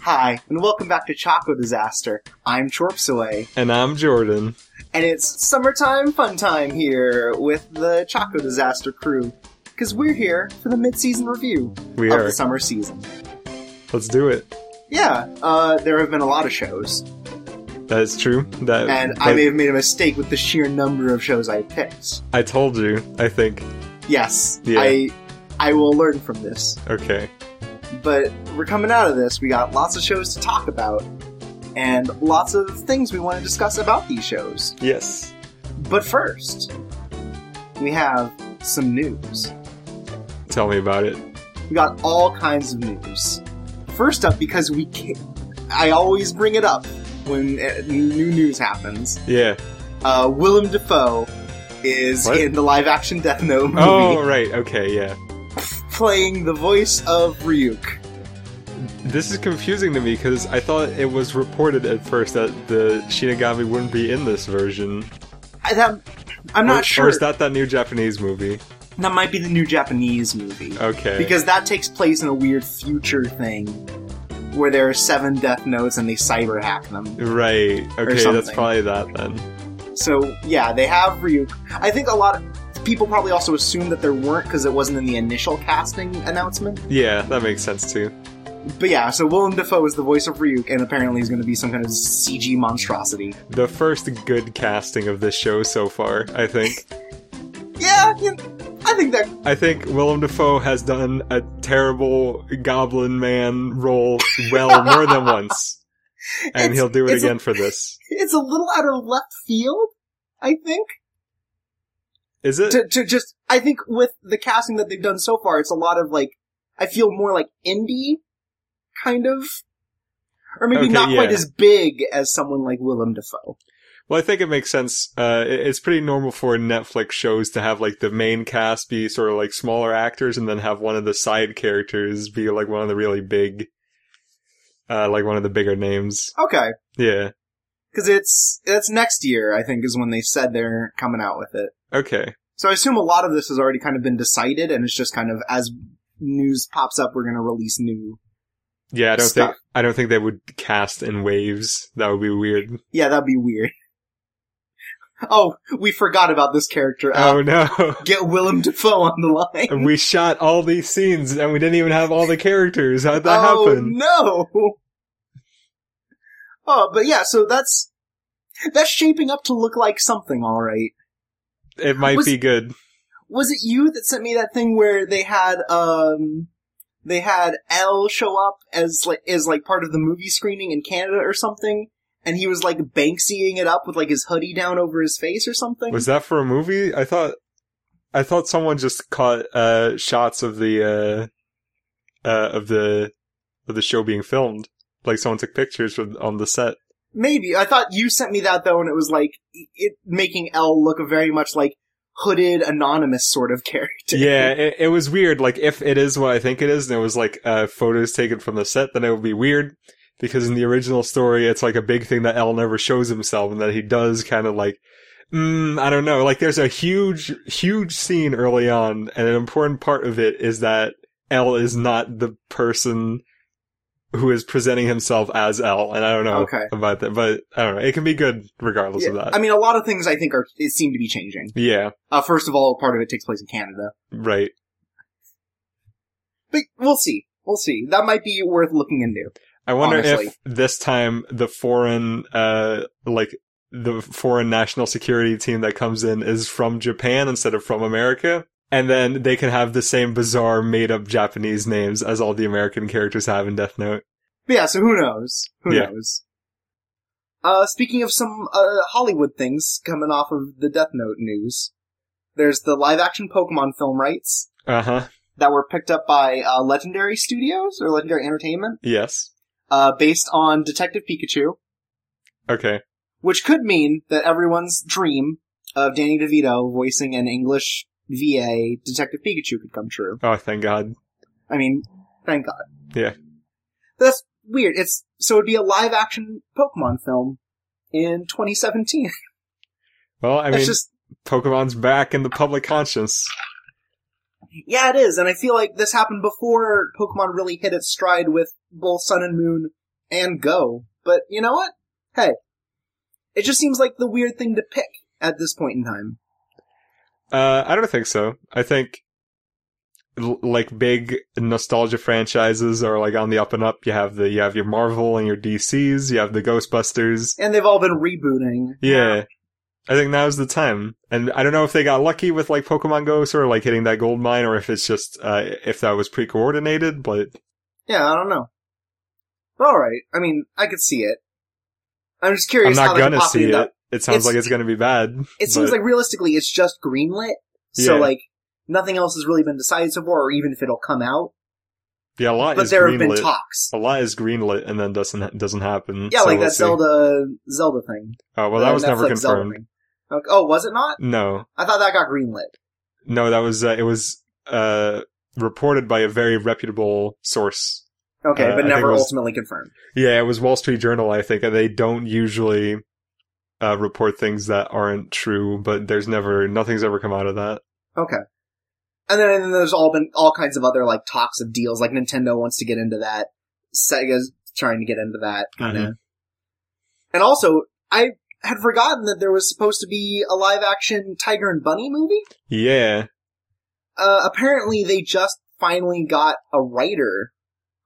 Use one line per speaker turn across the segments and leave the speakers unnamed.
Hi, and welcome back to Choco Disaster. I'm Chorpsaway,
And I'm Jordan.
and it's summertime fun time here with the Choco Disaster crew, because we're here for the mid-season review
We
of
are.
the summer season.
Let's do it.
Yeah, uh, there have been a lot of shows,
That is true. That
and I
that-
may have made a mistake with the sheer number of shows I picked.
I told you. I think.
Yes,
Yeah.
I, I will learn from this.
Okay.
but we're coming out of this. We got lots of shows to talk about and lots of things we want to discuss about these shows.
Yes.
But first, we have some news.
Tell me about it.
We got all kinds of news. First up, because we ca I always bring it up when uh, new news happens.
Yeah.
Uh, Willem Dafoe is
What?
in the live action Death Note movie
Oh right. Okay. Yeah.
playing the voice of Ryuk.
This is confusing to me because I thought it was reported at first that the Shinigami wouldn't be in this version.
I, that, I'm
Or-
not sure.
Or is that that new Japanese movie?
that might be the new Japanese movie.
Okay.
because that takes place in a weird future thing where there are seven death notes and they cyber hack them.
Right. Okay. That's
something.
probably that then.
So yeah, they have Ryuk. I think a lot of people probably also assume that there weren't because it wasn't in the initial casting announcement.
Yeah. That makes sense too.
But yeah, so Willem Dafoe is the voice of Ryuk, and apparently he's going to be some kind of CG monstrosity.
The first good casting of this show so far. I think.
Yeah, yeah, I think that
I think Willem Dafoe has done a terrible Goblin Man role well more than once, and
It's-
he'll do it
it's a-
again for this.
it's a little out of left field. I think
Is it?
to, to just I think with the casting that they've done so far, it's a lot of like I feel more like indie kind of, or maybe
Okay,
not quite
yeah.
as big as someone like Willem Dafoe.
Well, I think it makes sense. Uh, it- it's pretty normal for Netflix shows to have like the main cast be sort of like smaller actors, and then have one of the side characters be like one of the really big, uh, like one of the bigger names.
Okay,
Yeah.
because it's that's next year I think is when they said they're coming out with it.
Okay.
So I assume a lot of this has already kind of been decided, and it's just kind of as news pops up, we're going to release new.
Yeah, I don't
Stop.
think I don't think they would cast in waves. That would be weird.
Yeah, that'd be weird. Oh, we forgot about this character. Uh,
Oh no.
Get Willem Dafoe on the line.
And we shot all these scenes and we didn't even have all the characters. How'd that
oh,
happen?
No. Oh, but yeah, so that's that's shaping up to look like something, all right.
It might
Was-
be good.
Was it you that sent me that thing where they had um they had L show up as like as like part of the movie screening in Canada or something, and he was like Banksying it up with like his hoodie down over his face or something?
Was that for a movie? I thought I thought someone just caught uh shots of the uh uh of the of the show being filmed. Like someone took pictures with, on the set.
Maybe I thought you sent me that though, and it was like it making L look very much like hooded anonymous sort of character.
Yeah, it, it was weird. Like if it is what I think it is and it was like uh photos taken from the set, then it would be weird. Because in the original story it's like a big thing that L never shows himself and that he does kind of like mm, I don't know. Like there's a huge, huge scene early on, and an important part of it is that L is not the person who is presenting himself as L, and I don't know
Okay.
about that, but I don't know. It can be good regardless
Yeah,
of that.
I mean, a lot of things I think are it seem to be changing.
yeah,
Uh, first of all, part of it takes place in Canada,
right.
but we'll see. We'll see. That might be worth looking into.
I wonder
Honestly.
if this time the foreign, uh, like the foreign national security team that comes in is from Japan instead of from America. And then they can have the same bizarre made up Japanese names as all the American characters have in Death Note.
But yeah, so who knows? Who
Yeah.
knows? Uh, speaking of some uh, Hollywood things coming off of the Death Note news, there's the live-action Pokemon film rights
Uh huh.
that were picked up by uh, Legendary Studios or Legendary Entertainment,
Yes.
uh, based on Detective Pikachu,
Okay.
which could mean that everyone's dream of Danny DeVito voicing an English VA Detective Pikachu could come true.
Oh, thank God.
I mean, thank God.
Yeah.
That's weird. It's so it'd be a live action Pokemon film in 2017.
Well, I
That's
mean,
just
Pokemon's back in the public conscience.
yeah, it is, and I feel like this happened before Pokemon really hit its stride with both Sun and Moon and go. But you know what? Hey, it just seems like the weird thing to pick at this point in time.
Uh, I don't think so. I think l- like big nostalgia franchises are like on the up and up. You have the you have your Marvel and your DCs. You have the Ghostbusters.
And they've all been rebooting.
Yeah. I think now's the time. And I don't know if they got lucky with like Pokemon Go sort of like hitting that gold mine or if it's just uh, if that was pre coordinated, but
Yeah, I don't know. But all right. I mean, I could see it. I'm just
I'm
curious how
not
they could
gonna
possibly
see
end
it.
up-
It sounds
It's-
like it's gonna be bad.
It seems
but-
like realistically, it's just greenlit. So
Yeah.
like nothing else has really been decided so far, or even if it'll come out.
yeah, a lot
But
is
there have
greenlit.
been talks.
a lot is greenlit and then doesn't doesn't happen.
Yeah,
so
like
we'll
that
see.
Zelda Zelda thing.
Oh well, that
The
was never
Netflix Zelda
confirmed.
thing. Okay. Oh, was it not?
No,
I thought that got greenlit.
no, that was uh, it was uh, reported by a very reputable source
Okay,
Uh, I
but
think
never
it was-
ultimately confirmed.
Yeah, it was Wall Street Journal, I think, and they don't usually uh, report things that aren't true. But there's never nothing's ever come out of that.
And then, and then there's all been all kinds of other like talks of deals. Like Nintendo wants to get into that. Sega's trying to get into that kind of. And also, I had forgotten that there was supposed to be a live action Tiger and Bunny movie.
Yeah,
Uh, apparently, they just finally got a writer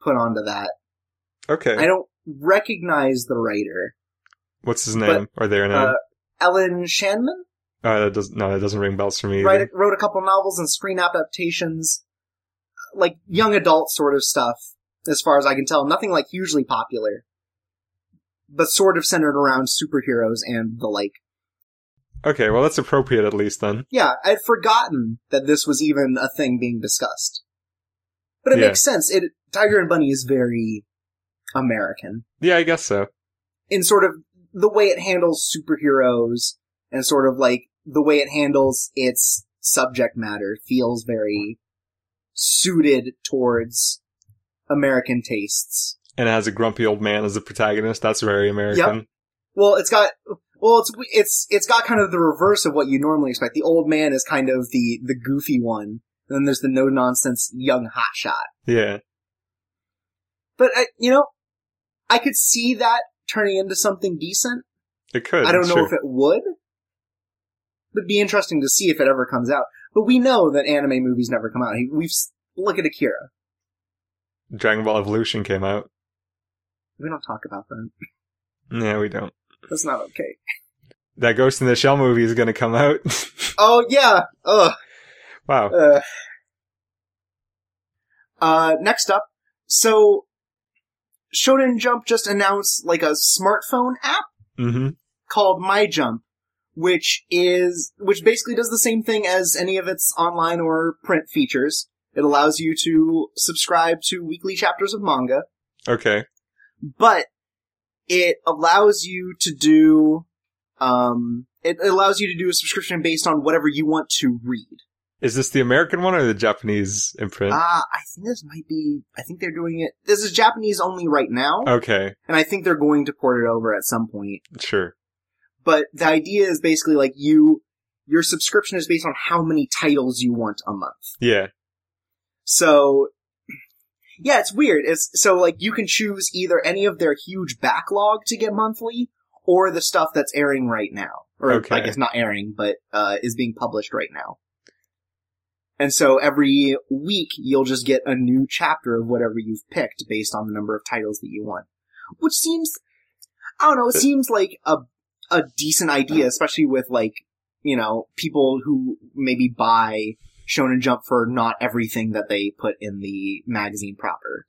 put onto that. I
okay.
don't recognize the writer,
What's his name or their name?
uh, Ellen Shanman.
Uh, that doesn't no, that doesn't ring bells for me.
Write,
either.
wrote a couple novels and screen adaptations, like young adult sort of stuff, as far as I can tell. Nothing like hugely popular, but sort of centered around superheroes and the like.
Okay, well that's appropriate at least then.
Yeah, I'd forgotten that this was even a thing being discussed. But it
Yeah.
makes sense. It Tiger and Bunny is very American
Yeah, I guess so.
in sort of the way it handles superheroes and sort of like the way it handles its subject matter feels very suited towards American tastes.
And it has a grumpy old man as the protagonist. That's very American.
Well, it's got well, it's it's it's got kind of the reverse of what you normally expect. The old man is kind of the the goofy one, and then there's the no nonsense young hotshot.
Yeah,
But I, you know, I could see that turning into something decent.
it could.
I don't know
sure.
if it would. It'd be interesting to see if it ever comes out. But we know that anime movies never come out. We've s- look at Akira.
Dragon Ball Evolution came out.
We don't talk about that.
Yeah, we don't.
That's not okay.
That Ghost in the Shell movie is going to come out.
Oh yeah. Ugh.
wow.
Uh, uh, next up, so Shonen Jump just announced like a smartphone app
hmm
called My Jump, which is which basically does the same thing as any of its online or print features. It allows you to subscribe to weekly chapters of manga,
Okay.
but it allows you to do um it allows you to do a subscription based on whatever you want to read.
Is this the American one or the Japanese imprint?
Ah, I think this might be. I think they're doing it. This is Japanese only right now,
okay,
and I think they're going to port it over at some point.
sure.
But the idea is basically like you, your subscription is based on how many titles you want a month.
Yeah.
So, yeah, it's weird. It's so like you can choose either any of their huge backlog to get monthly, or the stuff that's airing right now, or
Okay.
I guess not airing, but uh, is being published right now. And so every week you'll just get a new chapter of whatever you've picked based on the number of titles that you want, which seems, I don't know, it seems like a a decent idea, especially with like you know people who maybe buy Shonen Jump for not everything that they put in the magazine proper.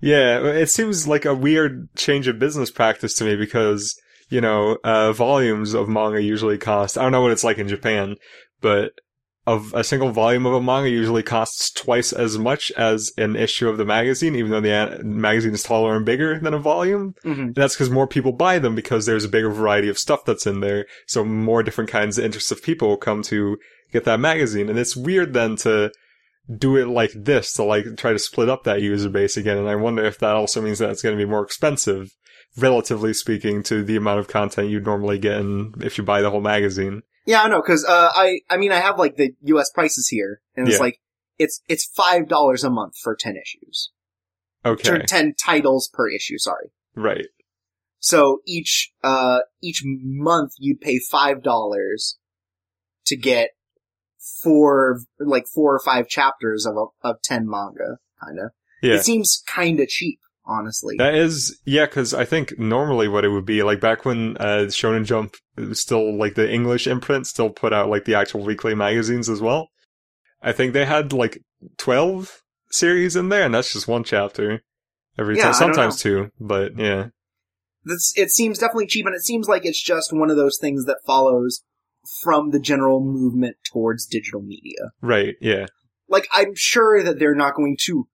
Yeah, it seems like a weird change of business practice to me because, you know, uh, volumes of manga usually cost, I don't know what it's like in Japan, but of a single volume of a manga usually costs twice as much as an issue of the magazine, even though the an- magazine is taller and bigger than a volume.
Mm-hmm.
And that's because more people buy them because there's a bigger variety of stuff that's in there. So more different kinds of interests of people come to get that magazine. And it's weird then to do it like this, to like try to split up that user base again. And I wonder if that also means that it's going to be more expensive, relatively speaking, to the amount of content you'd normally get in if you buy the whole magazine.
Yeah, I know because uh, I I mean I have like the U.S. prices here, and it's
Yeah.
like it's it's five dollars a month for ten issues,
Okay.
Or ten titles per issue. Sorry,
Right.
So each uh each month you'd pay five dollars to get four like four or five chapters of a, of ten manga, kind of.
Yeah.
It seems kind of cheap, honestly.
That is, yeah, because I think normally what it would be like back when uh, Shonen Jump it was still like the English imprint still put out like the actual weekly magazines as well. I think they had like twelve series in there, and that's just one chapter every
Yeah,
time.
I don't
Sometimes two, but yeah,
That's, it seems definitely cheap, and it seems like it's just one of those things that follows from the general movement towards digital media.
right, yeah,
Like, I'm sure that they're not going to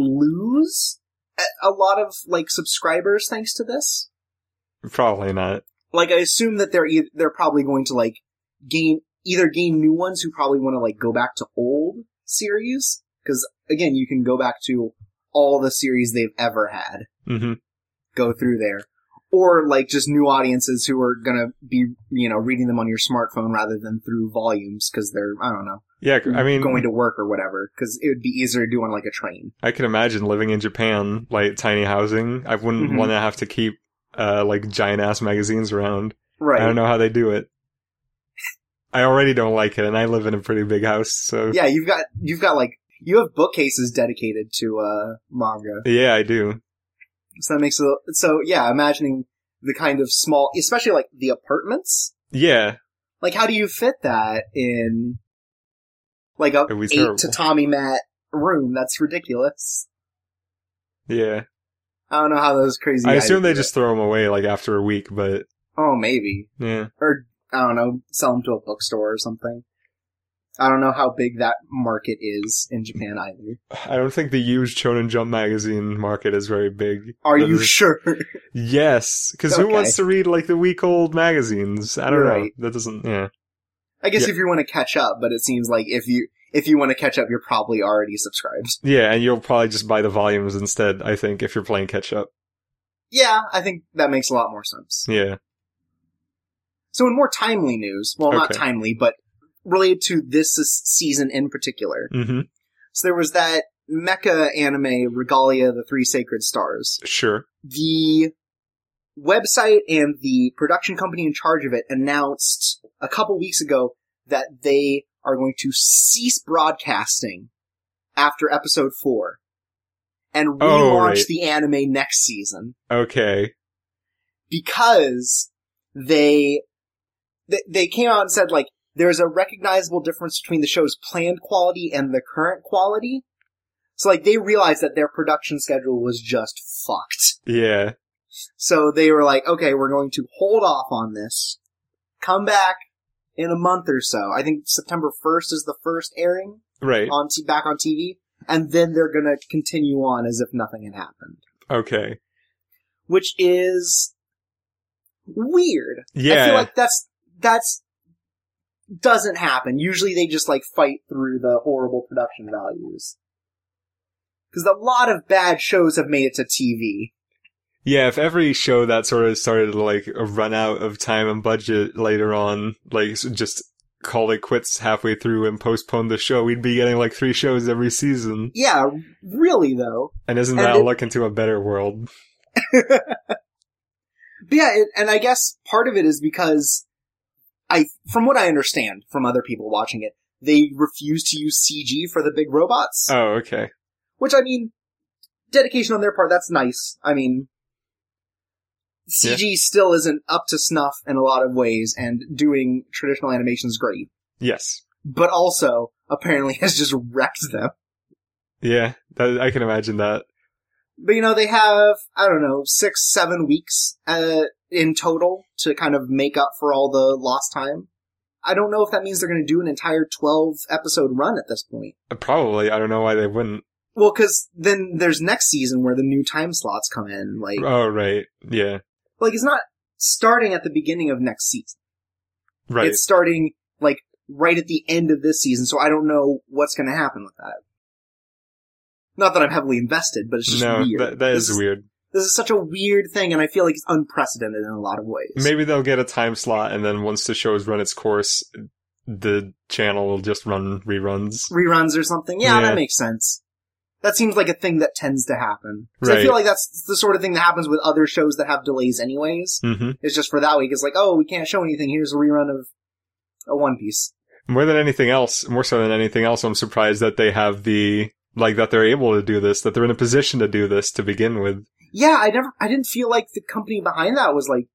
lose a- a lot of like subscribers thanks to this.
probably not.
like I assume that they're eith- they're probably going to like gain either gain new ones who probably want to like go back to old series because again you can go back to all the series they've ever had
hmm
go through there or like just new audiences who are gonna be you know reading them on your smartphone rather than through volumes because they're I don't know
Yeah, I mean,
Mm, going to work or whatever because it would be easier to do on like a train
I can imagine living in Japan, like tiny housing. I wouldn't
Mhm.
want to have to keep uh, like giant ass magazines around.
right
I don't know how they do it. I already don't like it, and I live in a pretty big house, so
yeah you've got you've got like you have bookcases dedicated to uh manga
Yeah, I do.
So that makes it so yeah. Imagining the kind of small, especially like the apartments.
Yeah,
Like, how do you fit that in like a
It'd be
eight
terrible.
tatami mat room? That's ridiculous.
yeah.
I don't know how those crazy.
I
guys
assume
do
they
it.
just throw them away like after a week, but
Oh, maybe
yeah,
or I don't know, sell them to a bookstore or something. I don't know how big that market is in Japan either.
I don't think the huge Shonen Jump magazine market is very big.
Are
That
you
is-
sure?
Yes, because who
Okay.
wants to read like the week old magazines? I don't
Right.
know. That doesn't. Yeah,
I guess
Yeah.
if you want to catch up, but it seems like if you if you want to catch up, you're probably already subscribed.
yeah, and you'll probably just buy the volumes instead. I think if you're playing catch up.
Yeah, I think that makes a lot more sense.
Yeah,
So, in more timely news, well, not
Okay.
timely, but related to this s- season in particular,
mm-hmm.
so there was that mecha anime Regalia: The Three Sacred Stars.
sure.
The website and the production company in charge of it announced a couple weeks ago that they are going to cease broadcasting after episode four and
Oh,
relaunch
right.
the anime next season
Okay.
because they they, they came out and said like there's a recognizable difference between the show's planned quality and the current quality. So like they realized that their production schedule was just fucked.
Yeah.
So they were like, okay, we're going to hold off on this. Come back in a month or so. I think September 1st is the first airing
Right.
on t- back on TV and then they're going to continue on as if nothing had happened,
Okay.
which is weird.
Yeah.
I feel like that's that's doesn't happen. Usually they just like fight through the horrible production values. Cuz a lot of bad shows have made it to TV.
Yeah, if every show that sort of started to like run out of time and budget later on, like s- just call it quits halfway through and postpone the show, we'd be getting like three shows every season.
Yeah, really though.
And isn't
And
that
it-
a look into a better world?
But yeah, it, and I guess part of it is because I from what I understand from other people watching it, they refuse to use CG for the big robots,
Oh, okay.
which I mean dedication on their part that's nice. I mean CG still isn't up to snuff in a lot of ways, and doing traditional animation is great,
Yes.
but also apparently has just wrecked them.
Yeah, that, I can imagine that.
But you know, they have I don't know six, seven weeks uh, in total to kind of make up for all the lost time. I don't know if that means they're going to do an entire twelve episode run at this point.
Uh, Probably. I don't know why they wouldn't.
Well, because then there's next season where the new time slots come in. Like,
Oh, right. Yeah.
like it's not starting at the beginning of next season.
Right.
It's starting like right at the end of this season, so I don't know what's going to happen with that. Not that I'm heavily invested, but it's just
no,
weird.
that, that
This
is weird.
This is such a weird thing, and I feel like it's unprecedented in a lot of ways.
Maybe they'll get a time slot, and then once the show's run its course, the channel will just run reruns.
reruns or something. Yeah,
Yeah.
that makes sense. that seems like a thing that tends to happen. 'Cause I
Right.
feel like that's the sort of thing that happens with other shows that have delays, anyways.
hmm
It's just for that week. It's like, oh, we can't show anything. Here's a rerun of a One Piece.
More than anything else, more so than anything else, I'm surprised that they have the like that they're able to do this, that they're in a position to do this to begin with.
Yeah, I never, I didn't feel like the company behind that was like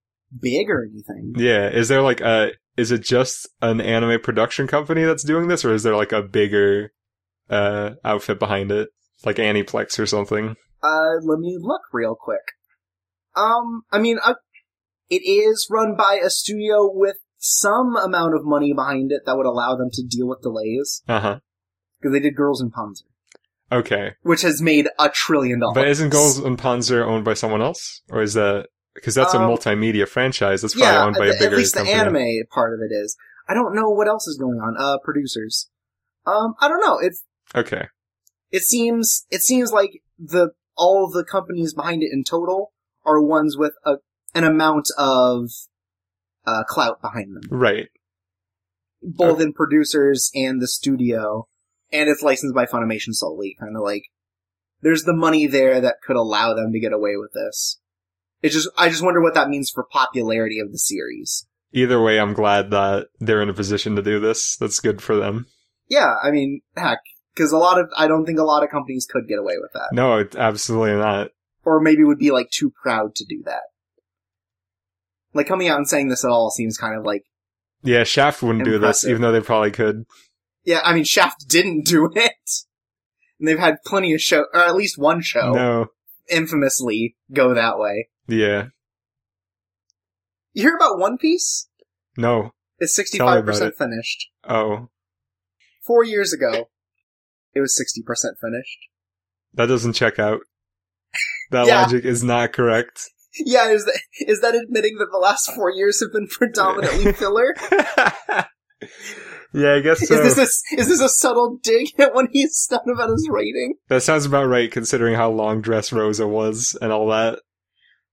big or anything.
Yeah, is there like a is it just an anime production company that's doing this, or is there like a bigger uh outfit behind it, like Aniplex or something?
Uh, let me look real quick. Um, I mean, uh, it is run by a studio with some amount of money behind it that would allow them to deal with delays
Uh huh.
because they did Girls and Panzer,
Okay,
which has made a trillion dollars.
but isn't Goals and Panzer owned by someone else, or is that because that's a
Um,
multimedia franchise that's probably
yeah,
owned by
at-
a bigger
at least
company?
the anime part of it is. I don't know what else is going on. Uh, producers. Um, I don't know. It's
Okay,
it seems it seems like the all the companies behind it in total are ones with a, an amount of uh, clout behind them,
right.
both in producers and the studio, and it's licensed by Funimation solely. Kind of like there's the money there that could allow them to get away with this. It just I just wonder what that means for popularity of the series.
Either way, I'm glad that they're in a position to do this. That's good for them.
Yeah, I mean, heck, because a lot of I don't think a lot of companies could get away with that.
No, it- absolutely not.
or maybe would be like too proud to do that. Like coming out and saying this at all seems kind of like
Yeah, Shaft wouldn't do this,
Impressive.
even though they probably could.
yeah. I mean, Shaft didn't do it, and they've had plenty of show, or at least one show,
No.
infamously go that way.
Yeah.
You hear about One Piece?
No.
It's sixty
Tell me
five
about
percent finished.
Oh,
Four years ago, it was sixty percent finished.
that doesn't check out. That
Yeah.
logic is not correct.
Yeah, is that is that admitting that the last four years have been predominantly filler?
yeah, I guess so.
Is this a, is this a subtle dig at what he's done about his rating?
that sounds about right considering how long Dress Rosa was and all that.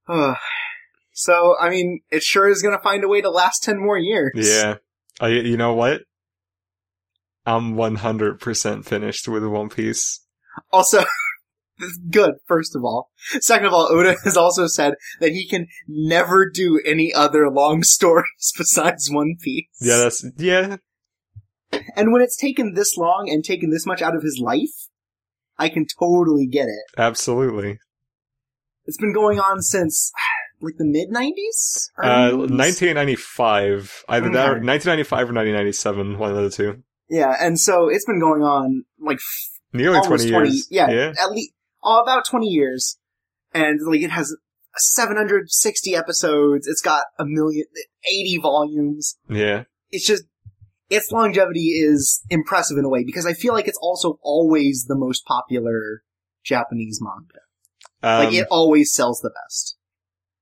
Ugh. so, I mean, it sure is going to find a way to last 10 more years.
Yeah. I, you know what? I'm 100% finished with One Piece.
Also, good, first of all. Second of all, Oda has also said that he can never do any other long stories besides One Piece.
Yeah, that's, yeah,
And when it's taken this long and taken this much out of his life, I can totally get it.
absolutely.
It's been going on since, like, the mid 90s?
Uh, 1995, either that or
Okay.
1995 or 1997, one of the two.
Yeah, and so it's been going on, like,
Nearly
almost
20
20,
years.
yeah, at least oh, about 20 years and like it has 760 episodes it's got a million 80 volumes
Yeah.
it's just its longevity is impressive in a way because i feel like it's also always the most popular japanese manga
Um,
like it always sells the best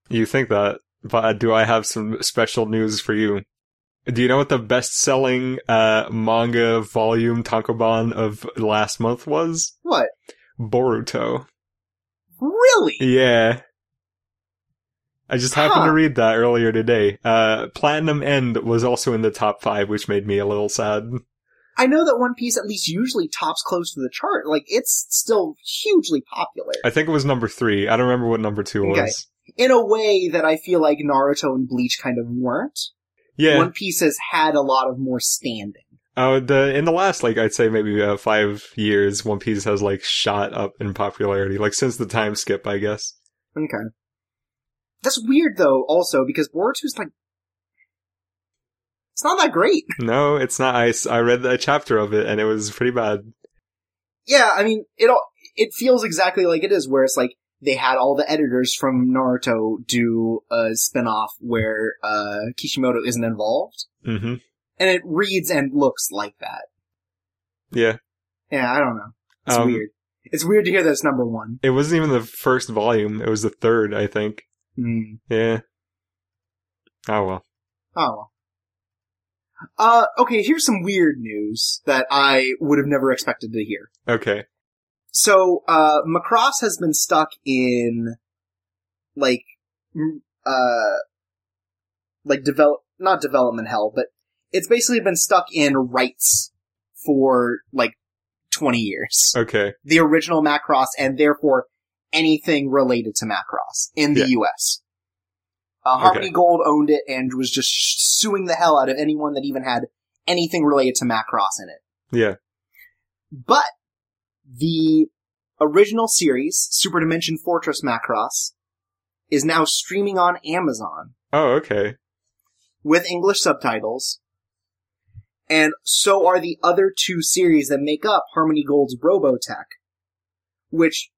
You think that, but uh, do I have some special news for you? Do you know what the best-selling uh, manga volume tankobon of last month was?
what
Boruto.
really
Yeah. I just happened
Huh.
to read that earlier today. Uh, Platinum End was also in the top five, which made me a little sad.
i know that one piece at least usually tops close to the chart like it's still hugely popular
I think it was number three. I don't remember what number two was.
Okay. in a way that i feel like naruto and bleach kind of weren't
Yeah.
One Piece has had a lot of more standing.
Uh, the in the last like I'd say maybe uh, five years, One Piece has like shot up in popularity, like since the time skip, I guess.
Okay. That's weird though, also, because Boruto's like it's not that great.
No, it's not. I, s- I read a chapter of it and it was pretty bad.
Yeah, I mean, it all it feels exactly like it is, where it's like they had all the editors from Naruto do a spin-off where uh, Kishimoto isn't involved,
hmm
and it reads and looks like that.
Yeah.
Yeah, I don't know. It's
Um,
weird. It's weird to hear that it's number one.
It wasn't even the first volume. It was the third, I think.
Hmm.
Yeah. Oh well.
Oh. Uh, okay, here's some weird news that I would have never expected to hear.
Okay.
So, uh, Macross has been stuck in, like, m- uh, like develop, not development hell, but it's basically been stuck in rights for, like, twenty years.
Okay.
The original Macross, and therefore anything related to Macross in the
Yeah.
U.S. Uh, Harmony Gold owned it and was just suing the hell out of anyone that even had anything related to Macross in it.
Yeah.
But the original series, Super Dimension Fortress Macross, is now streaming on Amazon
Oh, okay.
with English subtitles. And so are the other two series that make up Harmony Gold's Robotech, which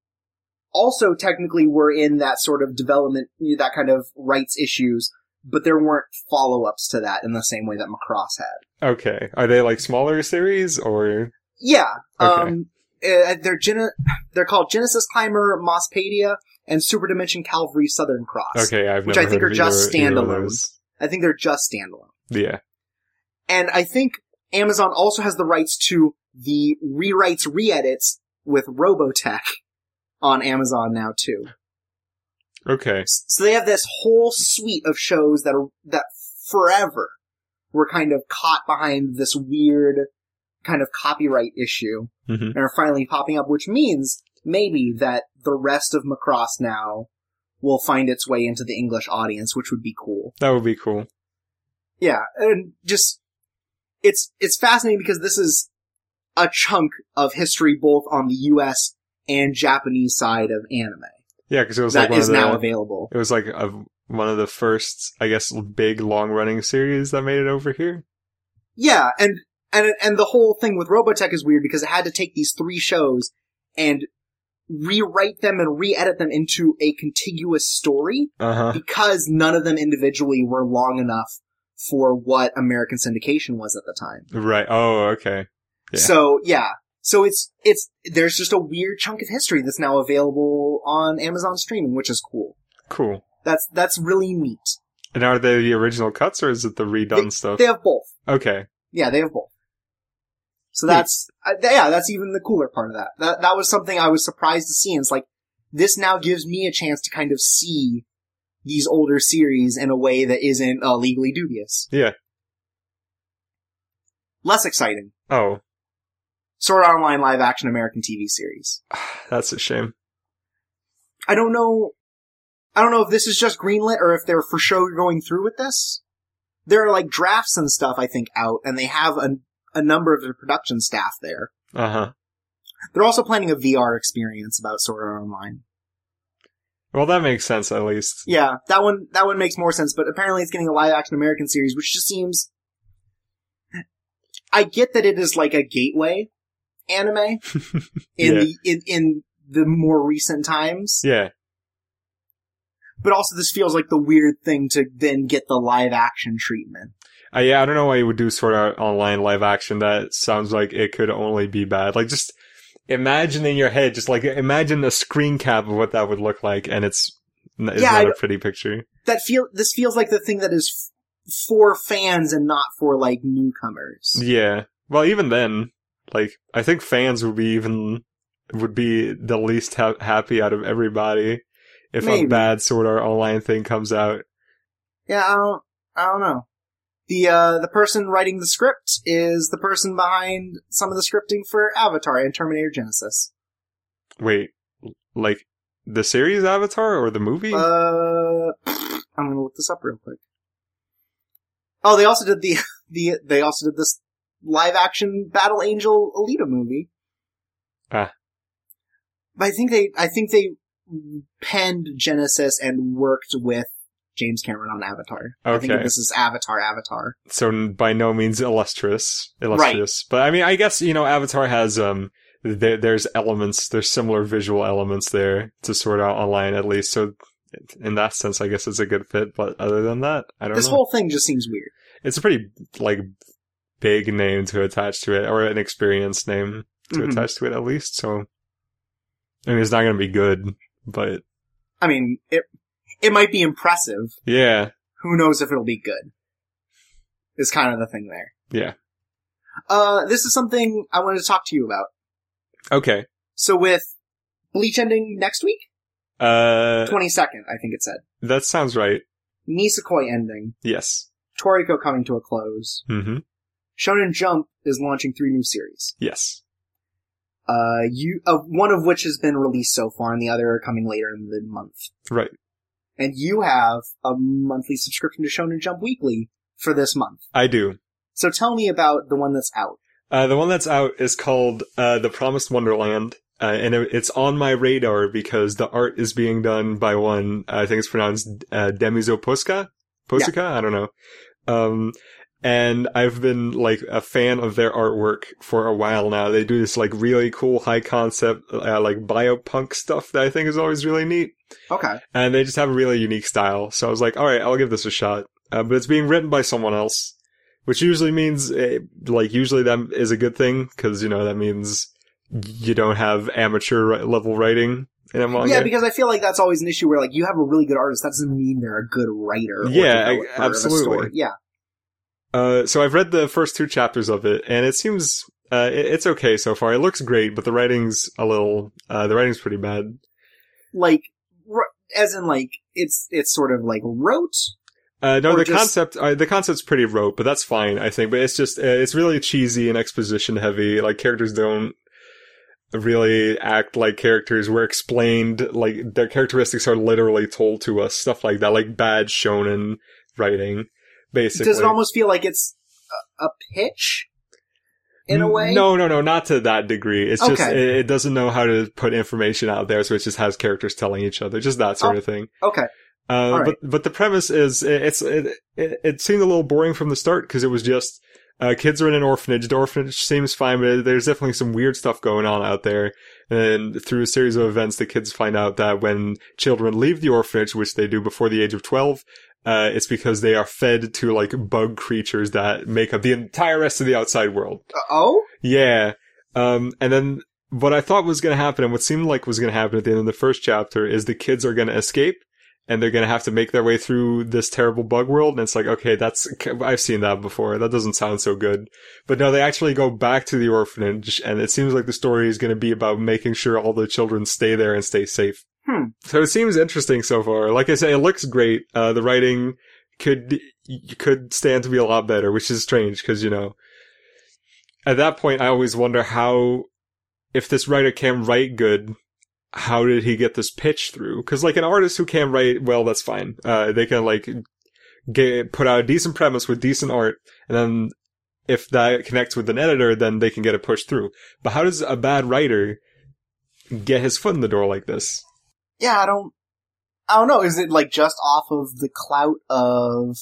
also technically were in that sort of development, that kind of rights issues, but there weren't follow ups to that in the same way that Macross had.
Okay. Are they like smaller series or
Yeah.
Okay.
Um, uh, they're Gen- they're called Genesis Climber, Mospedia, and Super Dimension Calvary Southern Cross.
Okay, I've
Which
never
I think are
heard of
just
either- either of
standalone.
those.
I think they're just standalone.
Yeah.
And I think Amazon also has the rights to the rewrites, re-edits with Robotech on Amazon now too.
Okay.
S- So they have this whole suite of shows that are, that forever were kind of caught behind this weird kind of copyright issue.
hmm
and are finally popping up, which means maybe that the rest of Macross now will find its way into the English audience, which would be cool.
That would be cool.
Yeah, and just it's it's fascinating because this is a chunk of history both on the U.S. and Japanese side of anime
Yeah, because it was like
that
one
is
of the,
now available.
It was like a, one of the first, I guess, big long running series that made it over here.
Yeah, and and and the whole thing with Robotech is weird because it had to take these three shows and rewrite them and re-edit them into a contiguous story.
Uh huh.
because none of them individually were long enough for what American syndication was at the time.
Right. Oh, okay. Yeah.
So yeah, so it's it's there's just a weird chunk of history that's now available on Amazon streaming, which is cool.
Cool.
That's that's really neat.
And are they the original cuts or is it the redone stuff?
They have both.
okay.
Yeah, they have both. So
Hmm.
that's uh, yeah, that's even the cooler part of that. That that was something I was surprised to see. And it's like this now gives me a chance to kind of see these older series in a way that isn't uh, legally dubious.
Yeah.
Less exciting.
Oh,
Sword Art Online live action American TV series.
that's a shame.
I don't know. I don't know if this is just greenlit or if they're for sure going through with this. There are like drafts and stuff I think out, and they have a a number of their production staff there.
Uh huh.
They're also planning a VR experience about Sword Art Online.
Well, that makes sense at least.
Yeah, that one that one makes more sense, but apparently it's getting a live action American series, which just seems I get that it is like a gateway anime in
Yeah.
the in, in the more recent times.
Yeah.
But also this feels like the weird thing to then get the live action treatment.
Uh, yeah, I don't know why you would do sort of online live action. That sounds like it could only be bad. Like, just imagine in your head, just like imagine a screen cap of what that would look like, and it's, n- it's
Yeah, I
not a pretty picture.
That feel this feels like the thing that is f- for fans and not for like newcomers.
Yeah. Well, even then, like, I think fans would be even, would be the least ha- happy out of everybody if
Maybe.
a bad sort of online thing comes out.
Yeah, I don't, I don't know. The uh, the person writing the script is the person behind some of the scripting for Avatar and Terminator Genesis.
Wait, like, the series Avatar or the movie?
Uh, I'm gonna look this up real quick. Oh, they also did the the they also did this live action Battle Angel Alita movie.
Ah.
But I think they I think they penned Genesis and worked with James Cameron on Avatar. I think
Okay.
this is Avatar Avatar.
so n- by no means illustrious, illustrious. But I mean, I guess you know, Avatar has um, th- there's elements, there's similar visual elements there to sort out online at least. So in that sense, I guess it's a good fit. But other than that, I don't
This
know.
whole thing just seems weird.
it's a pretty like big name to attach to it, or an experience name to
Mhm.
attach to it at least. So I mean, it's not going to be good, but
I mean, it it might be impressive.
yeah,
Who knows if it'll be good? Is kind of the thing there.
Yeah.
Uh, this is something I wanted to talk to you about.
okay.
So with Bleach ending next week,
Uh,
twenty second, I think it said.
that sounds right.
Nisekoi ending,
Yes.
Toriko coming to a close.
hmm
Shonen Jump is launching three new series.
Yes.
Uh, you uh, one of which has been released so far, and the other are coming later in the month.
Right.
And you have a monthly subscription to Shonen Jump Weekly for this month.
I do.
So tell me about the one that's out.
Uh, the one that's out is called uh, The Promised Wonderland, uh, and it, it's on my radar because the art is being done by one, I think it's pronounced uh, Demizo Posca? Posica? I don't know. Um, and I've been like a fan of their artwork for a while now. They do this like really cool high concept, uh, like biopunk stuff that I think is always really neat.
Okay.
And they just have a really unique style. So I was like, all right, I'll give this a shot. Uh, but it's being written by someone else, which usually means, eh, like, usually that is a good thing because, you know, that means you don't have amateur ri- level writing in a manga.
Yeah, because I feel like that's always an issue where like you have a really good artist, that doesn't mean they're a good writer. Or
Yeah, I-
developer of a
absolutely.
story. Yeah.
Uh, so I've read the first two chapters of it, and it seems uh, it- it's okay so far. It looks great, but the writing's a little uh, the writing's pretty bad.
Like, r- as in like it's it's sort of like rote.
Uh, no,
Or
the
just-
concept uh, the concept's pretty rote, but that's fine, I think. But it's just uh, it's really cheesy and exposition heavy. Like characters don't really act like characters were explained. Like their characteristics are literally told to us, stuff like that, like bad shonen writing, basically.
Does it almost feel like it's a, a pitch in a
N-
way?
No, no, no, not to that degree. It's just
Okay.
it, it doesn't know how to put information out there, so it just has characters telling each other, just that sort
Oh.
of thing.
Okay.
Uh,
All right.
But but the premise is it, it's it, it it seemed a little boring from the start because it was just uh, kids are in an orphanage. The orphanage seems fine, but there's definitely some weird stuff going on out there. And through a series of events, the kids find out that when children leave the orphanage, which they do before the age of twelve. Uh, it's because they are fed to like bug creatures that make up the entire rest of the outside world.
Uh, oh.
Yeah. Um, and then what I thought was going to happen and what seemed like was going to happen at the end of the first chapter is the kids are going to escape and they're going to have to make their way through this terrible bug world. And it's like, okay, that's, I've seen that before. That doesn't sound so good. But no, they actually go back to the orphanage and it seems like the story is going to be about making sure all the children stay there and stay safe.
Hmm.
So it seems interesting so far. Like I said, it looks great. Uh, the writing could, you could stand to be a lot better, which is strange because, you know, at that point, I always wonder how, if this writer can write good, how did he get this pitch through? Because like an artist who can write well, that's fine. Uh, they can like get put out a decent premise with decent art, and then if that connects with an editor, then they can get it pushed through. But how does a bad writer get his foot in the door like this?
yeah, I don't, I don't know. Is it like just off of the clout of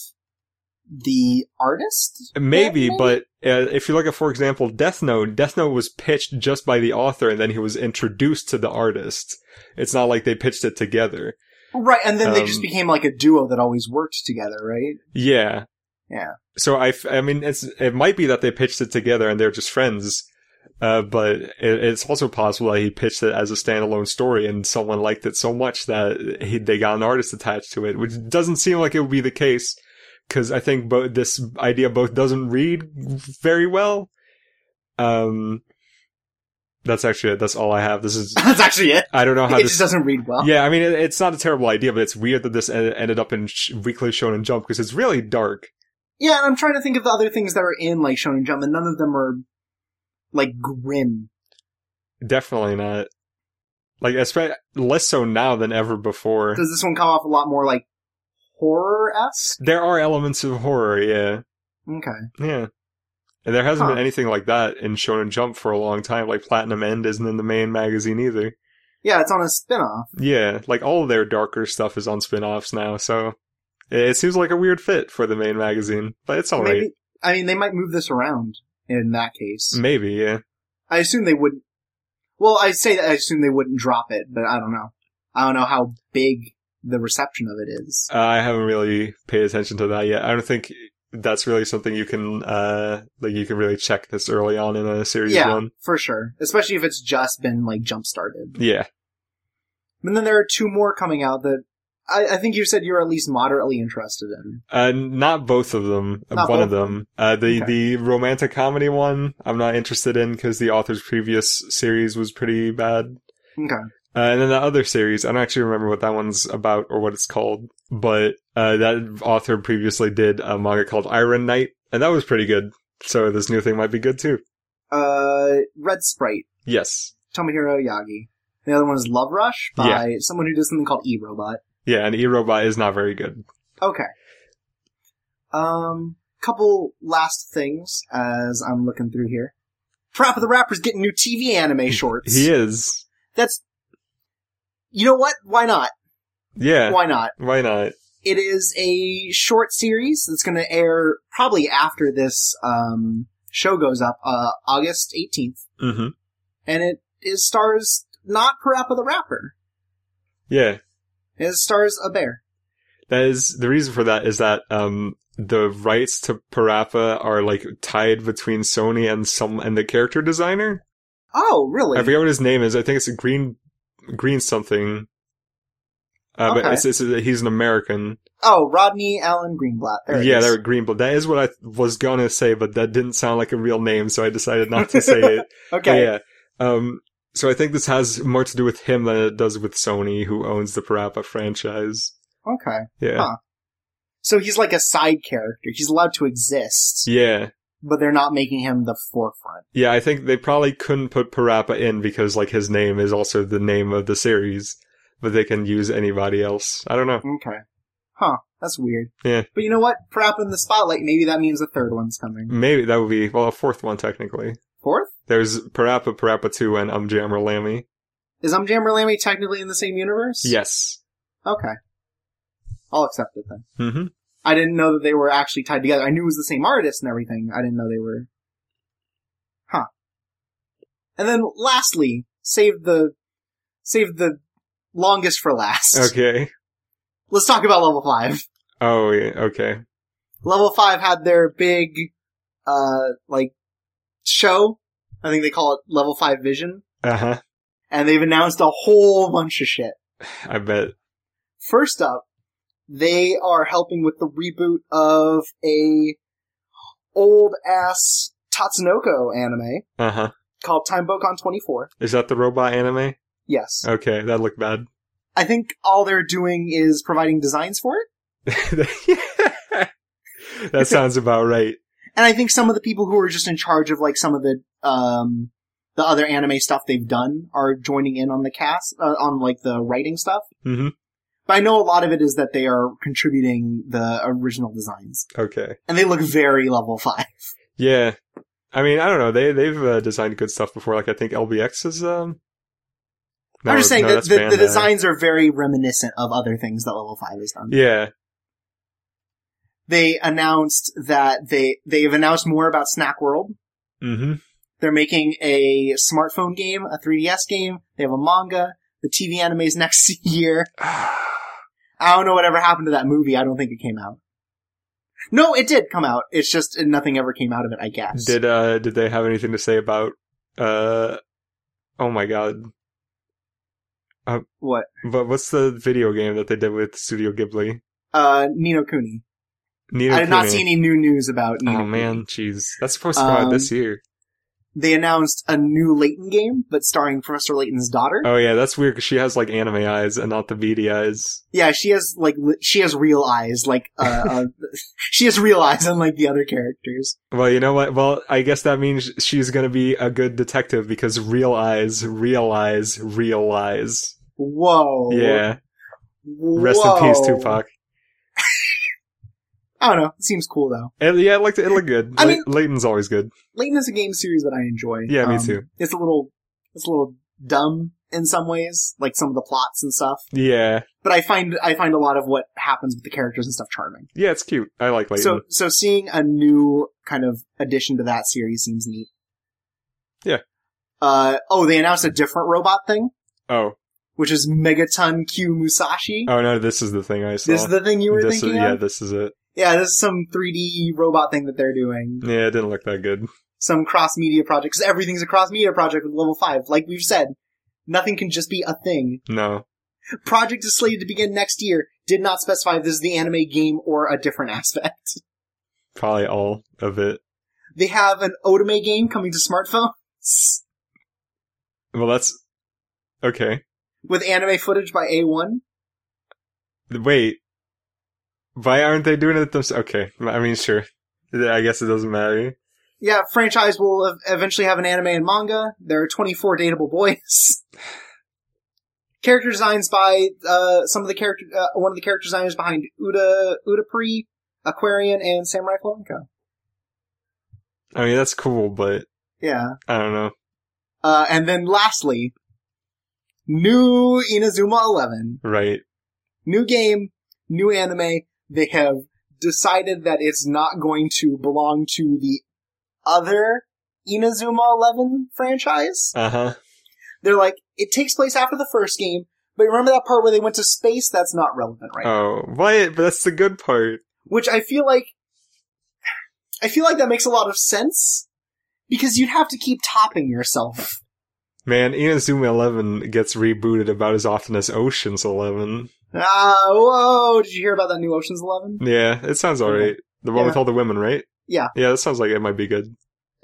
the artist?
Maybe,
Yeah, maybe.
but uh, if you look at, for example, Death Note, Death Note was pitched just by the author and then he was introduced to the artist. It's not like they pitched it together.
Right, and then they just
Um,
became like a duo that always worked together, right?
Yeah.
Yeah.
So I, f- I mean, it's, it might be that they pitched it together and they're just friends, uh, but it, it's also possible that he pitched it as a standalone story and someone liked it so much that he, they got an artist attached to it, which doesn't seem like it would be the case. Cause I think both, this idea both doesn't read very well. Um, that's actually it. That's all I have. This is,
That's actually it.
I don't know how
It
this
just doesn't read well.
yeah, I mean, it, it's not a terrible idea, but it's weird that this en- ended up in sh- Weekly Shonen Jump because it's really dark.
Yeah, and I'm trying to think of the other things that are in like Shonen Jump, and none of them are like grim.
Definitely not. Like, espe- less so now than ever before.
Does this one come off a lot more like horror esque?
There are elements of horror, yeah.
Okay.
Yeah. And there hasn't
Huh.
been anything like that in Shonen Jump for a long time. Like, Platinum End isn't in the main magazine either.
Yeah, it's on a spin off.
Yeah, like, all of their darker stuff is on spin offs now, so it, it seems like a weird fit for the main magazine, but it's alright.
Maybe I mean they might move this around in that case.
Maybe, yeah.
I assume they wouldn't. Well, I say that I assume they wouldn't drop it, but I don't know. I don't know how big the reception of it is.
Uh, I haven't really paid attention to that yet. I don't think that's really something you can uh like you can really check this early on in a series
Yeah.
one.
For sure. Especially if it's just been, like, jump started.
Yeah.
And then there are two more coming out that I, I think you said you're at least moderately interested in.
Uh not both of them,
Not
one
both?
of them. Uh the
Okay.
the romantic comedy one I'm not interested in cuz the author's previous series was pretty bad.
Okay.
Uh, and then the other series, I don't actually remember what that one's about or what it's called, but uh, that author previously did a manga called Iron Knight, and that was pretty good. So this new thing might be good too.
Uh, Red Sprite.
Yes.
Tomohiro Yagi. The other one is Love Rush by someone who did something called E Robot.
Yeah, and E-Robot is not very good.
Okay. Um, couple last things as I'm looking through here. Trap of the Rapper's getting new TV anime shorts.
He is.
That's. You know what? Why not?
Yeah.
Why not?
Why not?
It is a short series that's going to air probably after this um, show goes up, uh, August 18th.
Mm-hmm.
And it is stars not Parappa the Rapper.
Yeah.
It stars a bear.
That is the reason for that is that um the rights to Parappa are like tied between Sony and some and the character designer.
Oh, really?
I forget what his name is. I think it's Green Green something. Uh, But
Okay.
it's, it's, he's an American.
oh, Rodney Allen Greenblatt. There it
yeah,
is.
they're Greenblatt. That is what I was gonna say, but that didn't sound like a real name, so I decided not to say it. But
Okay.
yeah. Um, so I think this has more to do with him than it does with Sony, who owns the Parappa franchise.
Okay.
Yeah.
Huh. So he's like a side character. He's allowed to exist,
Yeah.
but they're not making him the forefront.
Yeah, I think they probably couldn't put Parappa in because like his name is also the name of the series, but they can use anybody else. I don't know.
Okay. Huh. That's weird.
Yeah.
But you know what? Parappa in the spotlight, maybe that means a third one's coming.
Maybe that would be well a fourth one technically.
Fourth?
There's Parappa, Parappa Two, and Um Jammer Lammy.
Is Umjammer Lammy technically in the same universe?
Yes.
Okay. I'll accept it then.
Mm-hmm.
I didn't know that they were actually tied together. I knew it was the same artist and everything. I didn't know they were. Huh. And then lastly, save the save the longest for last.
Okay.
Let's talk about level five.
Oh, yeah. okay.
Level five had their big uh like show. I think they call it level five vision.
Uh huh.
And they've announced a whole bunch of shit.
I bet.
First up, they are helping with the reboot of a old ass Tatsunoko anime
Uh huh.
called Time Bokon 24.
Is that the robot anime?
Yes.
Okay, that looked bad.
I think all they're doing is providing designs for it.
that sounds about right.
And I think some of the people who are just in charge of like some of the um the other anime stuff they've done are joining in on the cast uh, on like the writing stuff.
Mhm.
But I know a lot of it is that they are contributing the original designs.
Okay.
And they look very level 5.
Yeah. I mean, I don't know. They they've uh, designed good stuff before. Like I think LBX is um.
I'm just saying
no,
that
that's
the, the
Bandai.
designs are very reminiscent of other things that Level Five has done.
Yeah.
They announced that they they have announced more about Snack World.
Mm-hmm.
They're making a smartphone game, a 3DS game. They have a manga. The TV anime's next year. I don't know whatever happened to that movie. I don't think it came out. No, it did come out. It's just nothing ever came out of it. I guess.
Did uh did they have anything to say about uh? Oh my god!
what?
But what's the video game that they did with Studio Ghibli?
Uh, Nino Cooney.
Nino
I did not
Kuni.
see any new news about Nino.
Oh
Kuni.
man, jeez, that's supposed to come out
Um,
this year.
They announced a new Layton game, but starring Professor Layton's daughter.
Oh yeah, that's weird because she has like anime eyes and not the beady eyes.
Yeah, she has like li- she has real eyes, like uh, uh she has real eyes, unlike the other characters.
Well, you know what? Well, I guess that means she's gonna be a good detective because real eyes, real eyes, real eyes.
Whoa!
Yeah. Rest in peace,
Whoa.
Tupac.
I don't know. It seems cool though.
And, yeah, it looked it looked good.
I
Le-
mean-
Leighton's always good.
Layton is a game series that I enjoy. Um,
Yeah, me too.
It's a little it's a little dumb in some ways, like some of the plots and stuff.
Yeah,
But I find I find a lot of what happens with the characters and stuff charming.
yeah, it's cute. I like Leighton.
So so seeing a new kind of addition to that series seems neat.
Yeah.
Uh oh, they announced a different robot thing,
oh,
which is Megaton Q Musashi.
oh no, this is the thing I saw.
This is the thing you were
This is-
thinking
yeah,
of?
this is it.
Yeah, this is some 3D robot thing that they're doing.
Yeah, it didn't look that good.
Some cross-media project, 'cause everything's a cross-media project with level 5. Like we've said, nothing can just be a thing.
No.
Project is slated to begin next year. Did not specify if this is the anime game or a different aspect.
Probably all of it.
They have an Otome game coming to smartphones
Well that's okay.
with anime footage by A1.
Wait. Why aren't they doing it themselves? Okay. I mean sure. I guess it doesn't matter.
yeah, franchise will ev- eventually have an anime and manga. There are 24 dateable boys. character designs by uh, some of the character, uh, one of the character designers behind Uda Udapri, Aquarian, and Samurai Flamenco.
I mean, that's cool, but
Yeah,
I don't know.
uh, and then lastly, new Inazuma 11,
Right.
new game, new anime. They have decided that it's not going to belong to the other Inazuma 11 franchise.
Uh huh.
They're like, it takes place after the first game, but remember that part where they went to space? That's not relevant right now.
Oh, what? But that's the good part.
Which I feel like, I feel like that makes a lot of sense because you'd have to keep topping yourself.
Man, Inazuma 11 gets rebooted about as often as Ocean's 11.
Ah, whoa! Did you hear about that new Ocean's Eleven?
Yeah, it sounds alright. The one with all the women, right?
Yeah.
Yeah, that sounds like it might be good.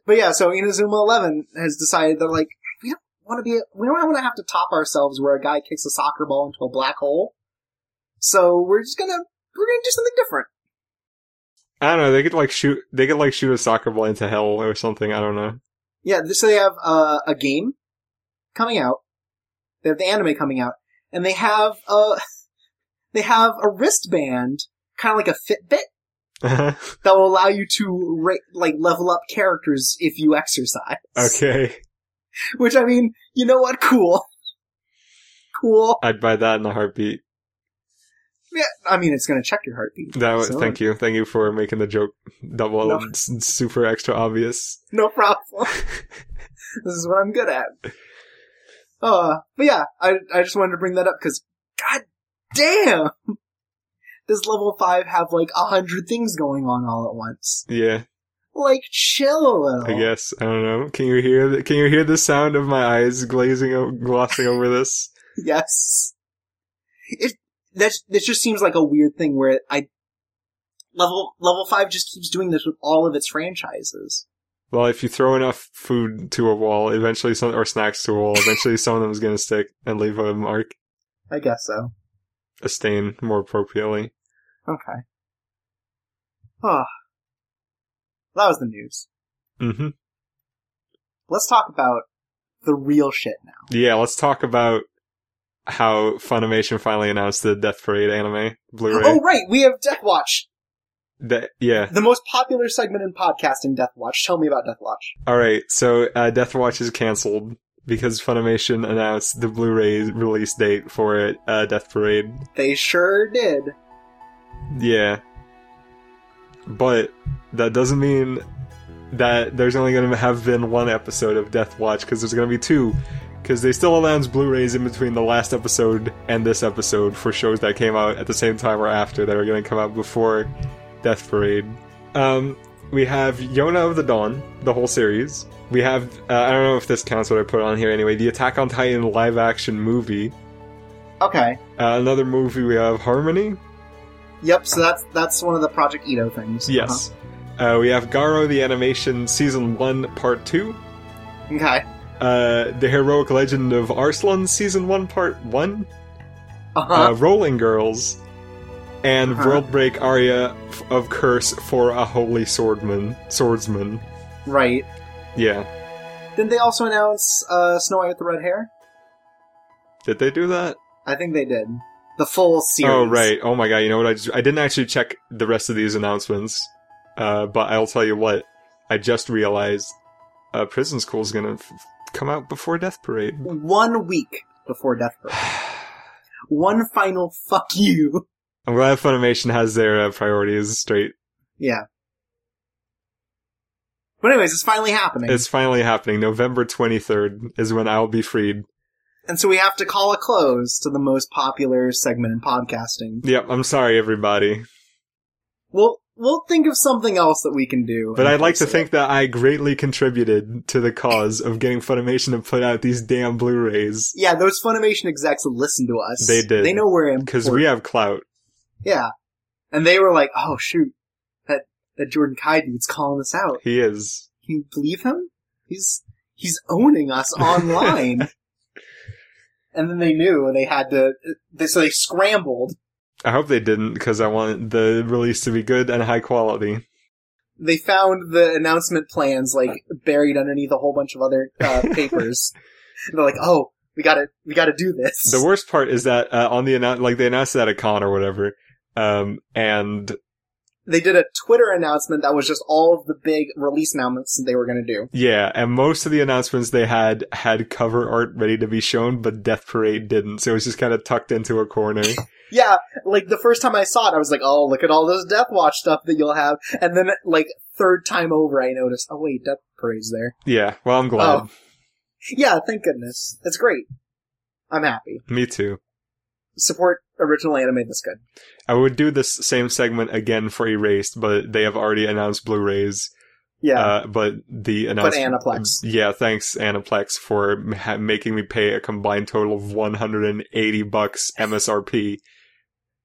But yeah, so Inazuma Eleven has decided they're like, we don't want to be, we don't want to have to top ourselves where a guy kicks a soccer ball into a black hole. So we're just gonna, we're gonna do something different.
I don't know. They could like shoot. They could like shoot a soccer ball into hell or something. I don't know.
Yeah, th- so they have uh, a game coming out. They have the anime coming out, and they have a they have a wristband, kind of like a Fitbit, that will allow you to ra- like level up characters if you exercise.
okay,
Which I mean, you know what? Cool. Cool.
I'd buy that in a heartbeat.
Yeah, I mean, it's gonna check your heartbeat.
That would,
so-
thank you, thank you for making the joke double
No.
s- super extra obvious.
No problem. this is what I'm good at. Uh, but yeah, I, I just wanted to bring that up because, god damn! Does level 5 have like a hundred things going on all at once?
Yeah,
Like, chill a little.
I guess I don't know. Can you hear? The, can you hear the sound of my eyes glazing, o- glossing over this?
Yes. It, that, this just seems like a weird thing where I, level, level 5 just keeps doing this with all of its franchises.
Well, if you throw enough food to a wall, eventually some or snacks to a wall, eventually some of them is going to stick and leave a mark,
I guess so.
a stain, more appropriately.
Okay. Ah. That was the news.
hmm
Let's talk about the real shit now.
Yeah, let's talk about how Funimation finally announced the Death Parade anime Blu-ray.
Oh, right. We have Death Watch,
That- yeah.
the most popular segment in podcasting. Death Watch. Tell me about Death Watch.
All right. So uh, Death Watch is canceled because Funimation announced the Blu-ray release date for it. Uh, Death Parade.
They sure did.
Yeah. But that doesn't mean that there's only going to have been one episode of Death Watch because there's going to be two. Because they still announced Blu-rays in between the last episode and this episode for shows that came out at the same time or after that are going to come out before Death Parade. Um, we have Yona of the Dawn, the whole series. We have uh, I don't know if this counts what I put on here anyway. The Attack on Titan live-action movie.
Okay.
Uh, another movie we have Harmony,
Yep. So that's that's one of the Project Ito things.
Yes. Uh, we have Garo the Animation Season 1, Part 2.
Uh-huh. Okay.
Uh, the Heroic Legend of Arslan Season 1, Part 1.
Uh-huh.
Uh, Rolling Girls. And
Uh-huh.
World Break Aria f- of Curse for a Holy Swordman. Swordsman.
right.
Yeah.
Didn't they also announce uh, Snow White with the red hair?
Did they do that?
I think they did. The full series.
Oh, right. Oh my god, you know what? I, just, I didn't actually check the rest of these announcements. Uh, but I'll tell you what. I just realized uh, Prison School's gonna f- come out before Death Parade.
One week before Death Parade. One final fuck you.
I'm glad Funimation has their uh, priorities straight.
Yeah. But anyways, it's finally happening.
It's finally happening. November 23rd is when I'll be freed.
And so we have to call a close to the most popular segment in podcasting.
Yep, I'm sorry, everybody.
We'll we'll think of something else that we can do.
But I'd like to think that I greatly contributed to the cause of getting Funimation to put out these damn Blu-rays.
Yeah, those Funimation execs listen to us.
They did.
They know we're in
Because we have clout.
yeah, and they were like, "Oh shoot, that that Jordan Kai dude's calling us out.
He is.
Can you believe him? He's he's owning us online." and then they knew, and they had to. They, so they scrambled.
I hope they didn't, because I want the release to be good and high quality.
they found the announcement plans like buried underneath a whole bunch of other uh, papers. And they're like, oh, we gotta we gotta do this.
The worst part is that uh, on the annou- like they announced that at con or whatever, um, and
they did a Twitter announcement that was just all of the big release announcements that they were gonna do.
yeah, and most of the announcements they had had cover art ready to be shown, but Death Parade didn't, so it was just kind of tucked into a corner.
Yeah, like the first time I saw it, I was like, oh, look at all this Death Watch stuff that you'll have. And then like third time over, I noticed, oh wait, Death Parade's there.
yeah, well, I'm glad.
Oh. Yeah, thank goodness. That's great. I'm happy.
Me too.
Support original anime that's good.
I would do this same segment again for Erased, but they have already announced Blu-rays.
Yeah.
Uh, but the
but
announcement.
Anaplex.
Yeah, thanks Anaplex for m- ha- making me pay a combined total of 180 bucks MSRP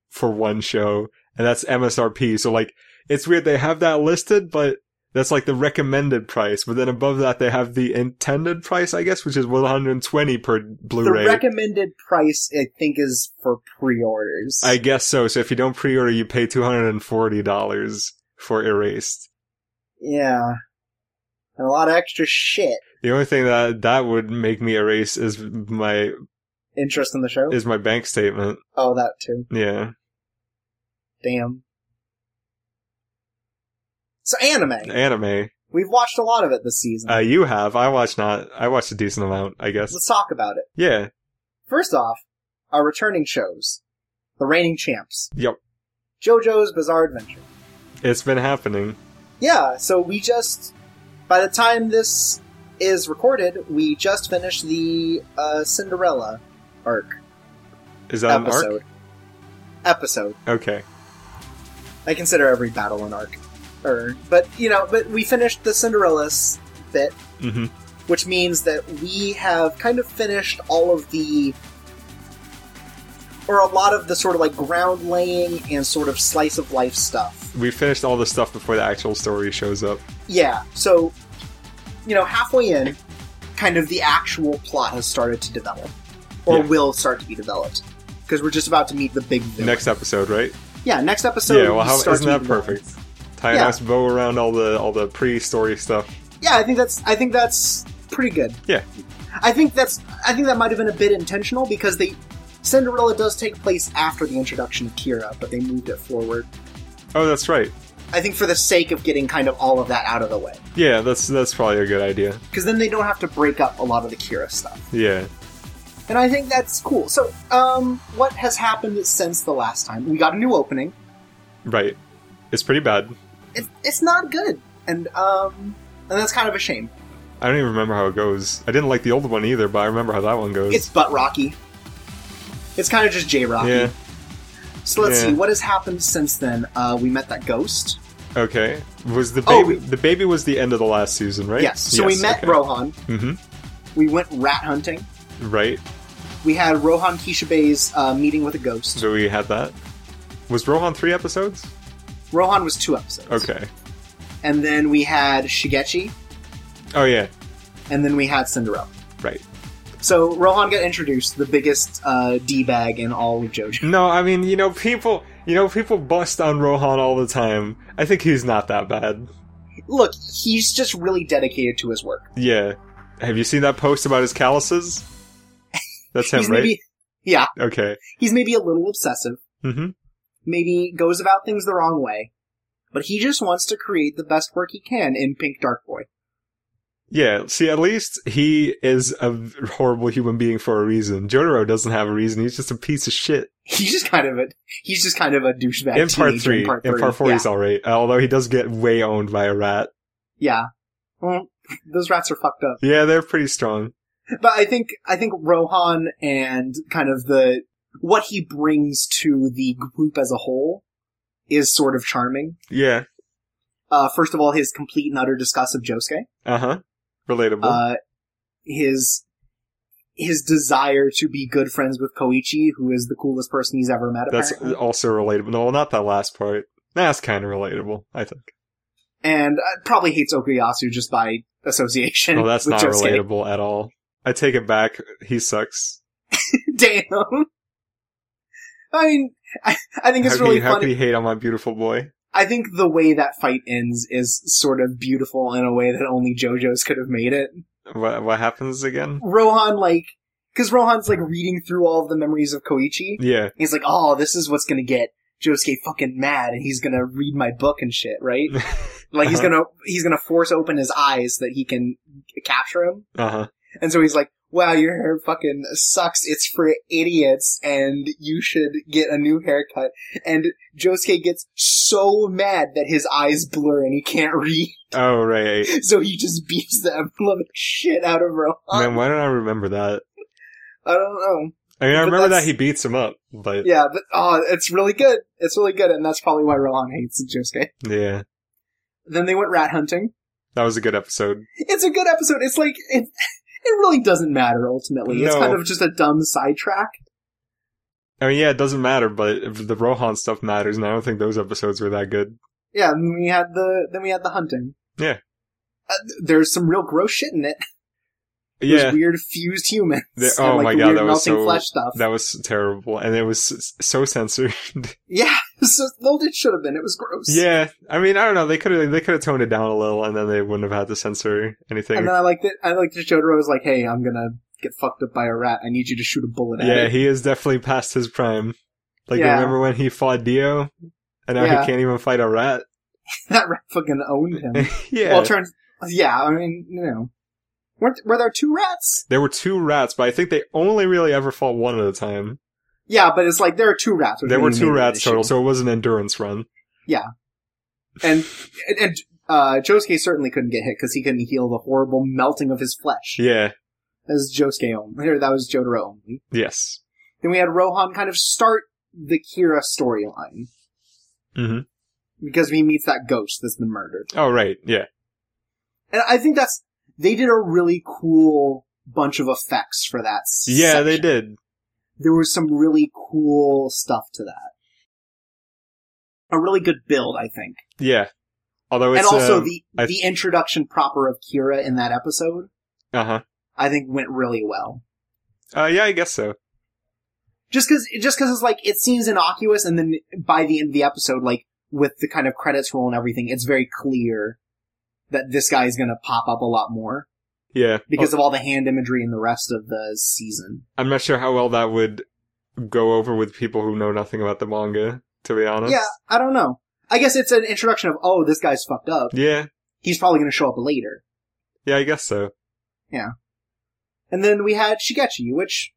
for one show, and that's MSRP. So like, it's weird they have that listed, but that's like the recommended price. But then above that they have the intended price, I guess, which is 120 per
The
Blu-ray.
recommended price, I think, is for pre-orders.
I guess so. So if you don't pre-order, you pay $240 for Erased.
Yeah. And a lot of extra shit.
The only thing that that would make me erase is my
Interest in the show?
is my bank statement.
oh, that too.
Yeah.
Damn. So anime.
Anime.
We've watched a lot of it this season.
Uh, you have. I watched not. I watched a decent amount, I guess.
Let's talk about it.
Yeah.
First off, our returning shows. The reigning champs.
Yep.
JoJo's Bizarre Adventure.
It's been happening.
Yeah, so we just by the time this is recorded, we just finished the uh, Cinderella arc
Is that an
episode. Episode.
arc? Okay.
I consider every battle an arc. Or, but you know, but we finished the Cinderella's bit,
hmm
which means that we have kind of finished all of the, or a lot of the sort of like ground laying and sort of slice of life stuff.
We finished all the stuff before the actual story shows up.
Yeah, so, you know, halfway in, kind of the actual plot has started to develop, or
Yeah.
will start to be developed, because we're just about to meet the big villain.
Next episode, right?
yeah, next episode.
yeah. Well,
we
how
start
isn't
to
that
meet the villain.
perfect? Tie a
Yeah.
nice bow around all the all the pre-story stuff.
yeah, I think that's I think that's pretty good.
Yeah.
I think that's I think that might have been a bit intentional because they Cinderella does take place after the introduction of Kira, but they moved it forward.
Oh, that's right.
I think for the sake of getting kind of all of that out of the way,
Yeah, that's that's probably a good idea.
because then they don't have to break up a lot of the Kira stuff,
Yeah.
and I think that's cool. So, um, what has happened since the last time? We got a new opening.
Right. It's pretty bad.
It's it's not good, and um, and that's kind of a shame.
I don't even remember how it goes. I didn't like the old one either, but I remember how that one goes.
It's butt rocky. It's kind of just J Rocky.
yeah.
So let's
Yeah.
see what has happened since then. Uh, we met that ghost.
Okay. Was the
Oh,
baby the baby was the end of the last season, right?
Yes. So we met Rohan.
Mm-hmm.
We went rat hunting.
Right.
We had Rohan Kishibe's uh, meeting with a ghost.
So we had that. Was Rohan three episodes?
Rohan was two episodes.
Okay.
And then we had Shigechi,
Oh yeah.
and then we had Cinderella.
Right.
So Rohan got introduced, the biggest uh, d bag in all of JoJo.
No, I mean you know people you know people bust on Rohan all the time. I think he's not that bad.
Look, he's just really dedicated to his work.
Yeah. Have you seen that post about his calluses? That's him,
he's
right?
maybe, yeah,
Okay.
he's maybe a little obsessive.
Mm-hmm.
Maybe goes about things the wrong way, but he just wants to create the best work he can in Pink Dark Boy.
Yeah, see, at least he is a horrible human being for a reason. Jotaro doesn't have a reason. He's just a piece of shit.
He's just kind of a he's just kind of a douchebag.
in part
teenager
three, in part four,
yeah.
he's all right. Uh, Although he does get way owned by a rat.
yeah. Well, those rats are fucked up.
Yeah, they're pretty strong.
But I think I think Rohan and kind of the what he brings to the group as a whole is sort of charming.
Yeah.
Uh, first of all, his complete and utter disgust of Josuke.
Uh huh. Relatable.
Uh, his his desire to be good friends with Koichi, who is the coolest person he's ever met.
That's
apparently.
also relatable. No, not that last part. That's kind of relatable, I think.
and uh, probably hates Okuyasu just by association.
No, that's
with
not
Josuke.
relatable at all. I take it back. He sucks.
Damn. I mean, I, I think it's
how
really
can you, how
funny.
can you hate on my beautiful boy?
I think the way that fight ends is sort of beautiful in a way that only JoJo's could have made it.
What what happens again?
Rohan like because Rohan's like reading through all of the memories of Koichi.
Yeah,
He's like, oh, this is what's gonna get Josuke fucking mad, and he's gonna read my book and shit, right? like he's
Uh-huh.
gonna he's gonna force open his eyes so that he can capture him.
uh huh.
And so he's like, wow, your hair fucking sucks. It's for idiots and you should get a new haircut. And Josuke gets so mad that his eyes blur and he can't read.
Oh right.
So he just beats the emblem shit out of Rohan.
Man, why don't I remember that?
I don't know.
I mean, I
But
remember that
that's-
he beats him up, but yeah.
Yeah, but oh, it's really good. It's really good. And that's probably why Rohan hates Josuke. Then they went rat hunting.
that was a good episode.
It's a good episode. It's like, it, it really doesn't matter ultimately. It's
No.
kind of just a dumb sidetrack.
I mean, yeah, it doesn't matter, but the Rohan stuff matters, and I don't think those episodes were that good.
Yeah, then we had the then we had the hunting.
Yeah.
Uh, th- there's some real gross shit in it. There's
Yeah,
weird fused humans.
There-
and,
oh
like,
my
the
God,
weird
that was
melting
so-
flesh stuff.
that was terrible, and it was s- so censored.
yeah, so, well, it should have been. It was gross.
yeah, I mean, I don't know. They could have they could have toned it down a little, and then they wouldn't have had to censor anything.
And then I liked it. I liked that Jotaro was like, "Hey, I'm gonna get fucked up by a rat. I need you to shoot a bullet at
yeah,
it."
he is definitely past his prime. Like,
Yeah.
remember when he fought Dio, and now
Yeah.
he can't even fight a rat?
that rat fucking owned him.
yeah,
Well, turns. Yeah, I mean, you know, weren't were there two rats?
there were two rats, but I think they only really ever fought one at a time.
Yeah, but it's like there are two rats. which
There were
really made
two
it an
rats
issue.
total, so it was an endurance run.
and and, and uh, Josuke certainly couldn't get hit because he couldn't heal the horrible melting of his flesh.
Yeah.
That was Josuke only. Or that was Jotaro only.
Yes.
Then we had Rohan kind of start the Kira storyline
hmm
because he meets that ghost that's been murdered.
Oh right. Yeah.
And I think that's they did a really cool bunch of effects for that.
Yeah,
section.
they did.
There was some really cool stuff to that. A really good build, I think.
Yeah. Although it's
and also
um,
the
I-
the introduction proper of Kira in that episode,
uh-huh.
I think went really well.
Uh yeah, I guess so.
just because just because it's like it seems innocuous and then by the end of the episode like with the kind of credits roll and everything it's very clear that this guy is going to pop up a lot more
Yeah.
because of all the hand imagery and the rest of the season
Oh, I'm not sure how well that would go over with people who know nothing about the manga, to be honest.
yeah i don't know i guess it's an introduction of oh this guy's fucked up
Yeah.
he's probably going to show up later
Yeah, I guess so.
and then we had shigechi which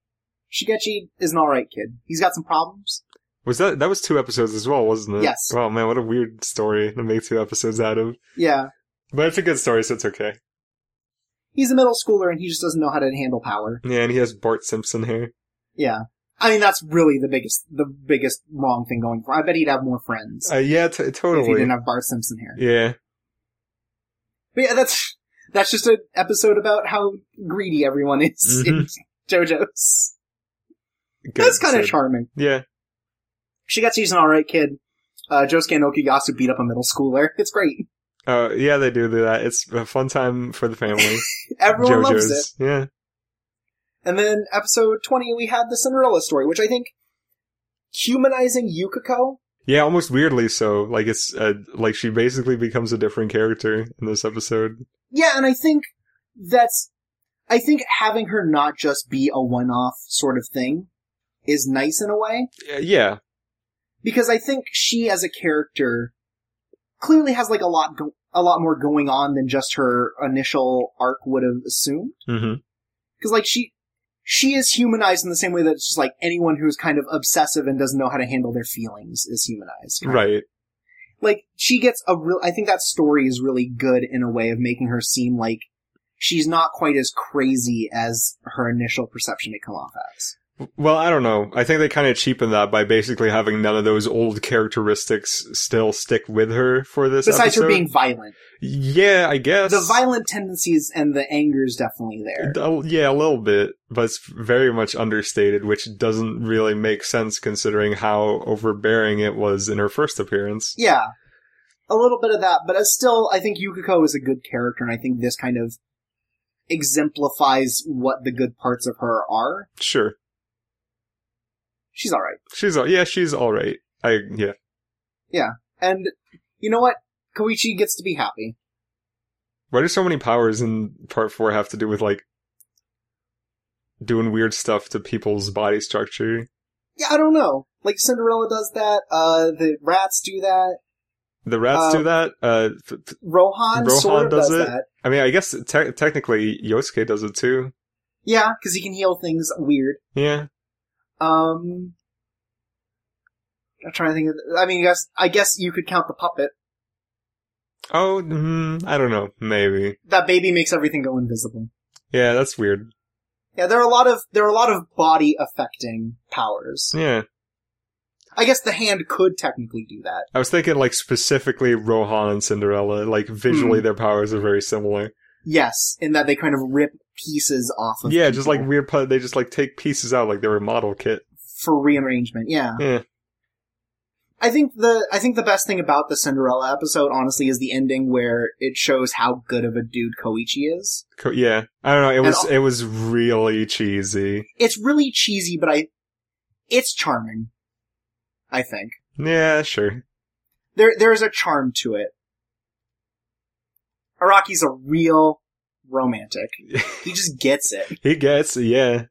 shigechi is an alright kid he's got some problems
Was that that was two episodes as well, wasn't it?
Yes.
Wow man, what a weird story to make two episodes out of.
yeah
But it's a good story, so it's okay.
he's a middle schooler and he just doesn't know how to handle power
Yeah, and he has Bart Simpson here.
Yeah. I mean, that's really the biggest, the biggest wrong thing going for. I bet he'd have more friends
Uh, yeah, t-
if he
totally.
didn't have Bart Simpson here.
Yeah.
But yeah, that's, that's just an episode about how greedy everyone is in
Mm-hmm.
JoJo's.
Good
that's kind of
episode.
charming.
Yeah.
Shigetsu's an alright kid. Uh, Josuke and Okuyasu beat up a middle schooler. It's great.
Oh yeah, they do do that. It's a fun time for the family.
Everyone loves it.
JoJo's. Yeah.
And then episode 20, we had the Cinderella story, which I think humanizing Yukiko.
Yeah, almost weirdly so. Like it's uh, like she basically becomes a different character in this episode.
Yeah, and I think that's I think having her not just be a one-off sort of thing is nice in a way
Yeah, Uh, Yeah.
because I think she as a character clearly has like a lot go- a lot more going on than just her initial arc would have assumed
hmm
because like she she is humanized in the same way that it's just like anyone who's kind of obsessive and doesn't know how to handle their feelings is humanized. kind of.
Right.
Like she gets a real I think that story is really good in a way of making her seem like she's not quite as crazy as her initial perception may come off as.
Well, I don't know. I think they kind of cheapen that by basically having none of those old characteristics still stick with her for this.
Besides her
episode.
being violent.
yeah, I guess
The violent tendencies and the anger is definitely there.
Uh, Yeah, a little bit, but it's very much understated, which doesn't really make sense considering how overbearing it was in her first appearance.
Yeah. A little bit of that, but it's still I think Yukiko is a good character and I think this kind of exemplifies what the good parts of her are.
Sure.
She's alright.
She's all, yeah, she's all right. I yeah.
And you know what? Koichi gets to be happy.
Why do so many powers in part four have to do with like doing weird stuff to people's body structure?
Yeah, I don't know. Like Cinderella does that. Uh, the rats do that.
The rats
Uh,
do that. Uh, th- th-
Rohan,
Rohan
sort of
does
does,
it?
that.
I mean, I guess te- technically Yosuke does it too.
Yeah, because he can heal things weird.
Yeah,
Um, I'm trying to think. Of, I mean, I guess I guess you could count the puppet.
Oh, mm, I don't know. Maybe.
That baby makes everything go invisible.
Yeah, that's weird.
Yeah, there are a lot of there are a lot of body affecting powers.
Yeah.
I guess the hand could technically do that.
I was thinking, like, specifically Rohan and Cinderella. Like, visually,
Hmm.
their powers are very similar.
Yes, in that they kind of rip pieces off of
yeah, just like
people
weird. pu- They just, like, take pieces out like they were a model kit.
for rearrangement. Yeah.
Yeah.
I think the I think the best thing about the Cinderella episode honestly is the ending where it shows how good of a dude Koichi is.
Co- yeah. I don't know. It
And
was,
al-
it was really cheesy.
It's really cheesy, but I it's charming. I think.
Yeah, sure.
There there is a charm to it. Araki's a real romantic. He just gets it.
He gets, yeah.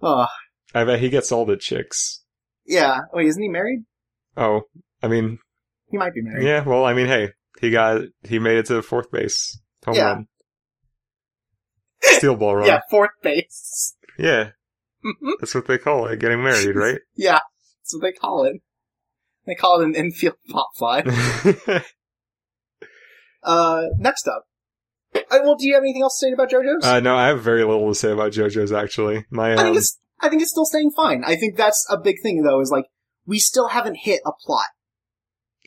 Oh,
I bet he gets all the chicks.
yeah. Wait, isn't he married?
Oh, I mean,
He might be married.
yeah, well, I mean, hey, he got, he made it to fourth base. Home
Yeah.
run. Steel ball run.
Yeah, fourth base.
yeah.
Mhm.
That's what they call it, getting married, right?
yeah, that's what they call it. They call it an infield pop fly. Uh, next up. Uh, well, do you have anything else to say about JoJo's?
uh, no, I have very little to say about JoJo's. Actually, my
I
um,
think it's I think it's still staying fine. I think that's a big thing though. Is like we still haven't hit a plot.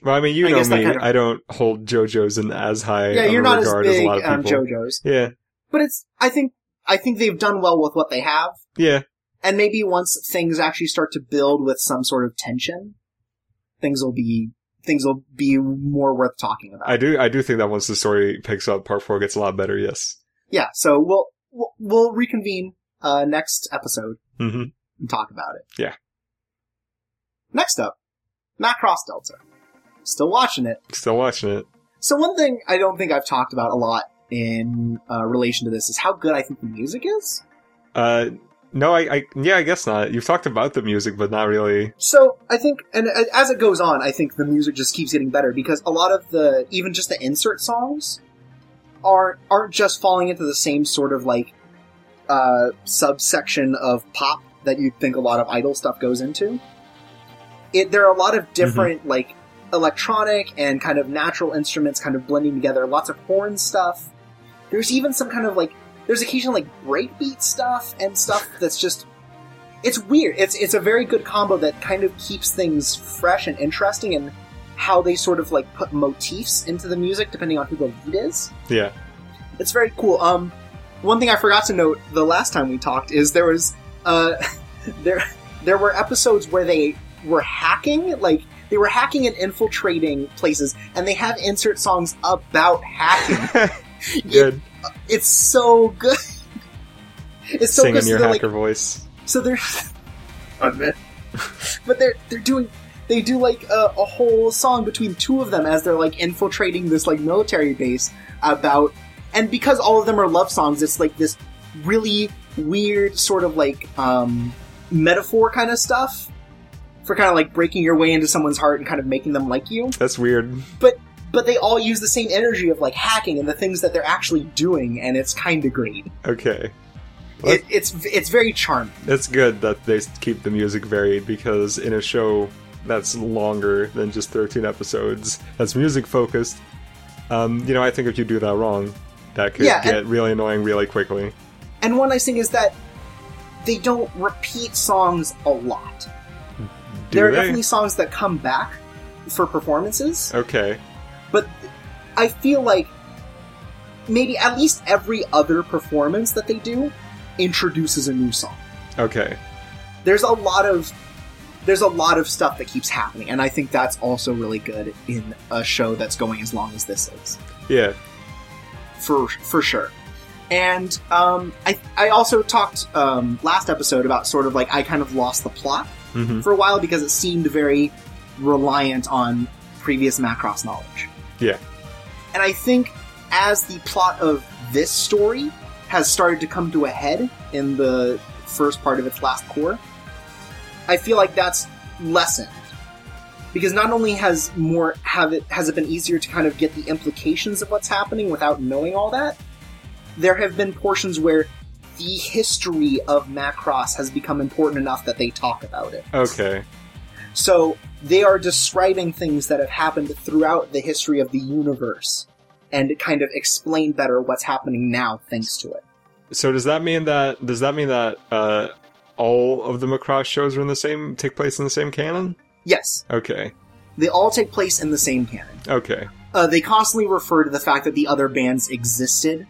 well, I mean, you
I
know
guess that
me.
kind of-
I don't hold JoJo's in as high
yeah,
of
you're
a
not as
regard as a
big
lot of people.
on JoJo's,
Yeah,
but it's I think I think they've done well with what they have,
yeah,
and maybe once things actually start to build with some sort of tension, things will be things will be more worth talking about.
I do. I do think that once the story picks up, part four gets a lot better. Yes.
yeah, so we'll we'll, we'll reconvene uh, next episode
hmm
and talk about it.
Yeah.
Next up, Macross Delta. Still watching it.
Still watching it.
So one thing I don't think I've talked about a lot in uh, relation to this is how good I think the music is.
Uh, no, I, I, yeah, I guess not. You've talked about the music, but not really.
So I think, and uh, as it goes on, I think the music just keeps getting better because a lot of the, even just the insert songs, are aren't just falling into the same sort of like uh, subsection of pop that you think a lot of idol stuff goes into. It there are a lot of different like electronic and kind of natural instruments kind of blending together. Lots of horn stuff. There's even some kind of like there's occasional like breakbeat stuff and stuff that's just it's weird. It's it's a very good combo that kind of keeps things fresh and interesting and how they sort of like put motifs into the music depending on who the lead is.
Yeah.
It's very cool. Um one thing I forgot to note the last time we talked is there was uh there there were episodes where they were hacking like they were hacking and infiltrating places and they have insert songs about hacking.
Good.
it's so good. It's so
Singing
good. so
your
they're, like,
hacker voice.
so they're, but they're they're doing they do like a, a whole song between two of them as they're like infiltrating this like military base about, and because all of them are love songs, it's like this really weird sort of like um, metaphor kind of stuff for kind of like breaking your way into someone's heart and kind of making them like you.
That's weird.
But they all use the same energy of like hacking and the things that they're actually doing, and it's kind of great.
Okay. What?
It, it's it's very charming.
It's good that they keep the music varied because in a show that's longer than just 13 episodes, that's music focused, um, you know, I think if you do that wrong, that could
Yeah, and-
get really annoying really quickly.
And one nice thing is that they don't repeat songs a lot.
Do
there are
they?
definitely songs that come back for performances,
Okay.
but I feel like maybe at least every other performance that they do introduces a new song.
Okay.
There's a lot of there's a lot of stuff that keeps happening, and I think that's also really good in a show that's going as long as this is.
Yeah.
for for sure. And um, I I also talked um, last episode about sort of like I kind of lost the plot
hmm
for a while because it seemed very reliant on previous Macross knowledge.
Yeah.
And I think as the plot of this story has started to come to a head in the first part of its last core, I feel like that's lessened. Because not only has more have it has it been easier to kind of get the implications of what's happening without knowing all that, there have been portions where the history of Macross has become important enough that they talk about it.
Okay.
So they are describing things that have happened throughout the history of the universe and kind of explain better what's happening now thanks to it.
So does that mean that does that mean that uh, all of the Macross shows are in the same take place in the same canon?
Yes,
Okay.
they all take place in the same canon.
Okay.
Uh, they constantly refer to the fact that the other bands existed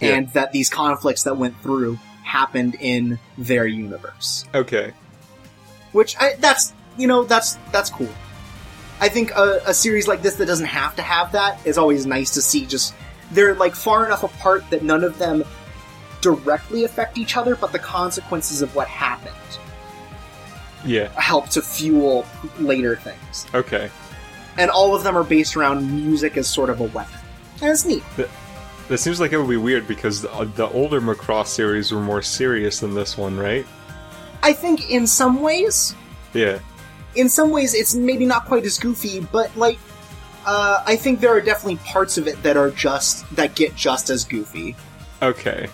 Yeah.
and that these conflicts that went through happened in their universe.
Okay.
which I, that's you know that's that's cool. I think a, a series like this that doesn't have to have that is always nice to see. Just they're like far enough apart that none of them directly affect each other, but the consequences of what happened
Yeah.
help to fuel later things.
Okay.
And all of them are based around music as sort of a weapon. And it's neat.
That seems like it would be weird because the, uh, the older Macross series were more serious than this one, right?
I think in some ways,
Yeah.
in some ways it's maybe not quite as goofy, but like uh, I think there are definitely parts of it that are just that get just as goofy.
Okay.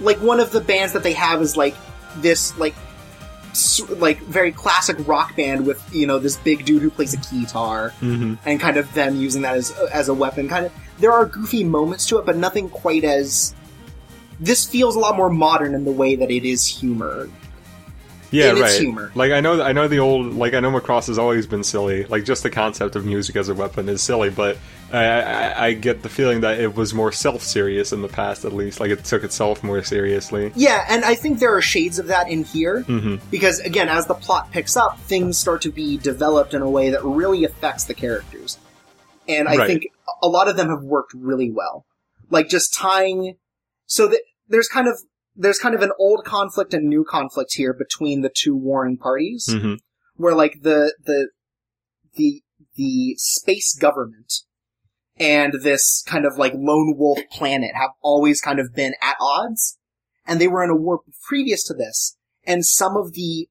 like one of the bands that they have is like this like s- like very classic rock band with you know this big dude who plays a guitar
Mm-hmm.
and kind of them using that as as a weapon kind of there are goofy moments to it but nothing quite as this feels a lot more modern in the way that it is humor
Yeah.
in
right.
its humor
Like I know, I know the old, like I know Macross has always been silly. Like just the concept of music as a weapon is silly, but I, I, I get the feeling that it was more self-serious in the past, at least. Like it took itself more seriously.
yeah and i think there are shades of that in here
hmm
because again as the plot picks up things start to be developed in a way that really affects the characters and i
Right.
think a lot of them have worked really well like just tying so that there's kind of there's kind of an old conflict and new conflict here between the two warring parties
hmm
where like the the the the space government and this kind of like lone wolf planet have always kind of been at odds and they were in a war previous to this and some of the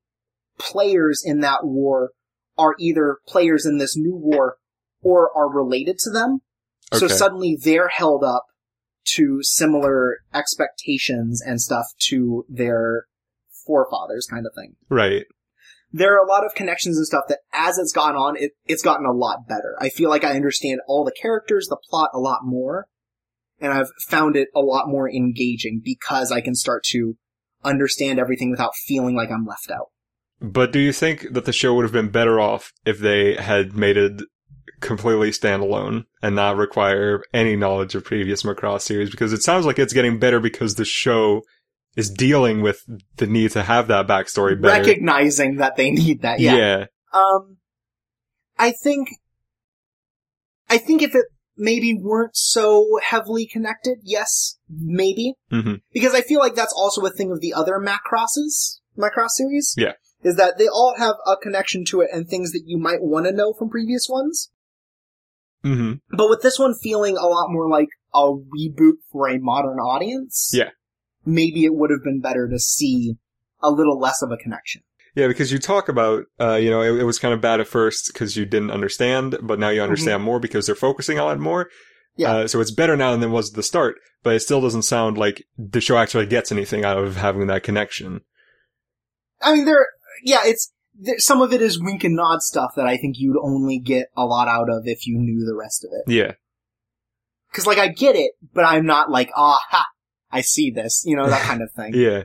players in that war are either players in this new war or are related to them so
Okay.
suddenly they're held up to similar expectations and stuff to their forefathers kind of thing
Right.
there are a lot of connections and stuff that as it's gone on, it, it's gotten a lot better. I feel like I understand all the characters, the plot a lot more, and I've found it a lot more engaging because I can start to understand everything without feeling like I'm left out.
But do you think that the show would have been better off if they had made it completely standalone and not require any knowledge of previous Macross series? Because it sounds like it's getting better because the show is dealing with the need to have that backstory better.
Recognizing that they need that, yeah.
yeah.
Um, I think, I think if it maybe weren't so heavily connected, yes, maybe.
hmm
because I feel like that's also a thing of the other Macrosses, Macross series.
Yeah.
Is that they all have a connection to it and things that you might want to know from previous ones.
hmm
But with this one feeling a lot more like a reboot for a modern audience.
Yeah.
Maybe it would have been better to see a little less of a connection.
Yeah, because you talk about, uh, you know, it, it was kind of bad at first because you didn't understand, but now you understand more because they're focusing on it more.
Mm-hmm. Yeah.
Uh, so it's better now than it was at the start, but it still doesn't sound like the show actually gets anything out of having that connection.
I mean, there, yeah, it's, there, some of it is wink and nod stuff that I think you'd only get a lot out of if you knew the rest of it.
Yeah.
Cause like I get it, but I'm not like, ah, ha, I see this, you know, that kind of thing.
Yeah.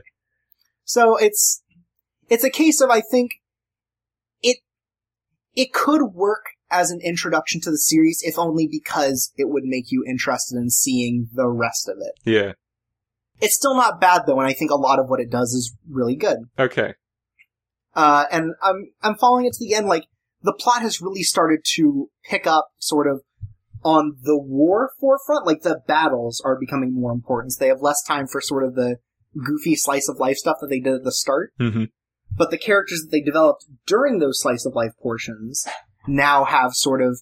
So it's it's a case of I think it it could work as an introduction to the series if only because it would make you interested in seeing the rest of it.
Yeah.
It's still not bad though, and I think a lot of what it does is really good.
Okay.
Uh, and I'm I'm following it to the end. Like the plot has really started to pick up, sort of on the war forefront. Like the battles are becoming more important. So they have less time for sort of the goofy slice of life stuff that they did at the start
hmm
but the characters that they developed during those slice of life portions now have sort of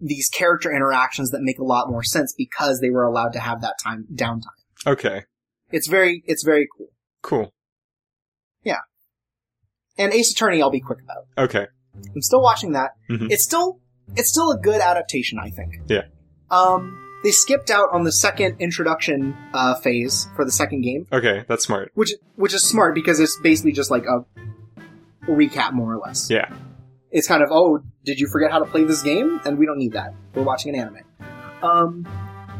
these character interactions that make a lot more sense because they were allowed to have that time downtime.
Okay.
It's very it's very cool.
Cool.
And Ace Attorney, I'll be quick about.
Okay.
I'm still watching that.
Mhm.
It's still it's still a good adaptation, I think.
Yeah.
Um, they skipped out on the second introduction uh, phase for the second game,
Okay. That's smart.
which which is smart because it's basically just like a recap, more or less.
Yeah.
It's kind of oh, did you forget how to play this game? And we don't need that. We're watching an anime. Um,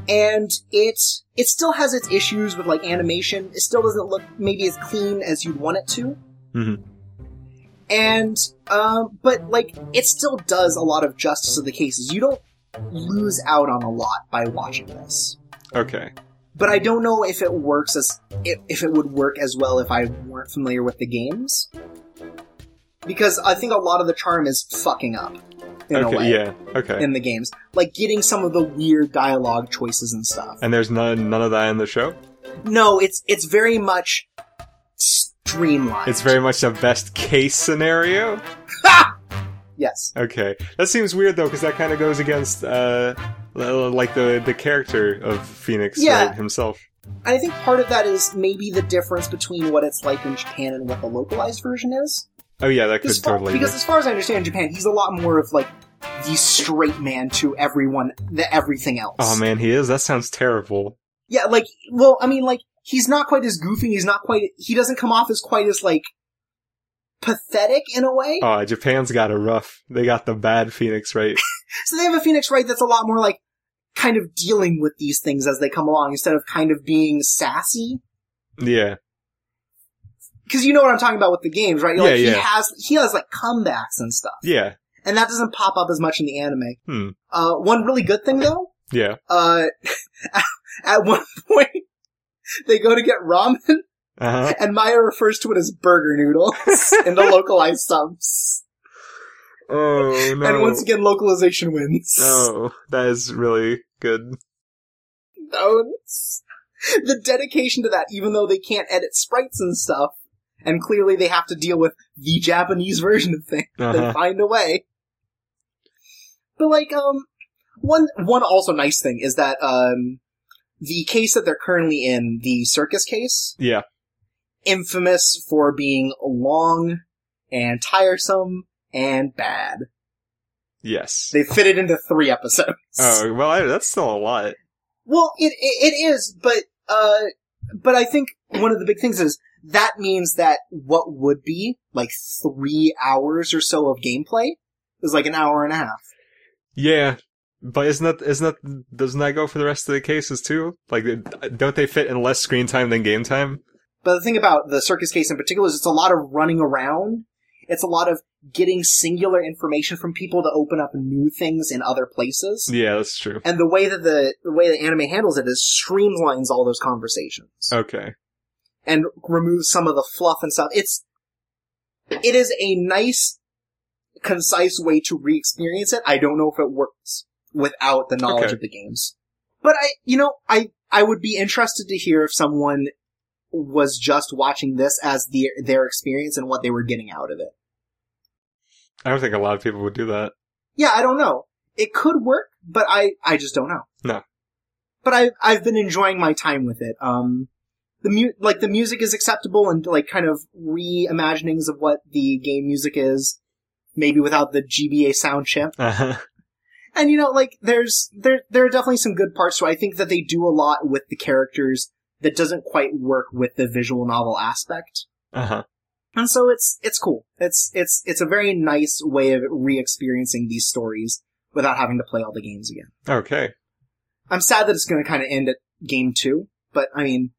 and it it still has its issues with like animation. It still doesn't look maybe as clean as you'd want it to.
Mhm.
And um, but like it still does a lot of justice to the cases. You don't lose out on a lot by watching this.
Okay.
But I don't know if it works as if, if it would work as well if I weren't familiar with the games. Because I think a lot of the charm is fucking up in a
okay.
way
Yeah. Okay.
in the games, like getting some of the weird dialogue choices and stuff.
And there's none none of that in the show.
No, it's it's very much streamlined.
It's very much a best case scenario.
yes,
Okay, that seems weird though, because that kind of goes against uh, l- like the the character of Phoenix
Yeah.
right, himself.
and I think part of that is maybe the difference between what it's like in Japan and what the localized version is.
Oh yeah, that could
As far-
totally.
because as far as I understand, in Japan, he's a lot more of like the straight man to everyone, the everything else.
oh man, he is. That sounds terrible.
Yeah, like, well, I mean, like, he's not quite as goofy. He's not quite. He doesn't come off as quite as like pathetic in a way.
Oh, Japan's got a rough. They got the bad Phoenix right.
So they have a Phoenix Wright that's a lot more like kind of dealing with these things as they come along instead of kind of being sassy.
yeah,
Because you know what I'm talking about with the games, right? Like
Yeah, yeah.
he has he has like comebacks and stuff,
yeah,
and that doesn't pop up as much in the anime.
Hmm.
Uh, one really good thing though,
yeah.
uh, at one point they go to get ramen,
Uh huh.
and Maya refers to it as burger noodles in the localized subs.
Oh no.
And once again, localization wins.
oh, that is really good.
notes. The dedication to that, even though they can't edit sprites and stuff, and clearly they have to deal with the Japanese version of things,
Uh-huh.
they find a way. But like, um, one one also nice thing is that um, the case that they're currently in, the circus case,
Yeah.
infamous for being long and tiresome and bad.
Yes.
They fit it into three episodes.
Oh well, I, that's still a lot.
Well, it, it it is, but uh, but I think one of the big things is that means that what would be like three hours or so of gameplay is like an hour and a half.
Yeah, but isn't that isn't that doesn't that go for the rest of the cases too? Like, don't they fit in less screen time than game time?
But the thing about the circus case in particular is it's a lot of running around. It's a lot of getting singular information from people to open up new things in other places.
Yeah, that's true.
And the way that the the way the anime handles it is streamlines all those conversations.
Oh, Okay.
and remove some of the fluff and stuff. It's it is a nice, concise way to re-experience it. I don't know if it works without the knowledge
Okay.
of the games, but I, you know, I I would be interested to hear if someone was just watching this as the their experience and what they were getting out of it.
I don't think a lot of people would do that.
Yeah, I don't know. It could work, but I I just don't know.
No.
But I I've been enjoying my time with it. Um the mu- like the music is acceptable and like kind of reimaginings of what the game music is maybe without the GBA sound chip.
Uh-huh.
And you know like there's there there are definitely some good parts to it. I think that they do a lot with the characters that doesn't quite work with the visual novel aspect.
Uh-huh.
And so it's it's cool. It's it's it's a very nice way of re-experiencing these stories without having to play all the games again.
Okay.
I'm sad that it's going to kind of end at game two, but I mean,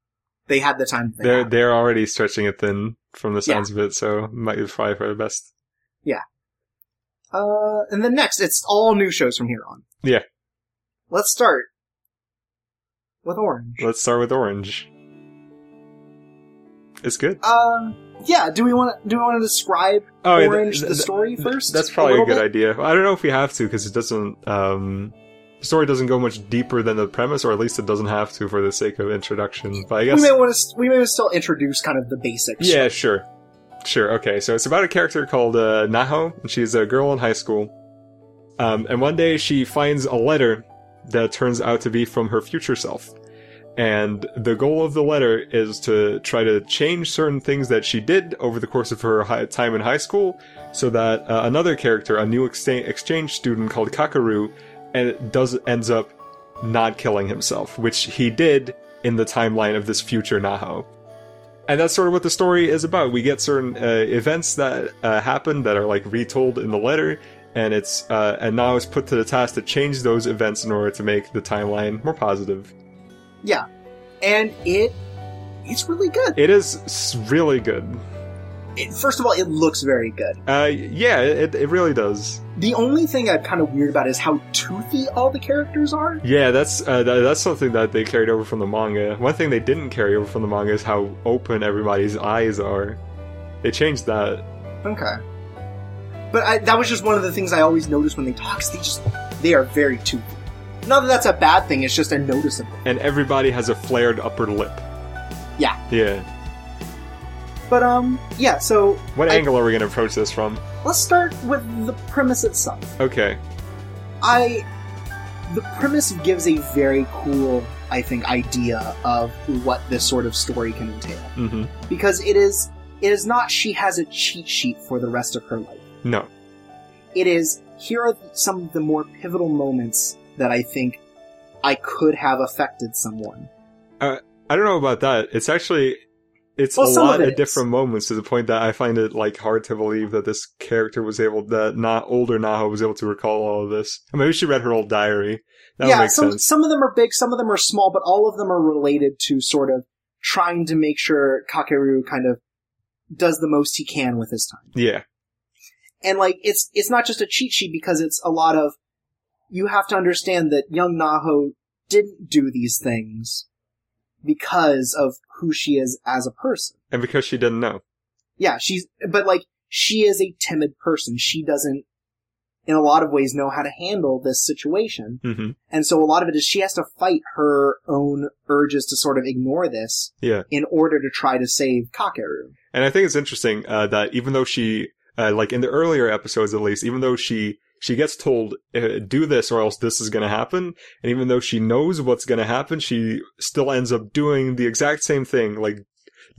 they had the time. They
They're
had.
they're already stretching it thin from the sounds of it, so might be probably for the best.
Uh, and then next, it's all new shows from here on.
Yeah.
Let's start with Orange.
Let's start with Orange. It's good.
Uh, yeah. Do we want to do we want to describe
Oh, yeah,
Orange
th-
the
th-
story
th-
first?
That's probably a
little
good
bit?
idea. I don't know if we have to because it doesn't. Um, the story doesn't go much deeper than the premise, or at least it doesn't have to for the sake of introduction. But I guess
We may want to we may still introduce kind of the basics.
Yeah, sure. Sure. Okay. So it's about a character called uh, Naho, and she's a girl in high school. Um, and one day she finds a letter that turns out to be from her future self. And the goal of the letter is to try to change certain things that she did over the course of her hi- time in high school so that uh, another character, a new exta- exchange student called Kakaru, and does ends up not killing himself, which he did in the timeline of this future Naho. And that's sort of what the story is about. We get certain uh, events that uh, happen that are like retold in the letter, and it's uh, and now is put to the task to change those events in order to make the timeline more positive.
and it it's really good.
It is s- really good.
It, first of all, it looks very good.
Uh, yeah, it, it really does.
The only thing I'm kind of weird about is how toothy all the characters are.
Yeah, that's uh, th- that's something that they carried over from the manga. One thing they didn't carry over from the manga is how open everybody's eyes are. They changed that.
Okay. But I, that was just one of the things I always notice when they talk. Is they just they are very toothy. Not that that's a bad thing. It's just a noticeable.
and everybody has a flared upper lip.
Yeah.
Yeah.
But um, yeah. So
What
I-
angle are we going to approach this from?
let's start with the premise itself.
Okay.
I the premise gives a very cool, I think, idea of what this sort of story can entail
Mm-hmm.
because it is it is not she has a cheat sheet for the rest of her life.
No.
it is here are some of the more pivotal moments that I think I could have affected someone.
I don't know about that. It's actually it's
Well,
a
some
lot
of
of
it is.
different moments to the point that I find it like hard to believe that this character was able that not older Naho was able to recall all of this. I mean, maybe she read her old diary. That would
yeah,
make
some
sense.
some of them are big, some of them are small, but all of them are related to sort of trying to make sure Kakeru kind of does the most he can with his time.
Yeah.
And like it's it's not just a cheat sheet because it's a lot of you have to understand that young Naho didn't do these things because of who she is as a person.
And because she didn't know.
yeah, she's, but like, she is a timid person. She doesn't, in a lot of ways, know how to handle this situation.
Mm-hmm.
And so a lot of it is she has to fight her own urges to sort of ignore this
Yeah.
in order to try to save Kakeru.
And I think it's interesting uh, that even though she, uh, like in the earlier episodes at least, even though she she gets told uh, do this or else this is going to happen, and even though she knows what's going to happen, she still ends up doing the exact same thing, like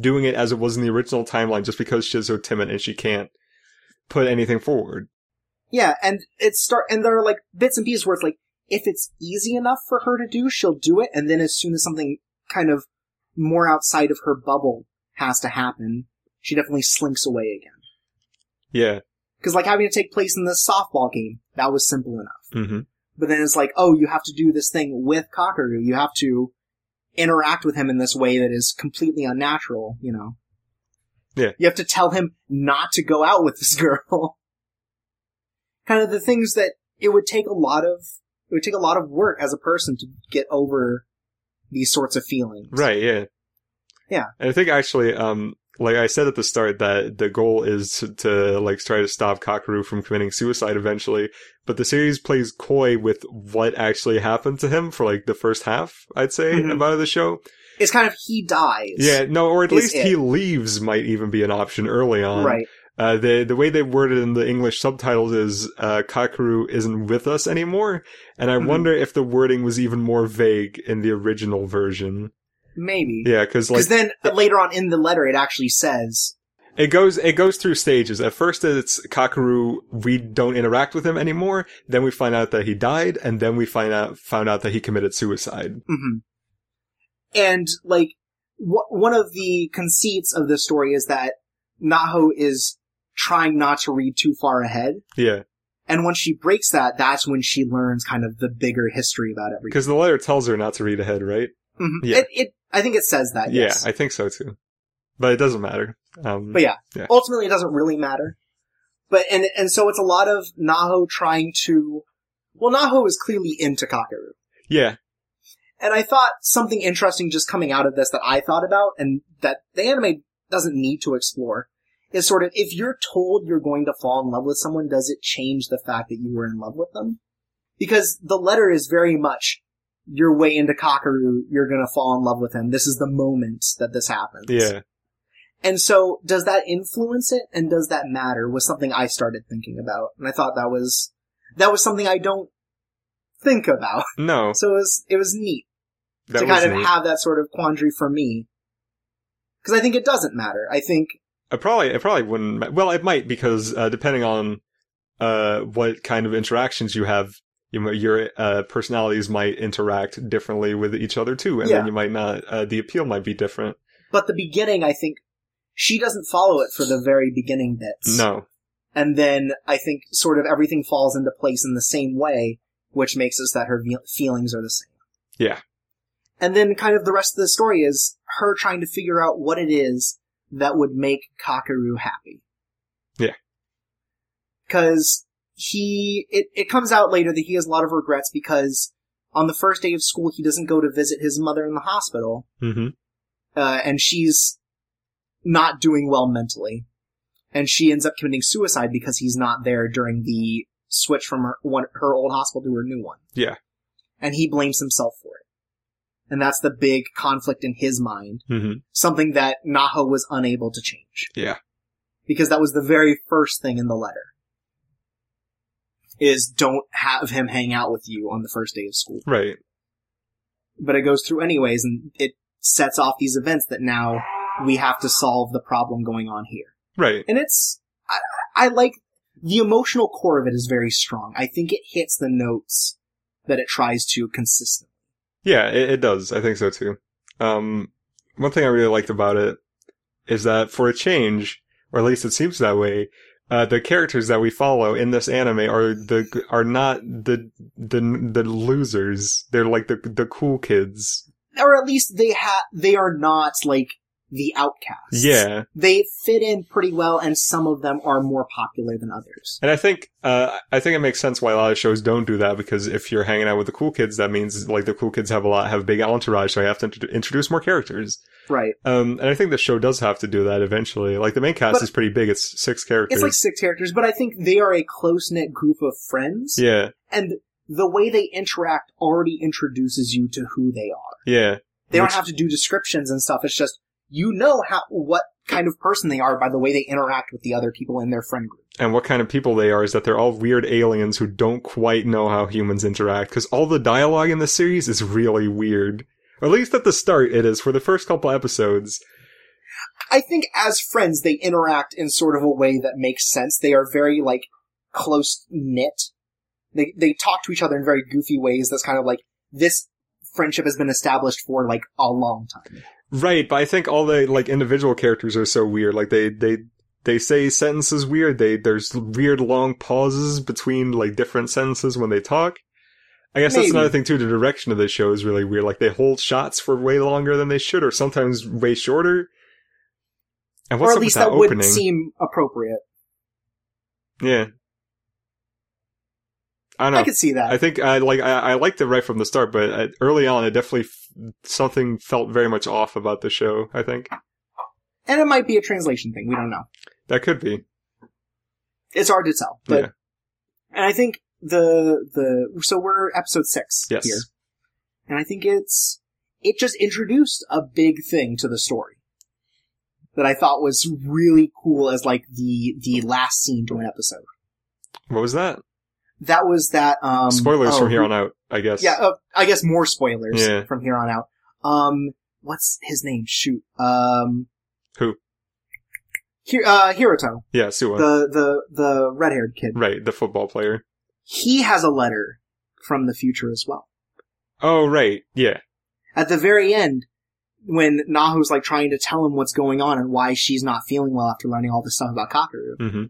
doing it as it was in the original timeline, just because she's so timid and she can't put anything forward.
Yeah, and it start, and there are like bits and pieces where it's like, if it's easy enough for her to do, she'll do it. And then as soon as something kind of more outside of her bubble has to happen, she definitely slinks away again.
Yeah.
Cause like having to take place in this softball game, that was simple enough.
Mm-hmm.
But then it's like, oh, you have to do this thing with Kakaru. You have to interact with him in this way that is completely unnatural, you know?
Yeah.
You have to tell him not to go out with this girl. kind of the things that it would take a lot of, it would take a lot of work as a person to get over these sorts of feelings.
Right, yeah.
Yeah.
And I think actually, um, like I said at the start, that the goal is to, to like try to stop Kakaru from committing suicide eventually, but the series plays coy with what actually happened to him for like the first half, I'd say,
Mhm.
about the show.
It's kind of he dies.
yeah, no, or at
is
least he
it.
leaves might even be an option early on.
Right.
Uh, the the way they worded in the English subtitles is uh, Kakaru isn't with us anymore, and I
Mhm.
wonder if the wording was even more vague in the original version.
Maybe.
Yeah, because like
Because then later on in the letter, it actually says,
It goes it goes through stages. At first it's Kakaru we don't interact with him anymore, then we find out that he died, and then we find out found out that he committed suicide.
hmm And like, wh- one of the conceits of this story is that Naho is trying not to read too far ahead,
Yeah.
and once she breaks that, that's when she learns kind of the bigger history about everything.
Cuz the letter tells her not to read ahead, right?
Mhm.
yeah.
It, it, I think it says that. Uh, yes.
Yeah, I think so too. But it doesn't matter. Um
But yeah,
Yeah.
ultimately it doesn't really matter. But and and so it's a lot of Naho trying to. Well, Naho is clearly into Kakeru.
yeah.
And I thought something interesting just coming out of this that I thought about and that the anime doesn't need to explore is sort of if you're told you're going to fall in love with someone, does it change the fact that you were in love with them? Because the letter is very much your way into Kakaru, you're going to fall in love with him. This is the moment that this happens.
Yeah.
And so, does that influence it, and does that matter? Was something I started thinking about, and I thought that was that was something I don't think about.
No,
So it was it was neat
that
to
was
kind of
neat.
have that sort of quandary for me, because I think it doesn't matter. I think
I probably it probably wouldn't. ma- Well, it might because uh, depending on uh, what kind of interactions you have, you know, your uh, personalities might interact differently with each other too, and
Yeah.
then you might not. Uh, the appeal might be different.
But the beginning, I think, she doesn't follow it for the very beginning bits.
No,
And then I think sort of everything falls into place in the same way, which makes us that her ve- feelings are the same.
Yeah.
And then kind of the rest of the story is her trying to figure out what it is that would make Kakaru happy.
Yeah.
Because he, it, it comes out later that he has a lot of regrets because on the first day of school, he doesn't go to visit his mother in the hospital
hmm
uh, and she's not doing well mentally, and she ends up committing suicide because he's not there during the switch from her one, her old hospital to her new one.
Yeah.
and he blames himself for it, and that's the big conflict in his mind.
hmm
Something that Naho was unable to change
yeah,
because that was the very first thing in the letter. Is don't have him hang out with you on the first day of school
right.
but it goes through anyways and it sets off these events that now we have to solve the problem going on here
Right.
and it's i, I like the emotional core of it is very strong i think it hits the notes that it tries to consistently
Yeah, it, it does. I think so too. Um, one thing I really liked about it is that for a change, or at least it seems that way, uh, the characters that we follow in this anime are the are not the the the losers. They're like the the cool kids.
or at least they ha- they are not like the outcasts
Yeah,
they fit in pretty well and some of them are more popular than others
and I think uh, I think it makes sense why a lot of shows don't do that because if you're hanging out with the cool kids, that means like the cool kids have a lot have a big entourage, so you have to int- introduce more characters.
right
Um, and I think the show does have to do that eventually. Like the main cast
But-
is pretty big; it's six characters.
it's like six characters but i think they are a close-knit group of friends
yeah,
and the way they interact already introduces you to who they are.
yeah.
They
Which-
don't have to do descriptions and stuff. It's just you know how what kind of person they are by the way they interact with the other people in their friend group.
and what kind of people they are is that they're all weird aliens who don't quite know how humans interact because all the dialogue in the series is really weird. Or at least at the start, it is. For the first couple episodes,
I think as friends they interact in sort of a way that makes sense. They are very like close knit. They they talk to each other in very goofy ways that's kind of like this friendship has been established for like a long time.
right? But I think all the like individual characters are so weird. Like they they they say sentences weird. They there's weird long pauses between like different sentences when they talk. I guess that's
Maybe.
another thing too. The direction of the show is really weird. Like they hold shots for way longer than they should, or sometimes way shorter. And what's
or
up
at least
with that,
that,
opening?
would seem appropriate.
Yeah. I
I
don't know.
could see that.
I think I like I, I liked it right from the start, but uh early on, it definitely f- something felt very much off about the show. I think
and it might be a translation thing, we don't know.
that could be.
it's hard to tell. But
Yeah.
and I think the the so we're episode six
Yes.
here, and I think it's it just introduced a big thing to the story that I thought was really cool as like the the last scene to an episode.
What was that?
That was that um
Spoilers
oh,
from here
who-
on out, I guess.
Yeah, uh, I guess more spoilers
Yeah.
from here on out. Um, what's his name? Shoot, um,
Who?
Hi- uh, Hiroto,
Yeah, Sua.
the the the red haired kid.
right, the football player.
he has a letter from the future as well.
Oh, right. Yeah.
At the very end, when Nahu's like trying to tell him what's going on and why she's not feeling well after learning all this stuff about Kakaru,
hmm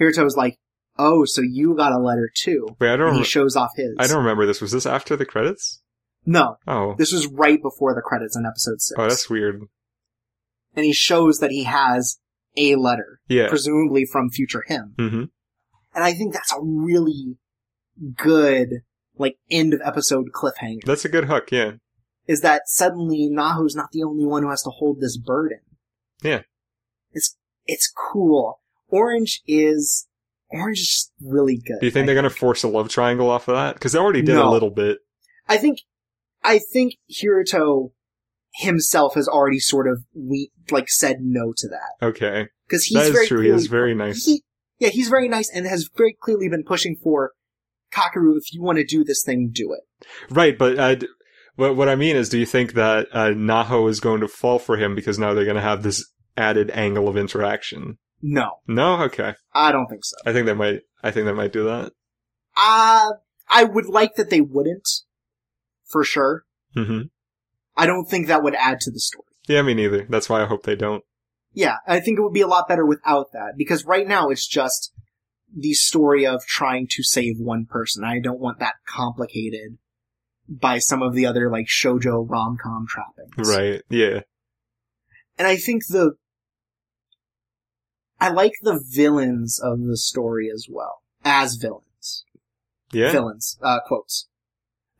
Hiruto's like, "Oh, so you got a letter too?"
Wait, I
And
don't.
he
rem-
shows off his.
I don't remember this. Was this after the credits?
No,
Oh.
this was right before the credits in episode six.
Oh, that's weird.
And he shows that he has a letter,
Yeah.
presumably from future him.
hmm
And I think that's a really good like end of episode cliffhanger.
That's a good hook. Yeah.
is that suddenly Nahu's not the only one who has to hold this burden.
Yeah.
It's it's cool. Orange is Orange is just really good.
Do you think they're gonna force a love triangle off of that? Because they already did a
No.
little bit.
I think I think Hiruto himself has already sort of we like said no to that
Okay,
because he's
that is
very
true. He
clearly-
is very nice.
he- yeah, he's very nice and has very clearly been pushing for Kakaru. If you want to do this thing, do it.
Right, but uh, d- what what I mean is, do you think that uh, Naho is going to fall for him because now they're going to have this added angle of interaction?
No,
No, okay.
I don't think so.
I think they might. I think they might do that.
Uh, I would like that they wouldn't, for sure.
hmm
I don't think that would add to the story.
Yeah, me neither. That's why I hope they don't.
Yeah, I think it would be a lot better without that because right now it's just the story of trying to save one person. I don't want that complicated by some of the other like shojo rom com trappings.
Right? Yeah.
and I think the I like the villains of the story as well as villains.
Yeah.
Villains uh, quotes.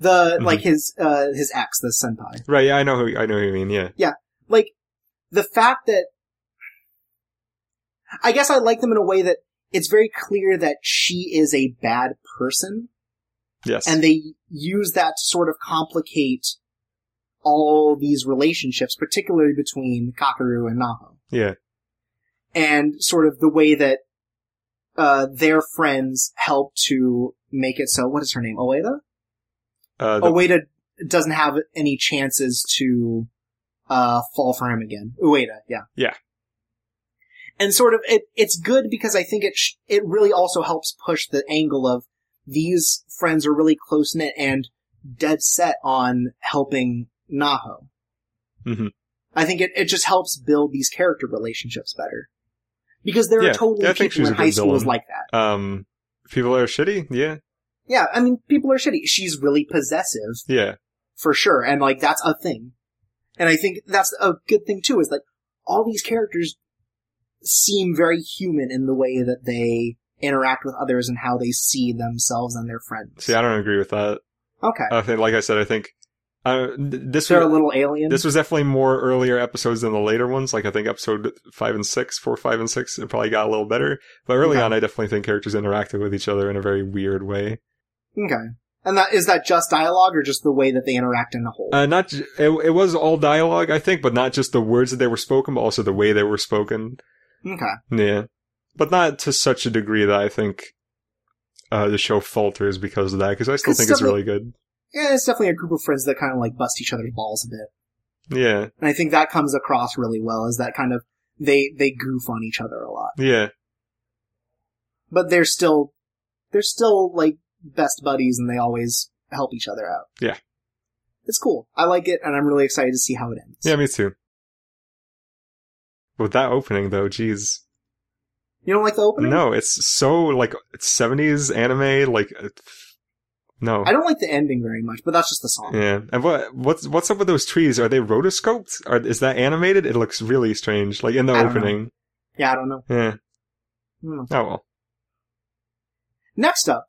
The
Mhm.
like his uh, his ex, the senpai.
Right. Yeah. I know who. I know who you mean. Yeah.
Like the fact that I guess I like them in a way that it's very clear that she is a bad person,
Yes.
and they use that to sort of complicate all these relationships, particularly between Kakaru and Naho.
yeah.
and sort of the way that uh, their friends help to make it so. What is her name? Oeda.
Uh, the-
Oeda doesn't have any chances to uh, fall for him again. Ueda, yeah,
Yeah.
And sort of it, it's good because I think it sh- it really also helps push the angle of these friends are really close knit and dead set on helping Naho.
Mhm.
I think it, it just helps build these character relationships better because there
Yeah,
are totally
I
people
think she's
in
a good
high schools
villain.
like that.
um. People are shitty. Yeah.
Yeah, I mean people are shitty. She's really possessive
Yeah.
for sure. And like that's a thing. And I think that's a good thing too, is like all these characters seem very human in the way that they interact with others and how they see themselves and their friends.
See, I Uh, don't agree with that.
Okay.
I think, like I said, I think uh, th- this
They're a
was-
little alien.
This was definitely more earlier episodes than the later ones. Like I think episode five and six, four, five, and six, it probably got a little better. But early
Okay.
on, I definitely think characters interacted with each other in a very weird way.
okay. And that is that just dialogue or just the way that they interact in a whole?
Uh, not j- it, it was all dialogue, I think, but not just the words that they were spoken, but also the way they were spoken.
okay.
Yeah, but not to such a degree that I think uh, the show falters because of that. Because I still
'Cause
think it's
some of-
really good.
Yeah, it's definitely a group of friends that kind of like bust each other's balls a bit.
Yeah,
And I think that comes across really well is that kind of they they goof on each other a lot.
yeah,
but they're still they're still like best buddies and they always help each other out.
Yeah.
It's cool. I like it and I'm really excited to see how it ends.
yeah. Me too. With that opening, though, geez.
You don't like the opening?
No, it's so like seventies anime. Like, uh, f- no,
I don't like the ending very much, but that's just the song.
yeah. And what what's what's up with those trees? Are they rotoscoped? Are is that animated? It looks really strange. Like in the
I don't know.
opening.
Yeah, I don't know.
Yeah.
Hmm.
Oh well.
Next up.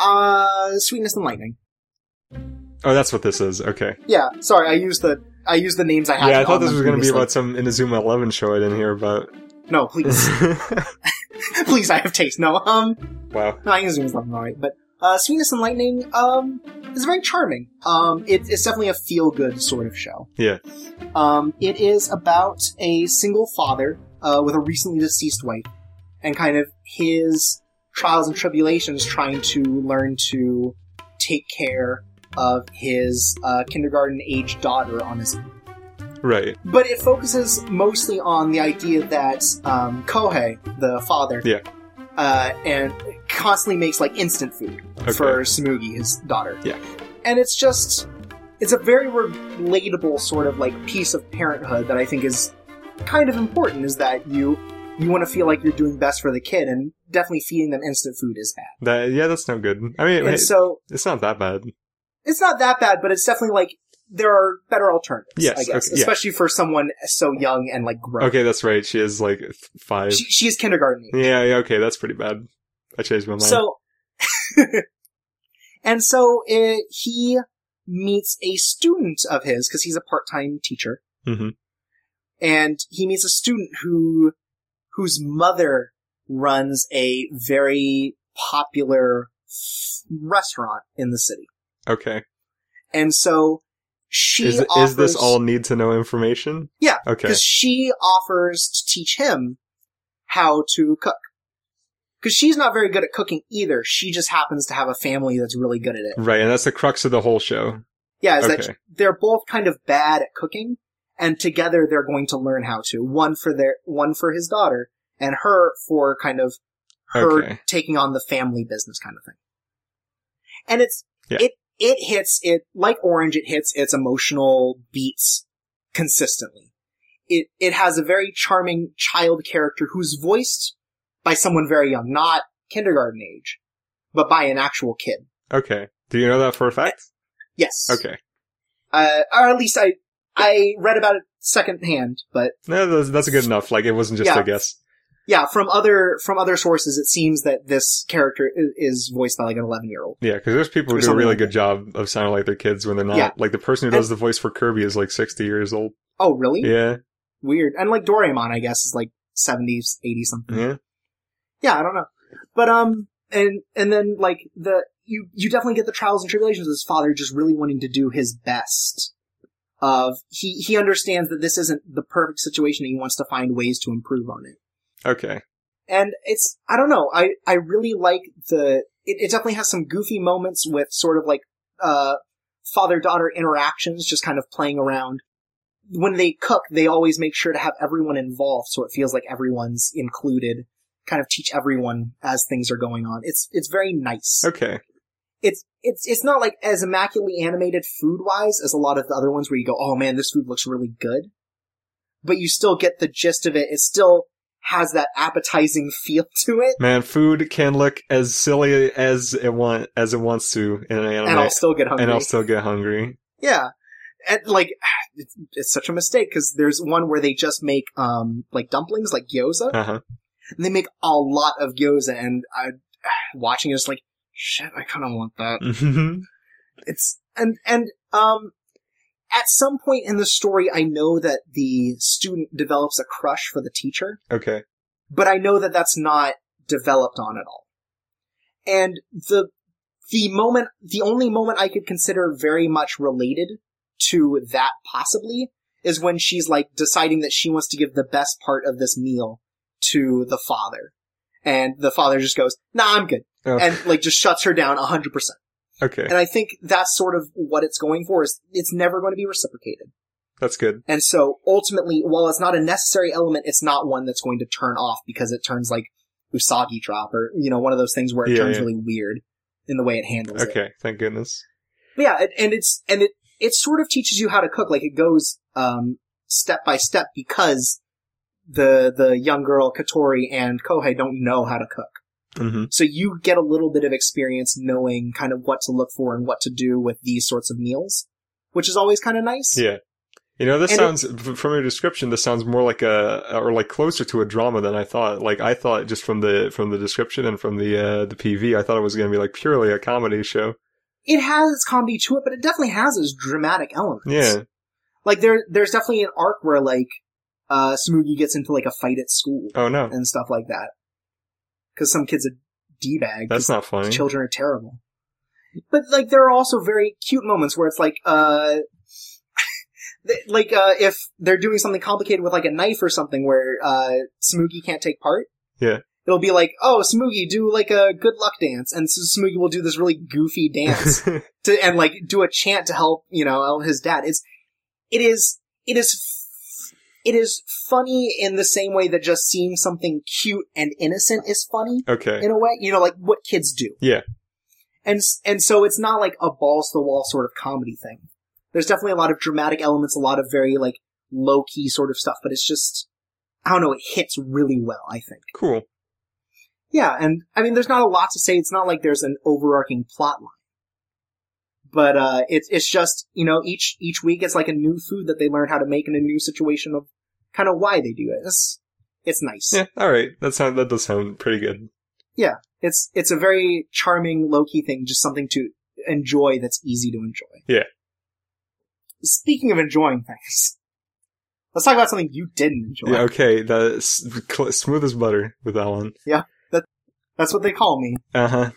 Uh Sweetness and Lightning.
Oh, that's what this is. Okay.
Yeah, sorry, I used the I used the names I had.
Yeah, I thought this was going to be about some Inazuma Eleven show I didn't hear about.
No, please. please, I have taste. No, um
wow.
No, I can zoom something alright, but uh, Sweetness and Lightning um, is very charming. Um, it, it's definitely a feel good sort of show.
Yeah.
Um, it is about a single father uh, with a recently deceased wife and kind of his trials and tribulations trying to learn to take care of his uh, kindergarten age daughter on his
Right.
but it focuses mostly on the idea that um, Kohei, the father,
Yeah.
uh, and constantly makes like instant food
Okay.
for Smugi, his daughter.
Yeah.
and it's just it's a very relatable sort of like piece of parenthood that I think is kind of important. Is that you you want to feel like you're doing best for the kid, and definitely feeding them instant food is bad.
That yeah, that's no good. I mean,
and
it-
so
it's not that bad.
it's not that bad, but it's definitely like there are better alternatives.
Yes,
I guess,
okay, yeah.
especially for someone so young and like grown.
Okay, that's right. She is like th- five.
She, she is kindergarten age.
Yeah. yeah. Okay, that's pretty bad. I changed my mind.
So, and so uh he meets a student of his because he's a part-time teacher,
Mhm.
and he meets a student who whose mother runs a very popular f- restaurant in the city,
Okay.
and so she
Is
offers,
is this all need to know information?
Yeah,
Okay.
because she offers to teach him how to cook. Because she's not very good at cooking either. She just happens to have a family that's really good at it.
Right, and that's the crux of the whole show.
Yeah, is
Okay.
that they're both kind of bad at cooking, and together they're going to learn how to. One for their one for his daughter, and her for kind of her
Okay.
taking on the family business kind of thing. And it's
Yeah.
it it hits it like Orange. It hits its emotional beats consistently. It it has a very charming child character who's voiced by someone very young, not kindergarten age, but by an actual kid.
Okay. Do you know that for a fact?
Yes.
Okay.
uh, or at least I I read about it secondhand, but
No, that's, that's good enough. Like, it wasn't just
Yeah.
a guess.
yeah, from other from other sources, it seems that this character i- is voiced by like an eleven year old.
Yeah, because there's people
Or
who do a
something
really
like
good job of sounding like their kids when they're not.
Yeah.
Like, the person who does the voice for Kirby is like 60 years old.
Oh, really?
Yeah.
Weird. And like Doraemon, I guess, is like seventies, eighties something.
Yeah.
Yeah, I don't know, but um, and and then like the you you definitely get the trials and tribulations of his father just really wanting to do his best. Of he he understands that this isn't the perfect situation, and he wants to find ways to improve on it.
Okay.
and it's I don't know I I really like the it, it definitely has some goofy moments with sort of like uh father daughter interactions just kind of playing around when they cook they always make sure to have everyone involved so it feels like everyone's included kind of teach everyone as things are going on it's it's very nice
Okay.
it's it's it's not like as immaculately animated food wise as a lot of the other ones where you go, oh man, this food looks really good, but you still get the gist of it. It still has that appetizing feel to it,
Man, food can look as silly as it want as it wants to in an anime,
and I'll still get hungry.
and I'll still get hungry.
yeah, and like it's, it's such a mistake because there's one where they just make um like dumplings, like gyoza,
Uh huh.
and they make a lot of gyoza, and I watching it, it's like shit, I kind of want that.
Mm-hmm.
it's and and um at some point in the story i know that the student develops a crush for the teacher
okay.
but i know that that's not developed on at all and the the moment the only moment i could consider very much related to that possibly is when she's like deciding that she wants to give the best part of this meal to the father and the father just goes nah i'm good
Oh,
and like just shuts her down 100%
okay.
and I think that's sort of what it's going for is it's never going to be reciprocated.
That's good.
And so ultimately, while it's not a necessary element, it's not one that's going to turn off because it turns like Usagi drop or, you know, one of those things where it
Yeah,
turns
yeah.
really weird in the way it handles it.
Okay. Thank goodness.
But yeah. It, and it's, and it, it sort of teaches you how to cook. Like it goes, um, step by step because the, the young girl Katori and Kohei don't know how to cook.
hmm
So you get a little bit of experience knowing kind of what to look for and what to do with these sorts of meals, which is always kind of nice.
Yeah. You know, this
And it-
sounds f from your description. This sounds more like a or like closer to a drama than I thought. Like I thought just from the from the description and from the uh, the PV, I thought it was going to be like purely a comedy show.
It has its comedy to it, but it definitely has its dramatic elements.
Yeah.
Like there, there's definitely an arc where like, uh, Smoogie gets into like a fight at school
Oh no,
and stuff like that. Cause some kid's a D-bag.
that's not funny.
children are terrible. But like, there are also very cute moments where it's like, uh, th- like uh, if they're doing something complicated with like a knife or something where uh, Smoogie can't take part.
Yeah.
it'll be like, oh, Smoogie, do like a good luck dance, and so Smoogie will do this really goofy dance to and like do a chant to help you know help his dad. It's it is it is. f- It is funny in the same way that just seeing something cute and innocent is funny
okay.
in a way. You know, like what kids do.
Yeah.
And s- and so it's not like a balls to the wall sort of comedy thing. There's definitely a lot of dramatic elements, a lot of very like low key sort of stuff, but it's just I don't know. It hits really well, I think.
Cool.
Yeah, and I mean, there's not a lot to say. It's not like there's an overarching plot line, but uh, it's it's just you know each each week it's like a new food that they learn how to make in a new situation of kind of why they do it. It's it's nice.
Yeah. All right. That sound that does sound pretty good.
it's it's a very charming low key thing, just something to enjoy that's easy to enjoy.
Yeah.
Speaking of enjoying things, let's talk about something you didn't enjoy.
Yeah, okay. That's cl- smooth as butter with that one.
That's what they call me.
Uh huh.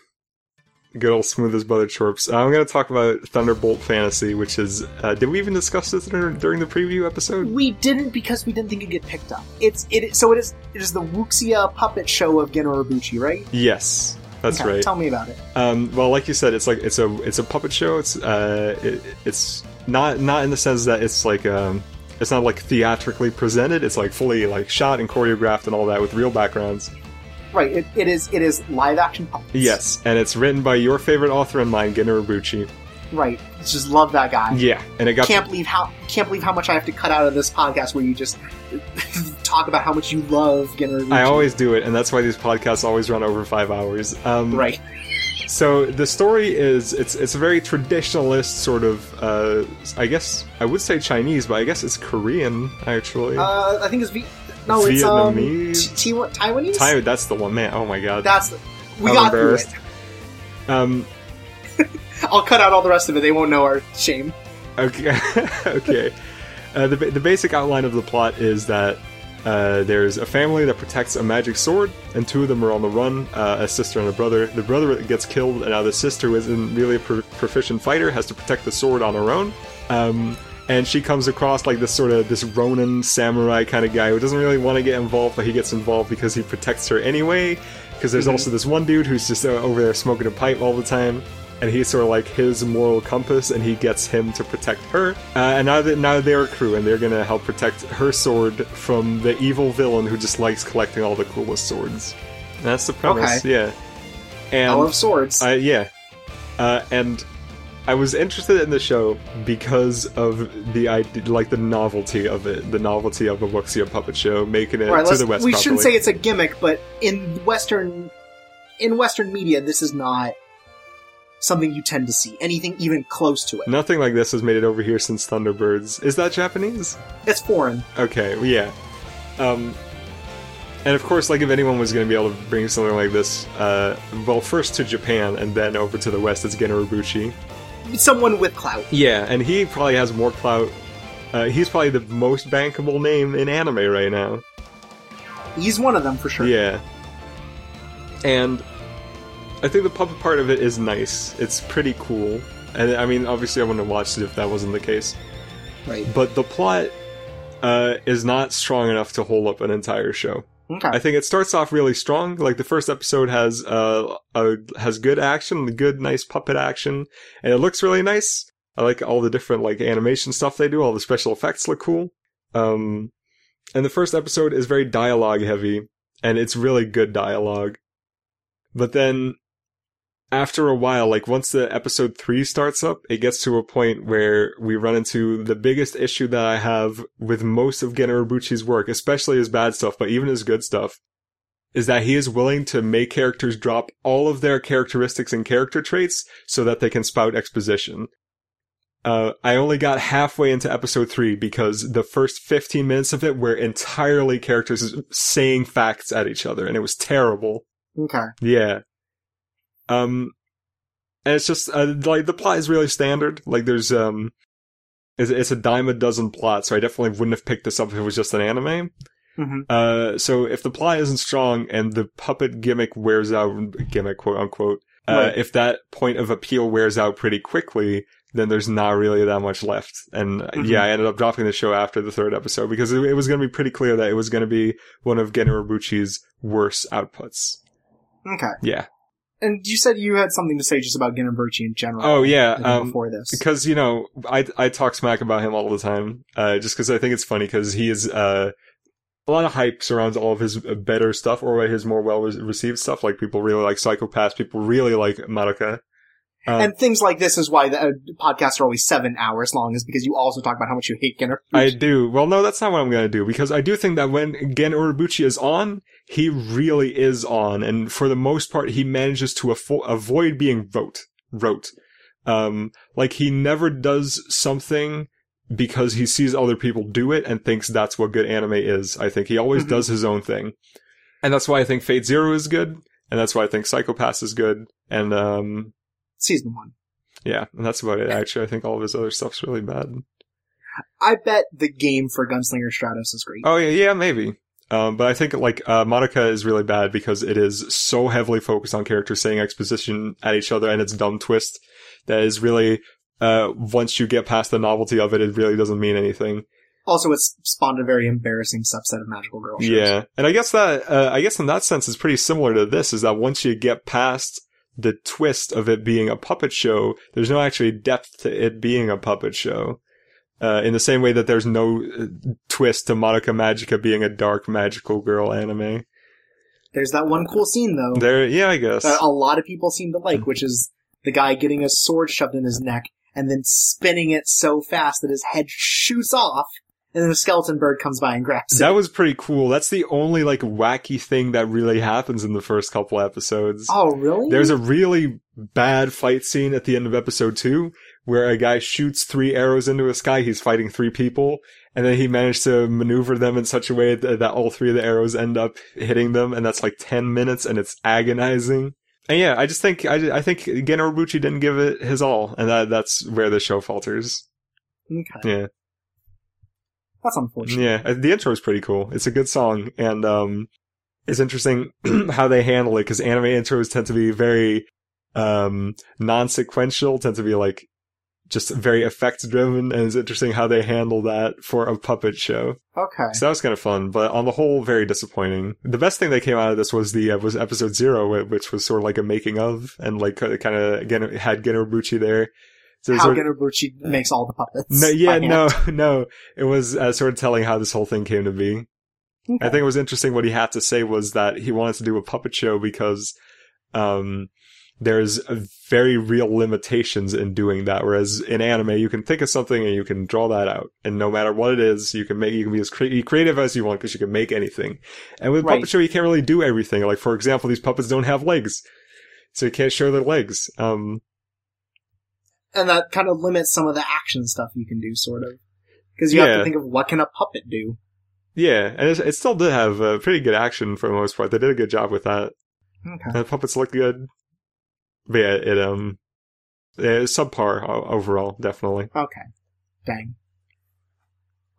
Good old smooth as butter chorps. Uh, I'm going to talk about Thunderbolt Fantasy, which is. Uh, did we even discuss this dur- during the preview episode?
We didn't because we didn't think it'd get picked up. It's it. is- So it is. It is the Wuxia puppet show of Gen Urobuchi, right?
Yes, that's
Okay,
right.
Tell me about it.
Um, well, like you said, it's like it's a it's a puppet show. It's uh, it, it's not not in the sense that it's like um, it's not like theatrically presented. It's like fully like shot and choreographed and all that with real backgrounds.
Right. It, it is. It is live action puppets.
Yes, and it's written by your favorite author and mine, Gen Urobuchi.
Right. Just love that guy.
Yeah, and it got
Can't believe how can't believe how much I have to cut out of this podcast where you just talk about how much you love Gen Urobuchi.
I always do it, and that's why these podcasts always run over five hours. Um,
right.
So the story is it's it's a very traditionalist sort of uh, I guess I would say Chinese, but I guess it's Korean actually.
Uh, I think it's v- no, it's um, t-
Vietnamese?
T- Taiwanese.
Ty- that's the one, man. Oh my god.
That's the- we
I'm
got through
embarrassed.
it.
um.
I'll cut out all the rest of it. They won't know our shame.
Okay. okay. Uh, the ba- the basic outline of the plot is that. Uh, there's a family that protects a magic sword, and two of them are on the run uh, a sister and a brother. The brother gets killed, and now the sister, who isn't really a pro- proficient fighter, has to protect the sword on her own. Um, and she comes across like this sort of this Ronin samurai kind of guy who doesn't really want to get involved, but he gets involved because he protects her anyway. Because there's
Mhm.
also this one dude who's just uh, over there smoking a pipe all the time, and he's sort of like his moral compass, and he gets him to protect her. Uh, and now that now they're a crew, and they're gonna help protect her sword from the evil villain who just likes collecting all the coolest swords. And that's the premise, yeah. And
I love swords.
uh, yeah. Uh, and I was interested in the show because of the idea, like the novelty of it, the novelty of a Wuxia puppet show, making it
All right,
to
let's-
the West.
we
properly.
shouldn't say it's a gimmick, but in Western in Western media, this is not something you tend to see. Anything even close to it.
Nothing like this has made it over here since Thunderbirds. Is that Japanese?
It's foreign.
Okay, well, yeah. Um, and of course, like if anyone was going to be able to bring something like this, uh, well, first to Japan and then over to the West, it's Gen Urobuchi.
Someone with clout.
Yeah, and he probably has more clout. Uh, he's probably the most bankable name in anime right now.
He's one of them for sure.
Yeah. And I think the puppet part of it is nice. It's pretty cool. And I mean, obviously, I wouldn't have watched it if that wasn't the case.
Right.
But the plot uh, is not strong enough to hold up an entire show.
Okay.
I think it starts off really strong. Like the first episode has uh, uh has good action, good nice puppet action, and it looks really nice. I like all the different like animation stuff they do. All the special effects look cool. Um, and the first episode is very dialogue heavy, and it's really good dialogue. But then after a while, like once the episode three starts up, it gets to a point where we run into the biggest issue that I have with most of Gen Urobuchi's work, especially his bad stuff, but even his good stuff, is that he is willing to make characters drop all of their characteristics and character traits so that they can spout exposition. Uh, I only got halfway into episode three because the first 15 minutes of it were entirely characters saying facts at each other, and it was terrible.
okay.
Yeah. Um, and it's just uh, like the plot is really standard. Like there's um, it's, it's a dime a dozen plot, so I definitely wouldn't have picked this up if it was just an anime.
hmm
Uh, so if the plot isn't strong and the puppet gimmick wears out, gimmick quote unquote, uh,
Right.
if that point of appeal wears out pretty quickly, then there's not really that much left. And uh,
Mhm.
yeah, I ended up dropping the show after the third episode because it, it was going to be pretty clear that it was going to be one of Gen Urobuchi's worst outputs.
Okay.
Yeah.
And you said you had something to say just about Ginnerberchi in general.
Oh yeah.
I think,
Um,
before this.
because you know I I talk smack about him all the time, uh, just because I think it's funny because he is uh, a lot of hype surrounds all of his uh, better stuff or his more well received stuff. Like people really like Psychopaths, people really like Madoka. Um,
and things like this is why the uh, podcasts are always seven hours long, is because you also talk about how much you hate Ginner.
I do. Well, no, that's not what I'm going to do because I do think that when Gen Urobuchi is on, he really is on, and for the most part, he manages to affo- avoid being rote. Rote. Um, like he never does something because he sees other people do it and thinks that's what good anime is. I think he always
Mhm.
does his own thing, and that's why I think Fate Zero is good, and that's why I think Psychopaths is good, and um,
Season one.
yeah, and that's about it. Actually, I think all of his other stuff's really bad.
I bet the game for Gunslinger Stratos is great.
Uh, Oh yeah, yeah, maybe. Um, but I think like uh, Monica is really bad because it is so heavily focused on characters saying exposition at each other and its dumb twist that is really uh, once you get past the novelty of it, it really doesn't mean anything.
Also, it's spawned a very embarrassing subset of magical girl shows.
Yeah, and I guess that uh, I guess in that sense is pretty similar to this. Is that once you get past the twist of it being a puppet show, there's no actually depth to it being a puppet show. Uh, in the same way that there's no uh, twist to Monica Magica being a dark magical girl anime.
There's that one cool scene though
There, yeah, I guess.
that a lot of people seem to like, which is the guy getting a sword shoved in his neck and then spinning it so fast that his head shoots off, and then a skeleton bird comes by and grabs
that
it.
was pretty cool. That's the only like wacky thing that really happens in the first couple episodes.
Oh, really?
There's a really bad fight scene at the end of episode two where a guy shoots three arrows into a sky. He's fighting three people, and then he managed to maneuver them in such a way that, that all three of the arrows end up hitting them, and that's like ten minutes, and it's agonizing. And yeah, I just think I, I think Gen Urobuchi didn't give it his all, and that that's where the show falters.
okay.
Yeah.
That's unfortunate.
Yeah, uh, the intro is pretty cool. It's a good song, and um, it's interesting how they handle it because anime intros tend to be very um, non-sequential, tend to be like just very effect-driven, and it's interesting how they handle that for a puppet show.
Okay.
So that was kind of fun, but on the whole, very disappointing. The best thing that came out of this was the uh, was episode zero, wh- which was sort of like a making of, and like kind of again it had Genobuchi there. So it was
How
sort of-
Gennobuchi makes all the puppets.
no,
by
yeah,
hand.
no, no. It was uh, sort of telling how this whole thing came to be.
Okay.
I think it was interesting what he had to say was that he wanted to do a puppet show because um, there's a very real limitations in doing that. Whereas in anime, you can think of something and you can draw that out, and no matter what it is, you can make you can be as cre- creative as you want because you can make anything. And with a
Right.
puppet show, you can't really do everything. Like for example, these puppets don't have legs, so you can't show their legs. Um,
and that kind of limits some of the action stuff you can do, sort of, because you have
Yeah.
to think of what can a puppet do.
Yeah, and it, it still did have uh, pretty good action for the most part. They did a good job with that.
Okay.
The Uh, puppets looked good. But yeah, it um, it's subpar o- overall, definitely.
Okay. Dang.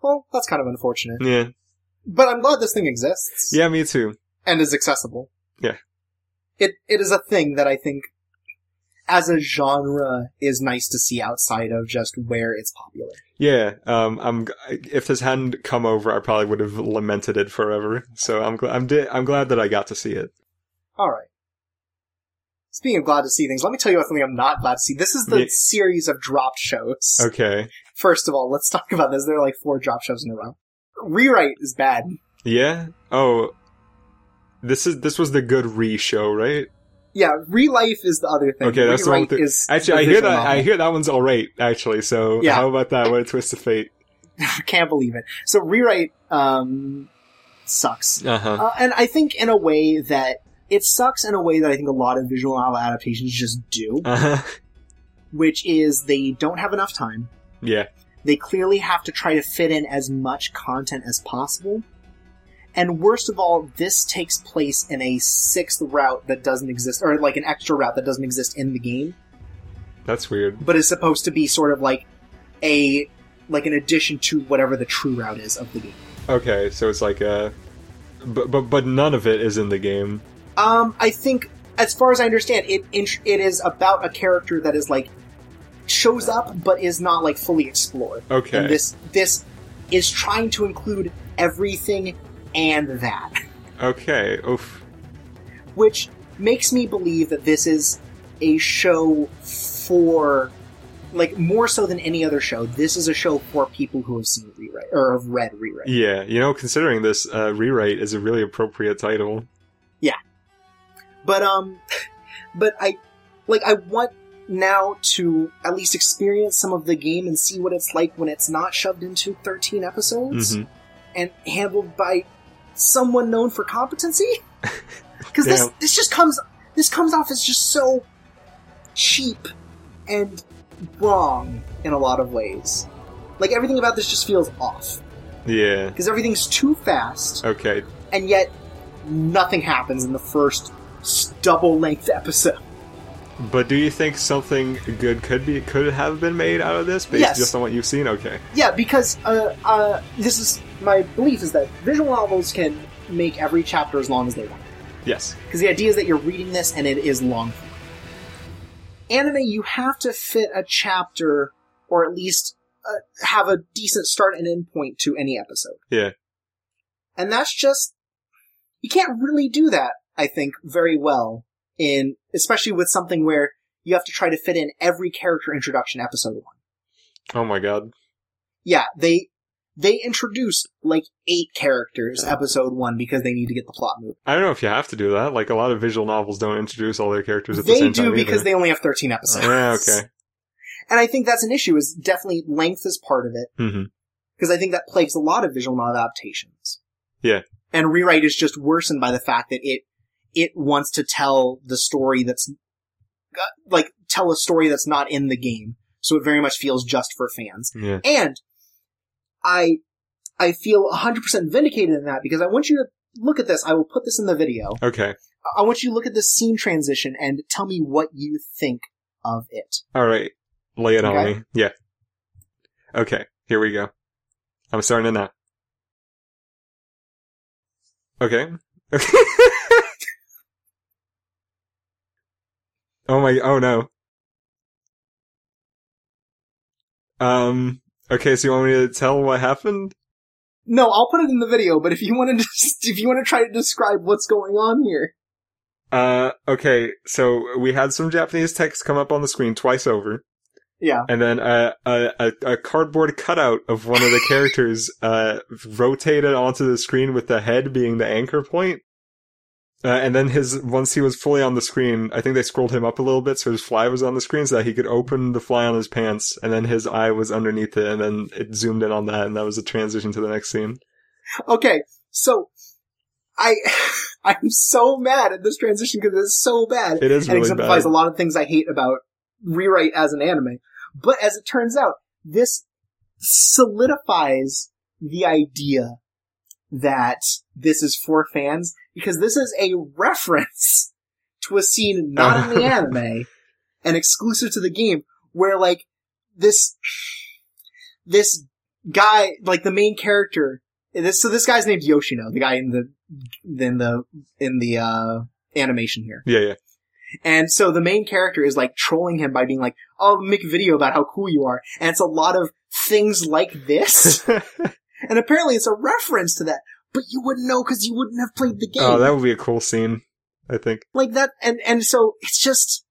Well, that's kind of unfortunate,
Yeah,
but I'm glad this thing exists.
yeah, me too.
and is accessible.
Yeah.
It it is a thing that I think as a genre is nice to see outside of just where it's popular.
Yeah, um, I'm. g- If this hadn't come over, I probably would have lamented it forever. So I'm glad. I'm, di- I'm glad that I got to see it.
All right. Speaking of glad to see things, let me tell you about something I'm not glad to see. This is the
Yeah.
series of drop shows.
Okay.
First of all, let's talk about this. There are like four drop shows in a row. Rewrite is bad.
Yeah. Oh, this is this was the good re show, right?
Yeah, Relife is the other thing.
Okay, that's the one
Rewrite
with
is
Actually, I
the
hear
visual
that. I
novel.
hear that one's all right. Actually, so
Yeah.
how about that? What a twist of fate.
can't believe it. So Rewrite um sucks.
Uh huh.
Uh, and I think in a way that it sucks in a way that I think a lot of visual novel adaptations just do,
Uh huh.
which is they don't have enough time.
Yeah.
They clearly have to try to fit in as much content as possible. And worst of all, this takes place in a sixth route that doesn't exist, or like an extra route that doesn't exist in the game,
That's weird.
but is supposed to be sort of like a like an addition to whatever the true route is of the game.
Okay, so it's like uh but but but none of it is in the game.
Um, I think, as far as I understand, it int- it is about a character that is like shows up but is not like fully explored.
Okay.
And this this is trying to include everything and that,
okay. Oof.
which makes me believe that this is a show for like more so than any other show. This is a show for people who have seen rewrite or have read rewrite.
Yeah, you know, considering this uh rewrite is a really appropriate title.
But um, but I like I want now to at least experience some of the game and see what it's like when it's not shoved into 13 episodes
Mhm.
and handled by someone known for competency. Because this
Damn.
this just comes this comes off as just so cheap and wrong in a lot of ways. Like everything about this just feels off
Yeah.
because everything's too fast
Okay.
and yet nothing happens in the first double length episode.
But do you think something good could be could have been made out of this based
Yes.
just on what you've seen? Okay.
Yeah, because uh, uh, this is my belief is that visual novels can make every chapter as long as they want.
Yes.
Because the idea is that you're reading this and it is long. Anime, you have to fit a chapter, or at least uh, have a decent start and end point to any episode.
Yeah.
And that's just. You can't really do that, I think, very well, in especially with something where you have to try to fit in every character introduction episode one.
Oh my god.
Yeah, they they introduce like eight characters episode one because they need to get the plot moving.
I don't know if you have to do that. Like a lot of visual novels don't introduce all their characters at the
They
same
do
time.
because
either.
they only have thirteen episodes.
Yeah. Okay.
And I think that's an issue. Is definitely length is part of it
hmm
because I think that plagues a lot of visual novel adaptations.
Yeah.
And rewrite is just worsened by the fact that it it wants to tell the story that's uh, like tell a story that's not in the game, so it very much feels just for fans.
Yeah.
And I I feel 100% vindicated in that because I want you to look at this. I will put this in the video.
Okay.
I want you to look at this scene transition and tell me what you think of it.
All right. Lay it on
Okay.
me. Yeah. Okay. Here we go. I'm starting it now. Okay. oh my. Oh no. Um. Okay. So you want me to tell what happened?
No, I'll put it in the video, but if you want to if you want to try to describe what's going on here.
Uh, okay, so we had some Japanese text come up on the screen twice over,
Yeah.
and then a a, a, a cardboard cutout of one of the characters uh, rotated onto the screen with the head being the anchor point. Uh, and then his once he was fully on the screen, I think they scrolled him up a little bit so his fly was on the screen so that he could open the fly on his pants, and then his eye was underneath it, and then it zoomed in on that, and that was a transition to the next scene.
Okay. So I I'm so mad at this transition because it's so bad.
It is
and
really
exemplifies
bad.
a lot of things I hate about rewrite as an anime. But as it turns out, this solidifies the idea that this is for fans because this is a reference to a scene not in the anime and exclusive to the game where like this this guy like the main character this so this guy's named Yoshino the guy in the in the in the uh animation here
Yeah, yeah.
and so the main character is like trolling him by being like, I'll make a video about how cool you are. And it's a lot of things like this. and apparently it's a reference to that. But you wouldn't know because you wouldn't have played the game.
oh, that would be a cool scene, I think.
like that. And, and so it's just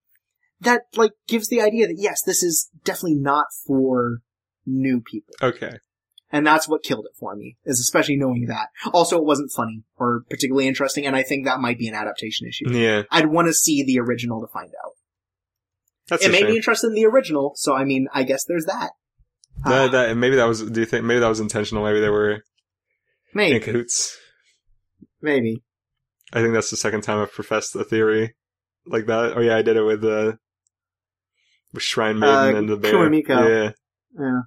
that like gives the idea that yes, this is definitely not for new people.
Okay.
And that's what killed it for me, is especially knowing that. Also, it wasn't funny or particularly interesting. And I think that might be an adaptation issue.
Yeah.
I'd want to see the original to find out.
That's
it
a
made
shame.
me interested in the original, so I mean, I guess there's that. Ah,
That, that maybe that was. Do you think maybe that was intentional? Maybe they were in
maybe,
cahoots.
maybe.
I think that's the second time I've professed a theory like that. Oh yeah, I did it with uh, with Shrine Maiden
Uh,
and the bear.
Kurumiko.
Yeah,
Yeah.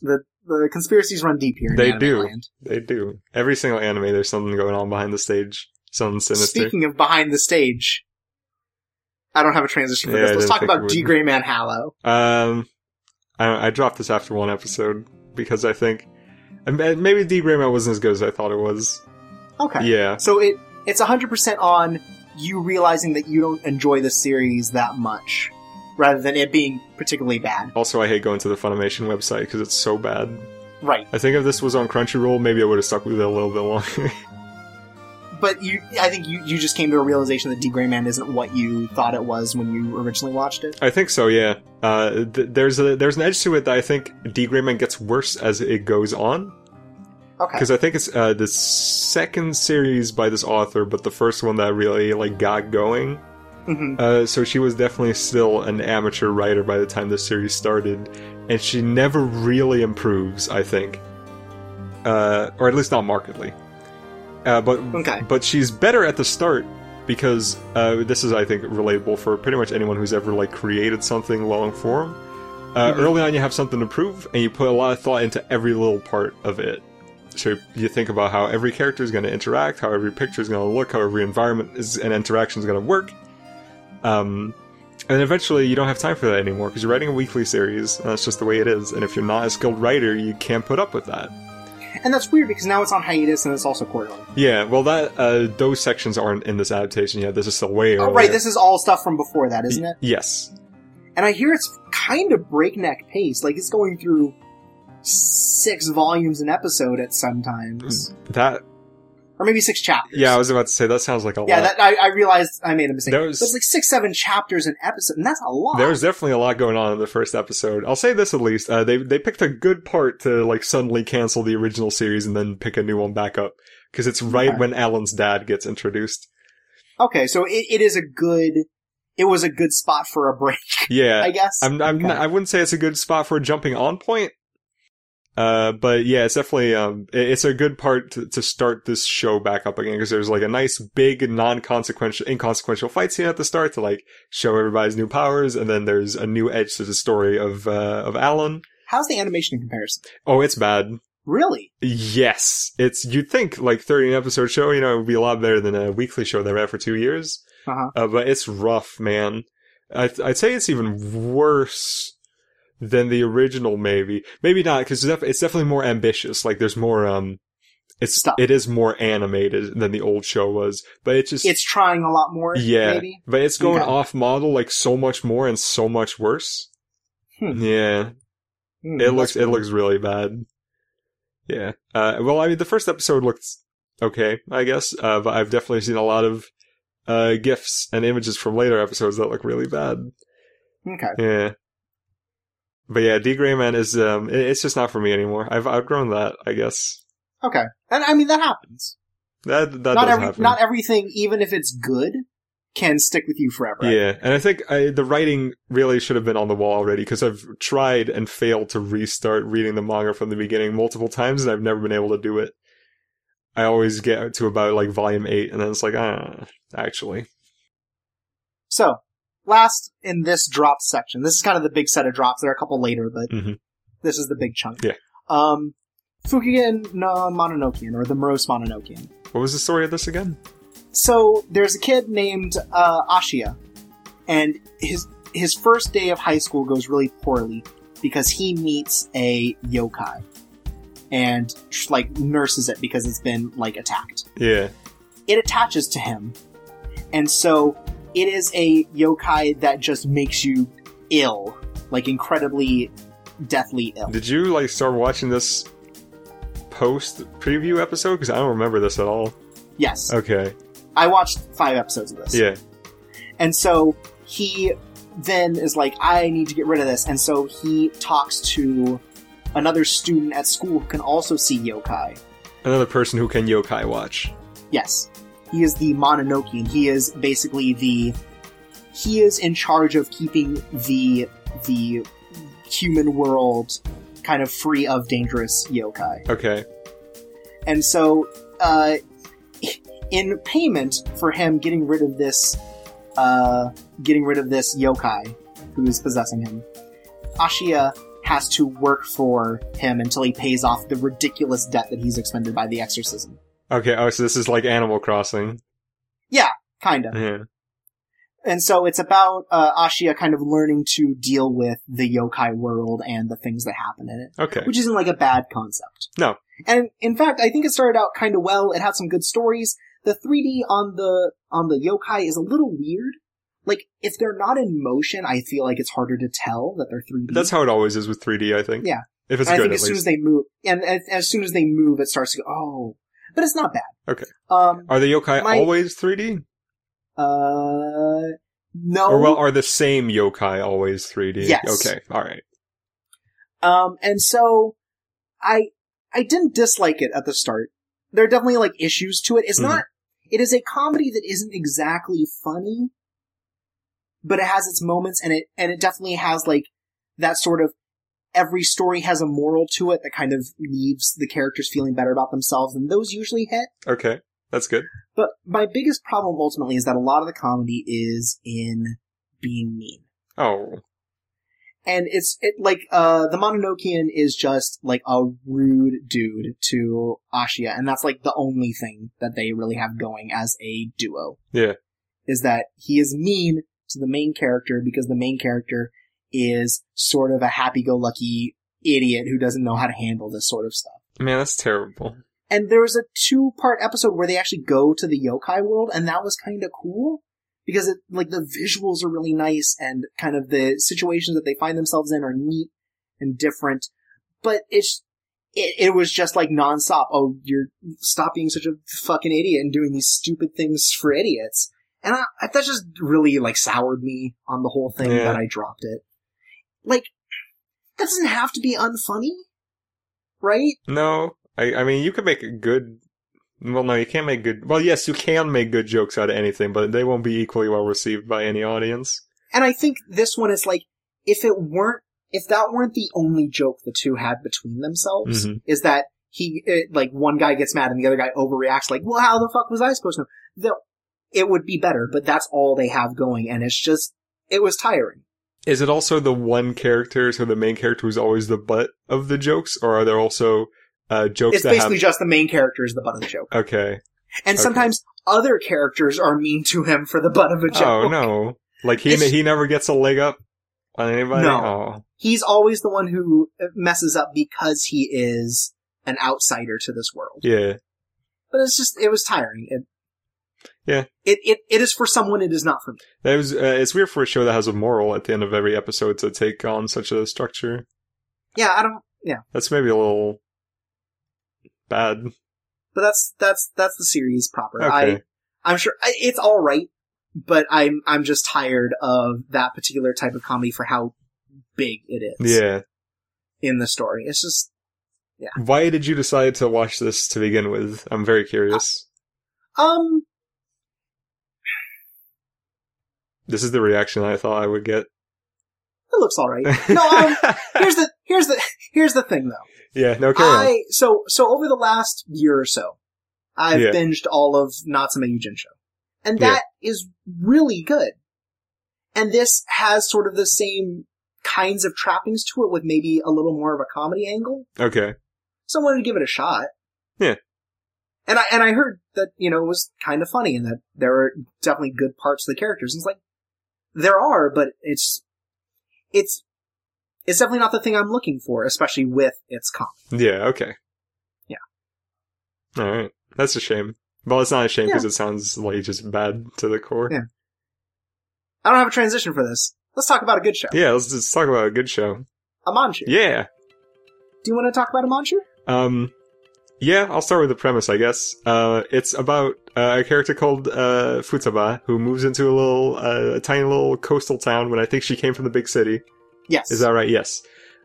The the conspiracies run deep here. In
They
anime
do.
Land.
they do. Every single anime, there's something going on behind the stage. Something sinister.
Speaking of behind the stage, I don't have a transition for
Yeah, I
this. Let's
didn't
talk
think you
about
would.
D. Gray Man Hallow.
Um, I, I dropped this after one episode because I think and ma- maybe D. Grayman wasn't as good as I thought it was.
Okay.
Yeah,
So it it's hundred percent on you realizing that you don't enjoy the series that much, rather than it being particularly bad.
Also, I hate going to the Funimation website because it's so bad.
Right.
I think if this was on Crunchyroll, maybe I would have stuck with it a little bit longer.
But you, I think you, you just came to a realization that D. Gray Man isn't what you thought it was when you originally watched it.
I think so, yeah. Uh, th- there's a there's an edge to it that I think D. Grayman gets worse as it goes on
Okay.
because I think it's uh, the second series by this author, but the first one that really like got going.
hmm
Uh, so she was definitely still an amateur writer by the time this series started, and she never really improves. I think, uh, or at least not markedly. Uh, but
Okay.
but she's better at the start because uh, this is, I think, relatable for pretty much anyone who's ever like created something long form. Uh,
Mhm.
Early on, you have something to prove, and you put a lot of thought into every little part of it. So you think about how every character is going to interact, how every picture is going to look, how every environment is and interaction is going to work. Um, and then eventually, you don't have time for that anymore because you're writing a weekly series, and that's just the way it is. And if you're not a skilled writer, you can't put up with that.
And that's weird because now it's on hiatus and it's also quarterly.
Yeah, well, that uh, those sections aren't in this adaptation yet. This is still way earlier.
Oh, right, this is all stuff from before that, isn't it?
Yes.
And I hear it's kind of breakneck pace. Like, it's going through six volumes an episode at sometimes.
That.
Or maybe six chapters.
Hmm. Yeah, I was about to say that sounds like a
Yeah,
lot.
that, I, I realized I made a mistake.
There was-
That's like six, seven chapters an episode, and that's a lot.
There's definitely a lot going on in the first episode. I'll say this at least: uh, they they picked a good part to like suddenly cancel the original series and then pick a new one back up because it's right
Okay.
when Alan's dad gets introduced.
Okay, so it, it is a good. It was a good spot for a break,
Yeah,
I guess.
I'm, I'm
Okay.
not, I wouldn't say it's a good spot for jumping on point. Uh, but yeah, it's definitely um, it- it's a good part to, to start this show back up again because there's like a nice big non-consequential, inconsequential fight scene at the start to like show everybody's new powers, and then there's a new edge to the story of uh, of Alan.
How's the animation in comparison?
Oh, it's bad.
Really?
Yes, it's you'd think like 13 episode show, you know, it would be a lot better than a weekly show that ran for two years.
Uh-huh.
Uh, but it's rough, man. I, I'd say it's even worse than the original, maybe. Maybe not, because it's, def- it's definitely more ambitious. Like there's more, um, it's
Stuff.
it is more animated than the old show was, but it just
It's trying a lot more.
yeah,
Maybe.
but it's going
Okay.
off model like so much more and so much worse.
Hmm.
Yeah,
Hmm,
it looks
that's-
it looks really bad. Yeah. Uh, well, I mean, the first episode looked okay, I guess. Uh, but I've definitely seen a lot of uh, gifs and images from later episodes that look really bad.
okay.
Yeah. But yeah, D Gray Man is um, it, it's just not for me anymore. I've outgrown that, I guess.
Okay, and I mean that happens.
That that
not
does
every,
happen.
not everything, even if it's good, can stick with you forever.
Yeah, and I think I, the writing really should have been on the wall already because I've tried and failed to restart reading the manga from the beginning multiple times, and I've never been able to do it. I always get to about like volume eight, and then it's like, ah, actually,
So, last in this drop section, this is kind of the big set of drops. There are a couple later, but
Mhm.
this is the big chunk.
Yeah.
Um, Fukigen no Mononokian, or the Morose Mononokian.
what was the story of this again?
So, there's a kid named uh, Ashia, and his his first day of high school goes really poorly because he meets a yokai and like nurses it because it's been like attacked
Yeah,
it attaches to him. And so it is a yokai that just makes you ill, like incredibly deathly ill.
did you like start watching this post preview episode? Because I don't remember this at all.
Yes.
Okay,
I watched five episodes of this.
yeah,
And so he then is like, I need to get rid of this. And so he talks to another student at school who can also see yokai.
another person who can yokai watch.
Yes. He is the Mononoke. He is basically the he is in charge of keeping the the human world kind of free of dangerous yokai.
Okay,
And so uh in payment for him getting rid of this uh getting rid of this yokai who is possessing him, Ashia has to work for him until he pays off the ridiculous debt that he's expended by the exorcism.
okay. Oh, so this is like Animal Crossing.
Kinda.
Yeah.
And so it's about uh, Ashia kind of learning to deal with the yokai world and the things that happen in it,
Okay.
which isn't like a bad concept.
No.
And in fact, I think it started out kind of well. It had some good stories. The 3D on the on the yokai is a little weird. Like if they're not in motion, I feel like it's harder to tell that they're 3D.
That's how it always is with 3D, I think.
Yeah.
If it's
And I
good,
think
at
as soon as
least.
they move, and, and as soon as they move, it starts to go. Oh, but it's not bad.
Okay.
Um.
Are the yokai
my-
always 3D?
Uh. No.
Or, well, are the same yokai always 3D?
Oh. Yes.
Okay, alright.
Um, and so I I didn't dislike it at the start. There are definitely like issues to it. It's
Mhm.
not it is a comedy that isn't exactly funny, but it has its moments and it and it definitely has like that sort of every story has a moral to it that kind of leaves the characters feeling better about themselves and those usually hit.
Okay, that's good.
But my biggest problem ultimately is that a lot of the comedy is in being mean
Oh,
and it's it like uh the Mononokian is just like a rude dude to Ashia, and that's like the only thing that they really have going as a duo.
Yeah.
Is that he is mean to the main character because the main character is sort of a happy go lucky idiot who doesn't know how to handle this sort of stuff.
Man, that's terrible.
And there was a two part episode where they actually go to the yokai world, and that was kind of cool because it, like the visuals are really nice and kind of the situations that they find themselves in are neat and different. But it's it, it was just like nonstop. Oh, you're stop being such a fucking idiot and doing these stupid things for idiots. And I, I- that just really like soured me on the whole thing
Yeah.
that I dropped it. Like that doesn't have to be unfunny, right?
No, I, I mean, you could make a good. Well, no, you can't make good. Well, yes, you can make good jokes out of anything, but they won't be equally well received by any audience.
And I think this one is like, if it weren't, if that weren't the only joke the two had between themselves,
Mhm.
is that he, it, like, one guy gets mad and the other guy overreacts, like, well, how the fuck was I supposed to know? That it would be better, but that's all they have going, and it's just, it was tiring.
Is it also the one character, so the main character who's always the butt of the jokes, or are there also uh, jokes
It's
that
basically
have?
just the main character is the butt of the joke.
okay.
And
Okay.
sometimes other characters are mean to him for the butt of a joke.
Oh no! Like he
It's-
he never gets a leg up on anybody.
No.
Oh.
He's always the one who messes up because he is an outsider to this world.
Yeah.
but it's just it was tiring. It,
Yeah.
It, it it is for someone. It is not for me.
That was, uh, it's weird for a show that has a moral at the end of every episode to take on such a structure.
Yeah, I don't. Yeah,
That's maybe a little bad.
but that's that's that's the series proper. I
Okay.
I'm sure I- it's all right, but I'm I'm just tired of that particular type of comedy for how big it is
yeah.
in the story. It's just
Why did you decide to watch this to begin with? I'm very curious.
um
This is the reaction I thought I would get.
it looks all right. No, um, here's the here's the here's the thing though.
yeah, no, carry on.
I so so over the last year or so, I've
Yeah.
binged all of Natsume Yujinsho, and
Yeah.
that is really good. And this has sort of the same kinds of trappings to it, with maybe a little more of a comedy angle.
Okay.
So I wanted to give it a shot.
Yeah.
And I and I heard that you know it was kind of funny, and that there are definitely good parts of the characters. And it's like there are, but it's it's it's definitely not the thing I'm looking for, especially with its comedy.
Yeah, okay.
Yeah.
Alright. That's a shame. Well, it's not a shame because it sounds like just bad to the core.
Yeah. I don't have a transition for this. Let's talk about a good show.
Yeah, let's just talk about a good show.
Amanchu.
Yeah.
Do you want to talk about Amanchu?
Um, yeah, I'll start with the premise, I guess. Uh, it's about uh, a character called uh, Futaba who moves into a little, uh, a tiny little coastal town when I think she came from the big city.
Yes.
Is that right? Yes.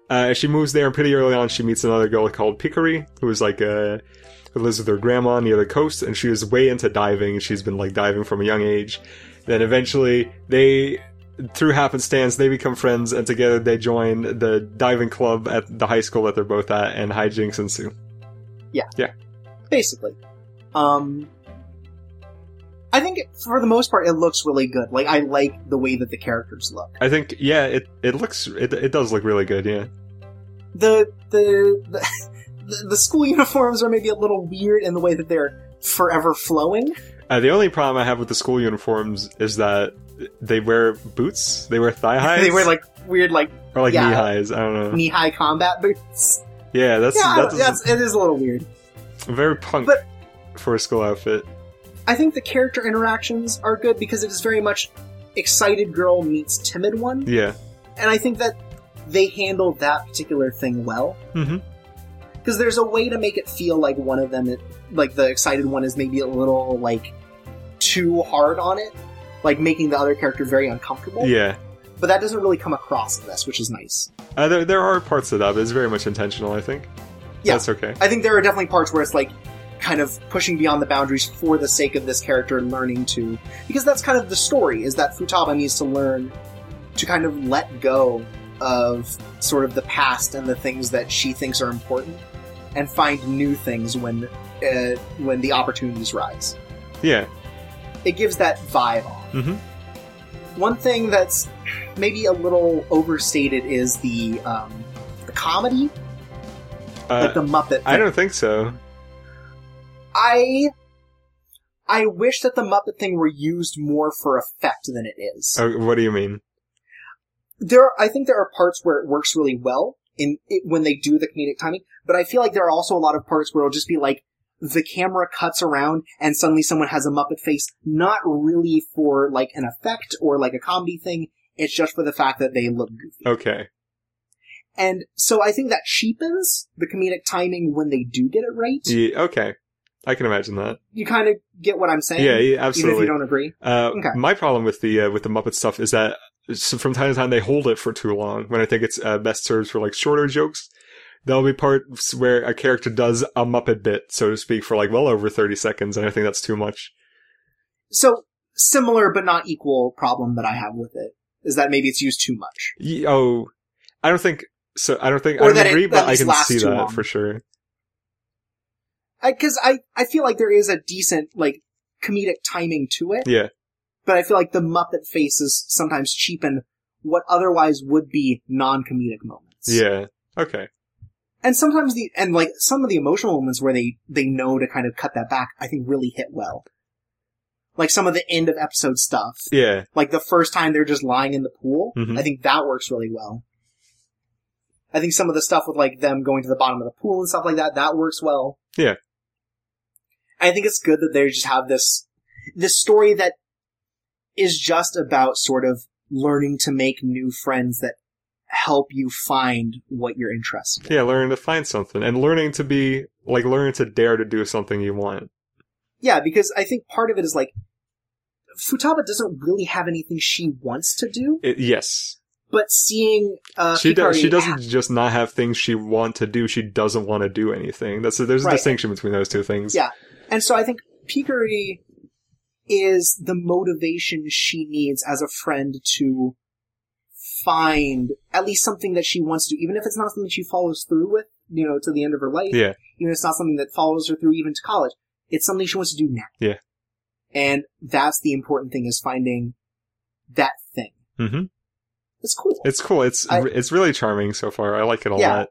Uh, she moves there, and pretty early on, she meets another girl called Pickery, who is like a who lives with her grandma near the coast, and she is way into diving. She's been like diving from a young age. Then eventually, they through happenstance they become friends, and together they join the diving club at the high school that they're both at, and hijinks ensue.
Basically. Um, I think for the most part it looks really good. Like, I like the way that the characters look.
I think, yeah, it it looks it, it does look really good. Yeah,
The, the, the, the, the school uniforms are maybe a little weird in the way that they're forever flowing.
uh, the only problem I have with the school uniforms is that they wear boots. They wear thigh highs.
they wear like weird, like
or like
yeah.
knee highs. I don't know.
knee high combat boots.
Yeah, Uh-huh. that's
yeah, I don't-
that's,
that's, it is a little weird.
very punk
But-
for a school outfit.
I think the character interactions are good because it is very much excited girl meets timid one.
Yeah,
and I think that they handled that particular thing well
Mhm.
because there's a way to make it feel like one of them, like the excited one, is maybe a little like too hard on it, like making the other character very uncomfortable.
yeah.
But that doesn't really come across in this, which is nice.
Uh, there there are parts of that, but it's very much intentional. I think.
Yeah.
that's okay.
I think there are definitely parts where it's like kind of pushing beyond the boundaries for the sake of this character learning to because that's kind of the story is that Futaba needs to learn to kind of let go of sort of the past and the things that she thinks are important and find new things when uh, when the opportunities rise.
Yeah,
It gives that vibe off.
Mhm.
One thing that's maybe a little overstated is the um, the comedy, like the
uh,
Muppet.
I don't think so.
I I wish that the Muppet thing were used more for effect than it is.
Oh, what do you mean?
There, I think there are parts where it works really well, in it, when they do the comedic timing. But I feel like there are also a lot of parts where it'll just be like the camera cuts around and suddenly someone has a Muppet face, not really for like an effect or like a comedy thing. It's just for the fact that they look goofy.
Okay.
And so I think that cheapens the comedic timing when they do get it right.
Ye- okay. I can imagine that.
You kind of get what I'm saying.
Yeah, yeah
Even if you
absolutely.
don't agree.
Uh,
Okay.
My problem with the uh, with the Muppet stuff is that s- from time to time they hold it for too long. When I think it's uh, best serves for like shorter jokes, there'll be parts where a character does a Muppet bit, so to speak, for like well over thirty seconds, and I think that's too much.
So similar but not equal problem that I have with it is that maybe it's used too much.
Ye- oh, I don't think so. I don't think
Or
I
that
don't
it
agree,
at
but I
least
can
lasts
see
too
that
long.
for sure.
Because I, I feel like there is a decent like comedic timing to it.
Yeah.
But I feel like the Muppet faces sometimes cheapen what otherwise would be non-comedic moments.
Yeah. Okay.
And sometimes the and like some of the emotional moments where they they know to kind of cut that back, I think really hit well. Like some of the end of episode stuff.
Yeah.
like the first time they're just lying in the pool.
Mhm.
I think that works really well. I think some of the stuff with like them going to the bottom of the pool and stuff like that that works well.
Yeah.
I think it's good that they just have this this story that is just about sort of learning to make new friends that help you find what you're interested in.
Yeah. Learning to find something and learning to be like learning to dare to do something you want.
Yeah, because I think part of it is like Futaba doesn't really have anything she wants to do,
It, yes.
but seeing uh,
she does. She
Hikari
doesn't just not have things she want to do. She doesn't want to do anything. That's there's a
Right.
distinction between those two things.
Yeah. And so I think Pickery is the motivation she needs as a friend to find at least something that she wants to, even if it's not something she follows through with, you know, to the end of her life.
Yeah.
Even if it's not something that follows her through even to college. It's something she wants to do now.
Yeah.
And that's the important thing is finding that thing.
Mhm.
It's cool.
It's cool. It's
I-
it's really charming so far. I like it a
Yeah.
lot.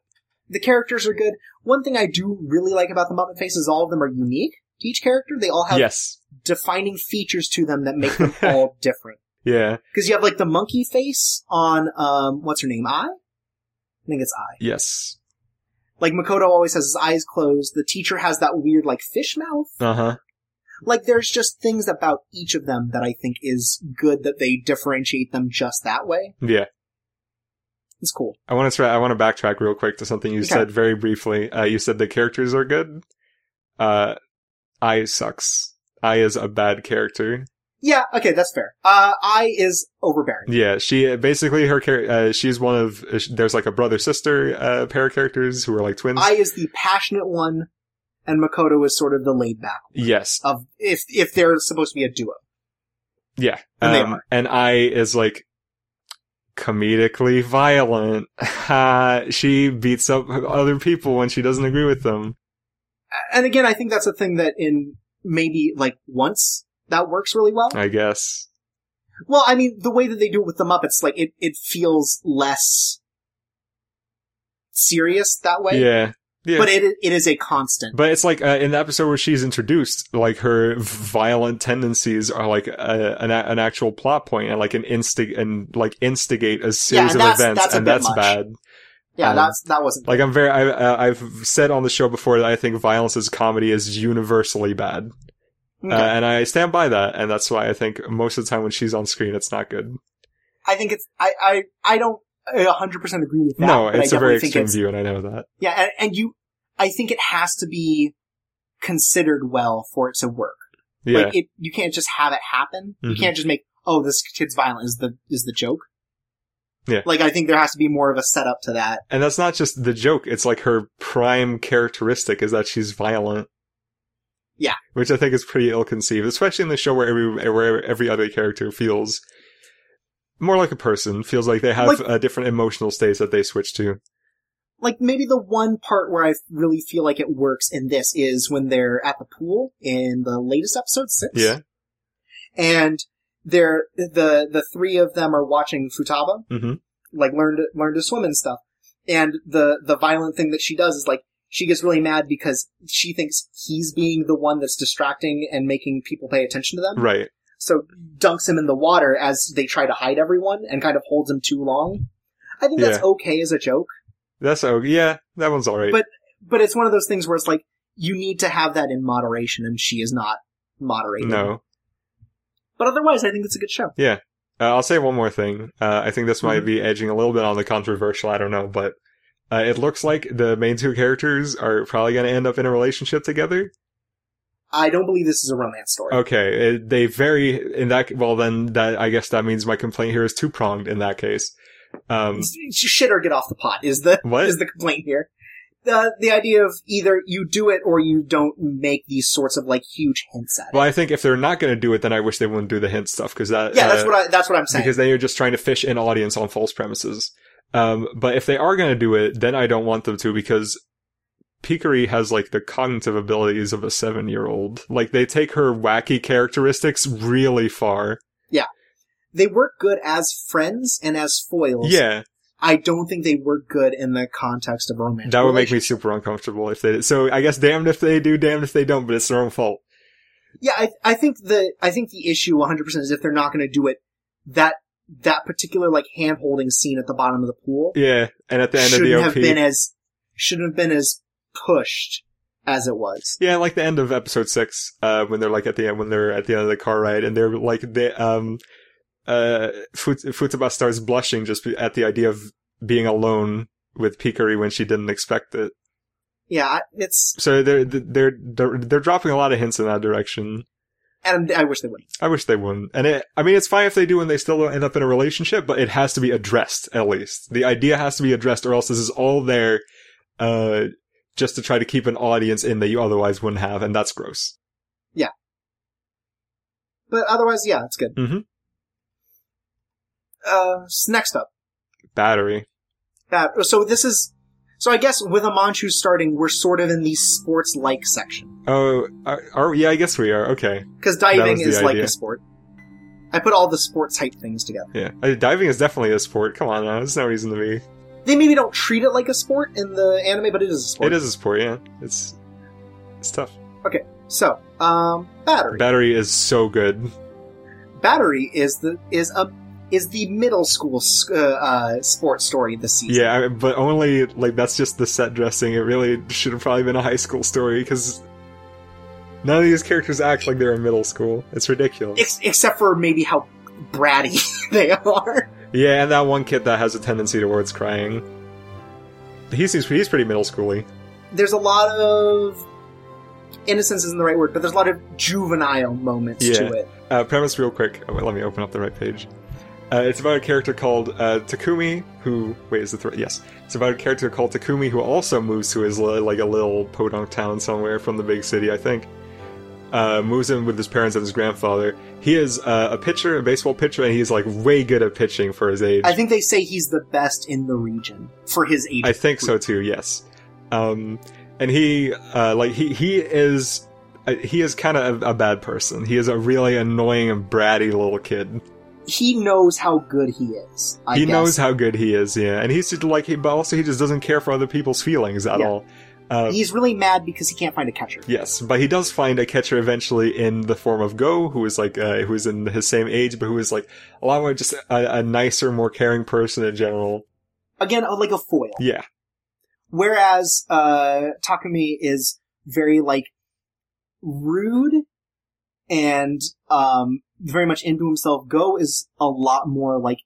the characters are good. One thing I do really like about the Muppet Face is all of them are unique to each character. They all have
Yes.
defining features to them that make them all different.
Yeah.
Because you have like the monkey face on um what's her name? I? I think it's I.
Yes.
Like Makoto always has his eyes closed. The teacher has that weird like fish mouth.
Uh huh.
Like there's just things about each of them that I think is good that they differentiate them just that way.
Yeah.
It's cool.
I want to try. I want to backtrack real quick to something you
Okay.
said very briefly. Uh, you said the characters are good. Uh, I sucks. I is a bad character.
Yeah, okay, that's fair. Uh I is overbearing.
Yeah, she basically her char- uh, she's one of there's like a brother sister uh, pair of characters who are like twins.
I is the passionate one and Makoto is sort of the laid back
yes,
of if if they're supposed to be a duo.
Yeah.
And they
um, and I is like comedically violent. Ha, she beats up other people when she doesn't agree with them.
and again, I think that's a thing that in maybe like once that works really well.
I guess.
Well, I mean, the way that they do it with the Muppets, like it, it feels less serious that way.
yeah. Yeah.
But it it is a constant.
But it's like uh, in the episode where she's introduced, like her violent tendencies are like a, an, a- an actual plot point and like an instig and like instigate a series
and
of
that's-
events,
that's a
and
bit
that's
much.
bad.
yeah,
um,
that's that wasn't.
Like I'm very, I, uh, I've said on the show before that I think violence as comedy is universally bad.
okay.
Uh, and I stand by that, and that's why I think most of the time when she's on screen, it's not good.
I think it's I I I don't hundred percent agree with that.
no,
but I
it's a
definitely
very
think
extreme
it's-
view, and I know that.
Yeah, and, and you, I think it has to be considered well for it to work.
Yeah,
Like it, you can't just have it happen. You
Mhm.
can't just make, oh, this kid's violent is the is the joke.
Yeah.
Like I think there has to be more of a setup to that.
and that's not just the joke; it's like her prime characteristic is that she's violent.
Yeah.
which I think is pretty ill-conceived, especially in the show where every where every other character feels more like a person, feels like they have
Like-
uh, different emotional states that they switch to.
Like maybe the one part where I really feel like it works in this is when they're at the pool in the latest episode six.
Yeah,
And they're the the three of them are watching Futaba,
hmm
like learn to learn to swim and stuff. And the the violent thing that she does is like she gets really mad because she thinks he's being the one that's distracting and making people pay attention to them.
right.
so dunks him in the water as they try to hide everyone and kind of holds him too long. I think that's okay as a joke.
That's oh yeah, that one's all right.
But- But it's one of those things where it's like you need to have that in moderation, and she is not moderating.
no,
But otherwise, I think it's a good show.
Uh, I'll say one more thing. Uh, I think this
Mm-hmm.
might be edging a little bit on the controversial. I don't know, but uh, it looks like the main two characters are probably going to end up in a relationship together.
I don't believe this is a romance story.
Okay, it, they very in that. Well, then that I guess that means my complaint here is two pronged in that case. Um,
S- Shit or get off the pot is the
What?
is the complaint here. The the idea of either you do it or you don't make these sorts of like huge hints at it.
well, I think if they're not going to do it, then I wish they wouldn't do the hint stuff because that
yeah,
uh,
that's what I that's what I'm saying.
because then you're just trying to fish an audience on false premises. Um, but if they are going to do it, then I don't want them to because Pickery has like the cognitive abilities of a seven year old. Like they take her wacky characteristics really far.
they work good as friends and as foils.
Yeah,
I don't think they work good in the context of a romantic.
that would make me super uncomfortable if they. did. So I guess damned if they do, damned if they don't. But it's their own fault.
relationship. Yeah, I, I think the I think the issue 100 percent is if they're not going to do it, that that particular like hand holding scene at the bottom of the pool
Yeah, and at the end of
shouldn't
the
have
OP,
been as shouldn't have been as pushed as it was.
Yeah, like the end of episode six, uh, when they're like at the end, when they're at the end of the car ride, and they're like, they, um, uh, Fut- Futaba starts blushing just be- at the idea of being alone with Pickery when she didn't expect it.
Yeah, I- it's
So they're they're they're they're dropping a lot of hints in that direction.
and I wish they wouldn't.
I wish they wouldn't. And it, I mean, it's fine if they do and they still don't end up in a relationship, but it has to be addressed at least. The idea has to be addressed, or else this is all there, uh, just to try to keep an audience in that you otherwise wouldn't have, and that's gross.
But otherwise, yeah, it's good.
Mhm.
Uh, s- next up,
Battery.
that so this is so I guess with a Manchu starting, we're sort of in the sports like section.
Oh, are, are yeah, I guess we are. Okay.
Because
That
diving
was the
is like
idea.
a sport. I put all the sport type things together.
Yeah. Uh, Diving is definitely a sport. Come on now. There's no reason to be.
They maybe don't treat it like a sport in the anime, but it is a sport.
It is a sport, yeah. It's it's tough.
So, um, battery.
Battery is so good.
battery is the is a is the middle school s- uh, uh, sports story this season.
Yeah, I, but only like that's just the set dressing. It really should have probably been a high school story because none of these characters act like they're in middle school. It's ridiculous.
Ex- except for maybe how bratty they are.
yeah, and that one kid that has a tendency towards crying. He seems he's pretty middle schooly.
There's a lot of innocence isn't the right word, but there's a lot of juvenile moments
Yeah.
to it.
uh, premise real quick. Oh, wait, let me open up the right page. Uh, it's about a character called uh, Takumi, who wait is the threat? Yes, it's about a character called Takumi who also moves to his li- like a little podunk town somewhere from the big city, I think. Uh, moves in with his parents and his grandfather. He is uh, a pitcher, a baseball pitcher, and he's like way good at pitching for his age.
I think they say he's the best in the region for his age.
I think so too. Yes, um, and he uh, like he he is uh, he is kind of a, a bad person. He is a really annoying and bratty little kid.
he knows how good he is. I
he
guess.
knows how good he is, yeah, and he's just like, he, but also he just doesn't care for other people's feelings at
Yeah.
all. Uh,
He's really mad because he can't find a catcher.
yes, but he does find a catcher eventually in the form of Go, who is like, uh, who is in his same age, but who is like a lot more just a, a nicer, more caring person in general.
Again, uh, like a foil.
Yeah,
Whereas uh, Takumi is very like rude and um, very much into himself. Go is a lot more like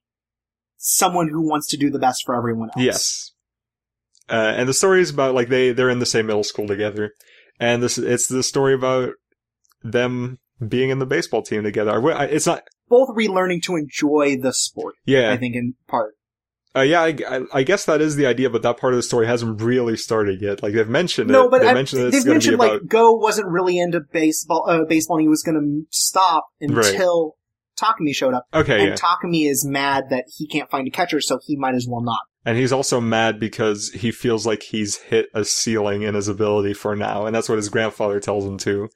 someone who wants to do the best for everyone else.
yes. Uh, and the story is about like they they're in the same middle school together, and this it's the story about them being in the baseball team together. I- I- It's not,
Both relearning to enjoy the sport,
yeah.
I think, in part.
Uh, yeah, I, I- I guess that is the idea, but that part of the story hasn't really started yet. Like they've mentioned
No,
it.
but
they
I-
mentioned that
they've
it's going to be
mentioned
about.
like Go wasn't really into baseball. Uh, baseball, and he was going to stop
Right.
until Takumi showed up.
okay,
and
yeah,
Takumi is mad that he can't find a catcher, so he might as well not.
and he's also mad because he feels like he's hit a ceiling in his ability for now, and that's what his grandfather tells him too.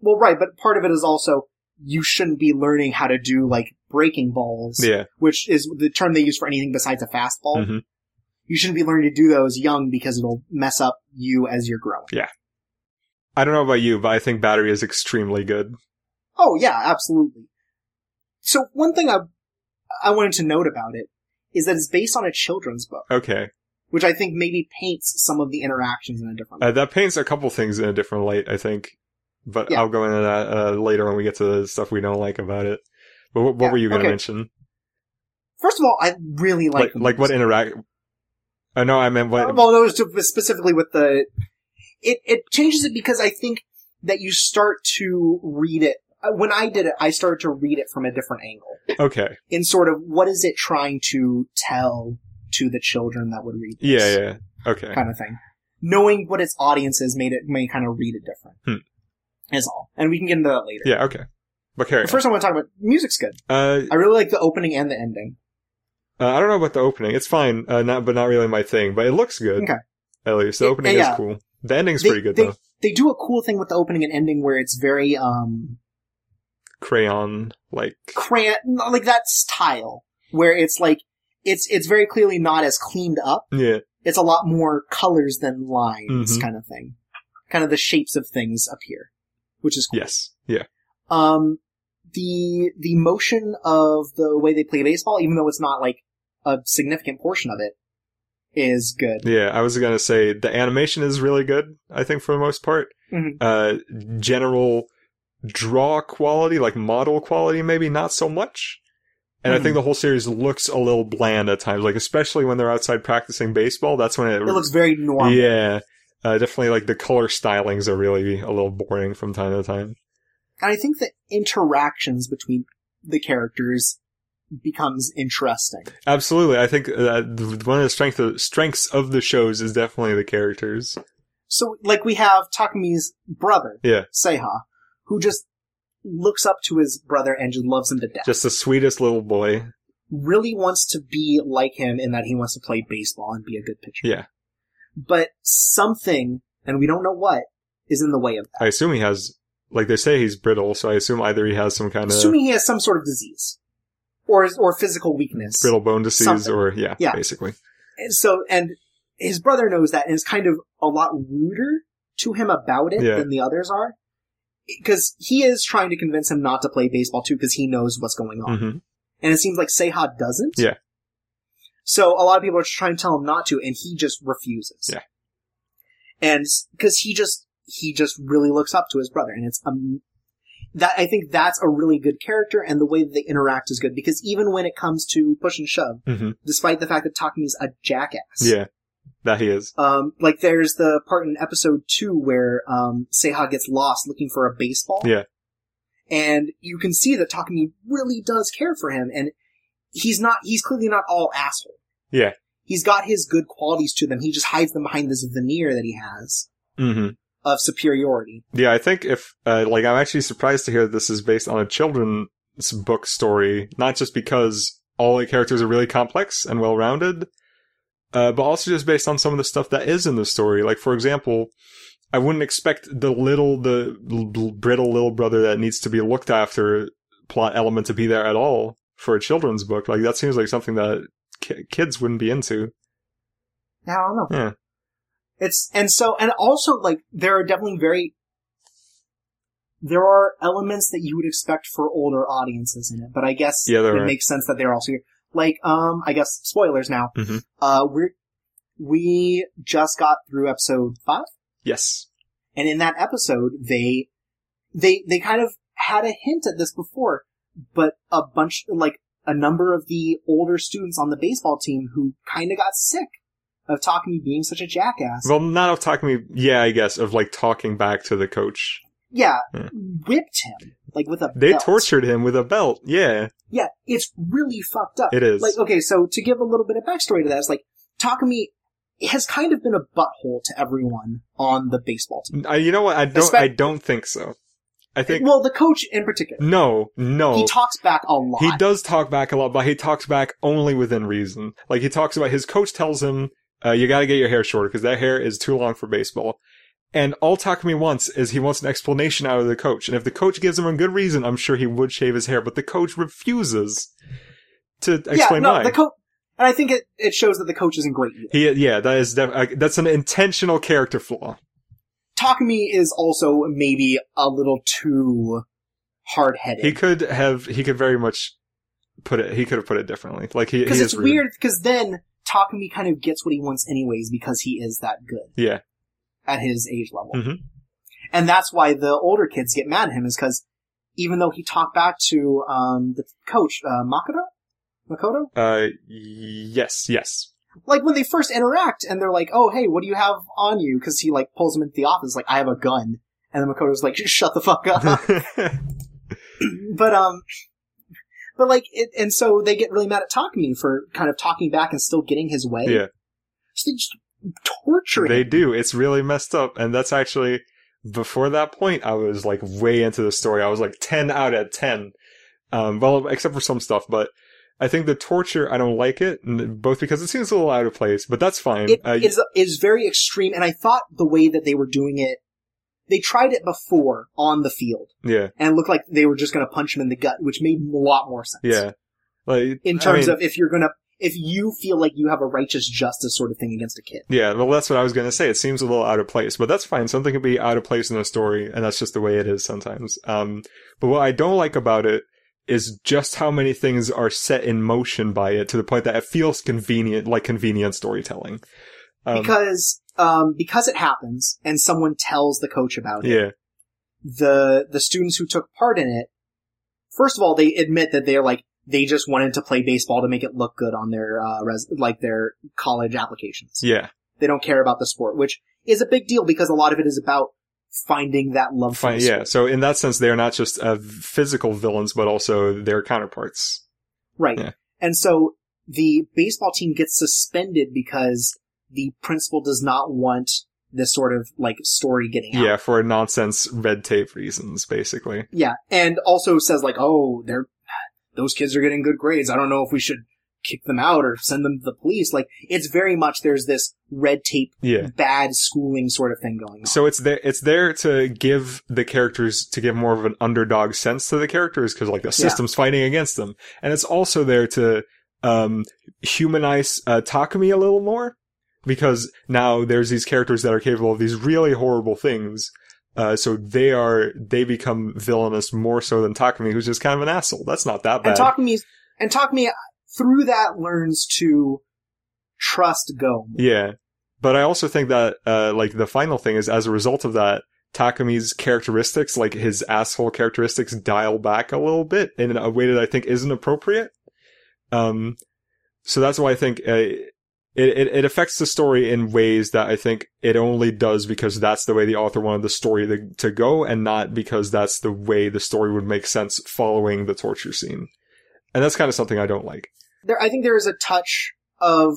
Well, right, but part of it is also you shouldn't be learning how to do like breaking balls,
Yeah,
which is the term they use for anything besides a fastball.
Mhm.
You shouldn't be learning to do those young because it'll mess up you as you're growing.
I don't know about you, but I think Battery is extremely good.
Oh yeah, absolutely. So one thing I I wanted to note about it is that it's based on a children's book,
Okay,
which I think maybe paints some of the interactions in a different
Uh,
way.
that paints a couple things in a different light, I think. But
Yeah.
I'll go into that uh, later when we get to the stuff we don't like about it. But what, what
Yeah,
were you going to
okay.
mention?
First of all, I really like
Like,
the
like
movies.
what interact? I know I meant what.
well, no, it's specifically with the it it changes it because I think that you start to read it. Uh, When I did it, I started to read it from a different angle
Okay,
in sort of what is it trying to tell to the children that would read this
yeah, yeah, yeah. okay.
kind of thing. Knowing what its audience is made it may kind of read it different.
Hmm.
Is all, and we can get into that later.
Yeah, okay. But carry
But
on.
first, I want to talk about music's good.
uh,
I really like the opening and the ending.
uh, I don't know about the opening. It's fine, uh, not but not really my thing. But it looks good.
Okay.
At least the
It-
opening
yeah.
is cool. The ending's
They-
pretty good
they-
though.
They do a cool thing with the opening and ending where it's very um
Crayon like.
crayon like that style where it's like it's it's very clearly not as cleaned up.
Yeah.
It's a lot more colors than lines
Mhm.
kind of thing. Kind of the shapes of things appear, which is cool.
Yes. Yeah.
Um the the motion of the way they play baseball, even though it's not like a significant portion of it, is good.
Yeah, I was gonna say the animation is really good. I think for the most part,
Mhm.
uh, general draw quality, like model quality, maybe not so much. And I
Mhm.
think the whole series looks a little bland at times, like especially when they're outside practicing baseball. That's when it,
It looks very normal.
yeah, uh, definitely like the color stylings are really a little boring from time to time.
and I think the interactions between the characters becomes interesting.
Absolutely, I think uh, th- one of the strength of, strengths of the shows is definitely the characters.
So, like, we have Takumi's brother,
Yeah.
Seiha, who just looks up to his brother and just loves him to death.
Just the sweetest little boy.
really wants to be like him in that he wants to play baseball and be a good pitcher.
Yeah.
But something, and we don't know what, is in the way of that.
I assume he has, like they say, he's brittle. So I assume either he has some kind of
Assuming he has some sort of disease or or physical weakness.
brittle bone disease,
Something.
or yeah,
Yeah.
basically.
And so, and his brother knows that and is kind of a lot ruder to him about it
Yeah.
than the others are. Because he is trying to convince him not to play baseball too, because he knows what's going on.
hmm
and it seems like Seha doesn't.
Yeah.
So a lot of people are trying to tell him not to, and he just refuses.
Yeah.
And because he just he just really looks up to his brother, and it's um that I think that's a really good character, and the way that they interact is good because even when it comes to push and shove,
hmm
despite the fact that Takumi's a jackass,
Yeah, that he is.
Um, like there's the part in episode two where um Seha gets lost looking for a baseball.
Yeah.
And you can see that Takumi really does care for him and he's not he's clearly not all asshole.
Yeah.
He's got his good qualities to them. He just hides them behind this veneer that he has
hmm
of superiority.
Yeah, I think if uh, like I'm actually surprised to hear that this is based on a children's book story, not just because all the characters are really complex and well rounded, uh, but also just based on some of the stuff that is in the story. Like for example, I wouldn't expect the little the l- brittle little brother that needs to be looked after plot element to be there at all for a children's book. Like that seems like something that ki- kids wouldn't be into.
I don't know.
Yeah.
It's and so and also like there are definitely very there are elements that you would expect for older audiences in it, but I guess
Yeah,
it
there are.
makes sense that they're also here. Like, um, I guess spoilers now.
Mhm.
Uh, we're we just got through episode five,
Yes.
and in that episode, they they they kind of had a hint at this before, but a bunch like a number of the older students on the baseball team who kind of got sick of Takumi being such a jackass.
Well, not of talking me. Yeah, I guess of like talking back to the coach.
yeah,
Hmm.
whipped him like with a
They
belt.
tortured him with a belt. Yeah,
Yeah, it's really fucked up.
it is.
Uh, Like, okay, so to give a little bit of backstory to that, it's like Takumi has kind of been a butthole to everyone on the baseball team.
I, you know what? I don't.
Expect-
I don't think so. I think
well, the coach in particular,
no, no.
he talks back a lot.
He does talk back a lot, but he talks back only within reason. Like he talks about his coach tells him, uh, "You got to get your hair shorter because that hair is too long for baseball." And all Takumi wants is he wants an explanation out of the coach. And if the coach gives him a good reason, I'm sure he would shave his hair. But the coach refuses to explain
yeah, no,
why.
the coach, and I think it, it shows that the coach isn't great either.
he, yeah, that is def- uh, that's an intentional character flaw.
Takumi is also maybe a little too hard
He
headed.
could have. He could very much put it. He could have put it differently. Like he.
Because
he
it's
is rude.
weird, because then Takumi kind of gets what he wants anyways because he is that good
Yeah.
at his age level.
Mhm.
And that's why the older kids get mad at him is because even though he talked back to um, the coach, uh, Makoto? Makoto?
Uh, yes, yes.
Like when they first interact and they're like, oh, hey, what do you have on you? Because he like pulls him into the office like, I have a gun. And then Makoto's like, "Just shut the fuck up. but um but like it, and so they get really mad at Takumi for kind of talking back and still getting his way.
Yeah.
So they just torture
They
him.
do. It's really messed up. And that's actually, before that point, I was like way into the story. I was like 10 out of 10. Um, well, except for some stuff, but I think the torture, I don't like it, n- both because it seems a little out of place, but that's fine.
It
uh,
is is very extreme and I thought the way that they were doing it they tried it before on the field
yeah,
and it looked like they were just going to punch him in the gut, which made a lot more sense.
yeah. Like,
In terms of if you're going to if you feel like you have a righteous justice sort of thing against a kid.
Yeah, well, that's what I was going to say. It seems a little out of place, but that's fine. Something can be out of place in a story, and that's just the way it is sometimes. Um, but what I don't like about it is just how many things are set in motion by it to the point that it feels convenient, like convenient storytelling. Um,
because um because it happens and someone tells the coach about it.
yeah,
the the students who took part in it, first of all, they admit that they're like they just wanted to play baseball to make it look good on their uh, res- like their college applications.
yeah,
They don't care about the sport, which is a big deal because a lot of it is about finding that love. for
fine,
the
yeah.
sport.
So in that sense, they are not just uh, physical villains, but also their counterparts.
right.
yeah.
And so the baseball team gets suspended because the principal does not want this sort of like story getting out.
Yeah, for nonsense red tape reasons, basically.
Yeah, and also says like, oh, they're those kids are getting good grades. I don't know if we should kick them out or send them to the police. Like, it's very much there's this red tape,
Yeah.
bad schooling sort of thing going on.
So it's there. It's there to give the characters to give more of an underdog sense to the characters because like the system's fighting against them, and it's also there to um, humanize uh, Takumi a little more because now there's these characters that are capable of these really horrible things. Uh, so they are they become villainous more so than Takumi, who's just kind of an asshole. That's not that
and
bad.
Takumi, and Takumi through that learns to trust Go.
Yeah. But I also think that, uh, like, the final thing is as a result of that, Takumi's characteristics, like his asshole characteristics, dial back a little bit in a way that I think isn't appropriate. Um, so that's why I think uh, it, it, it affects the story in ways that I think it only does because that's the way the author wanted the story to, to go and not because that's the way the story would make sense following the torture scene. And that's kind of something I don't like.
There, I think there is a touch of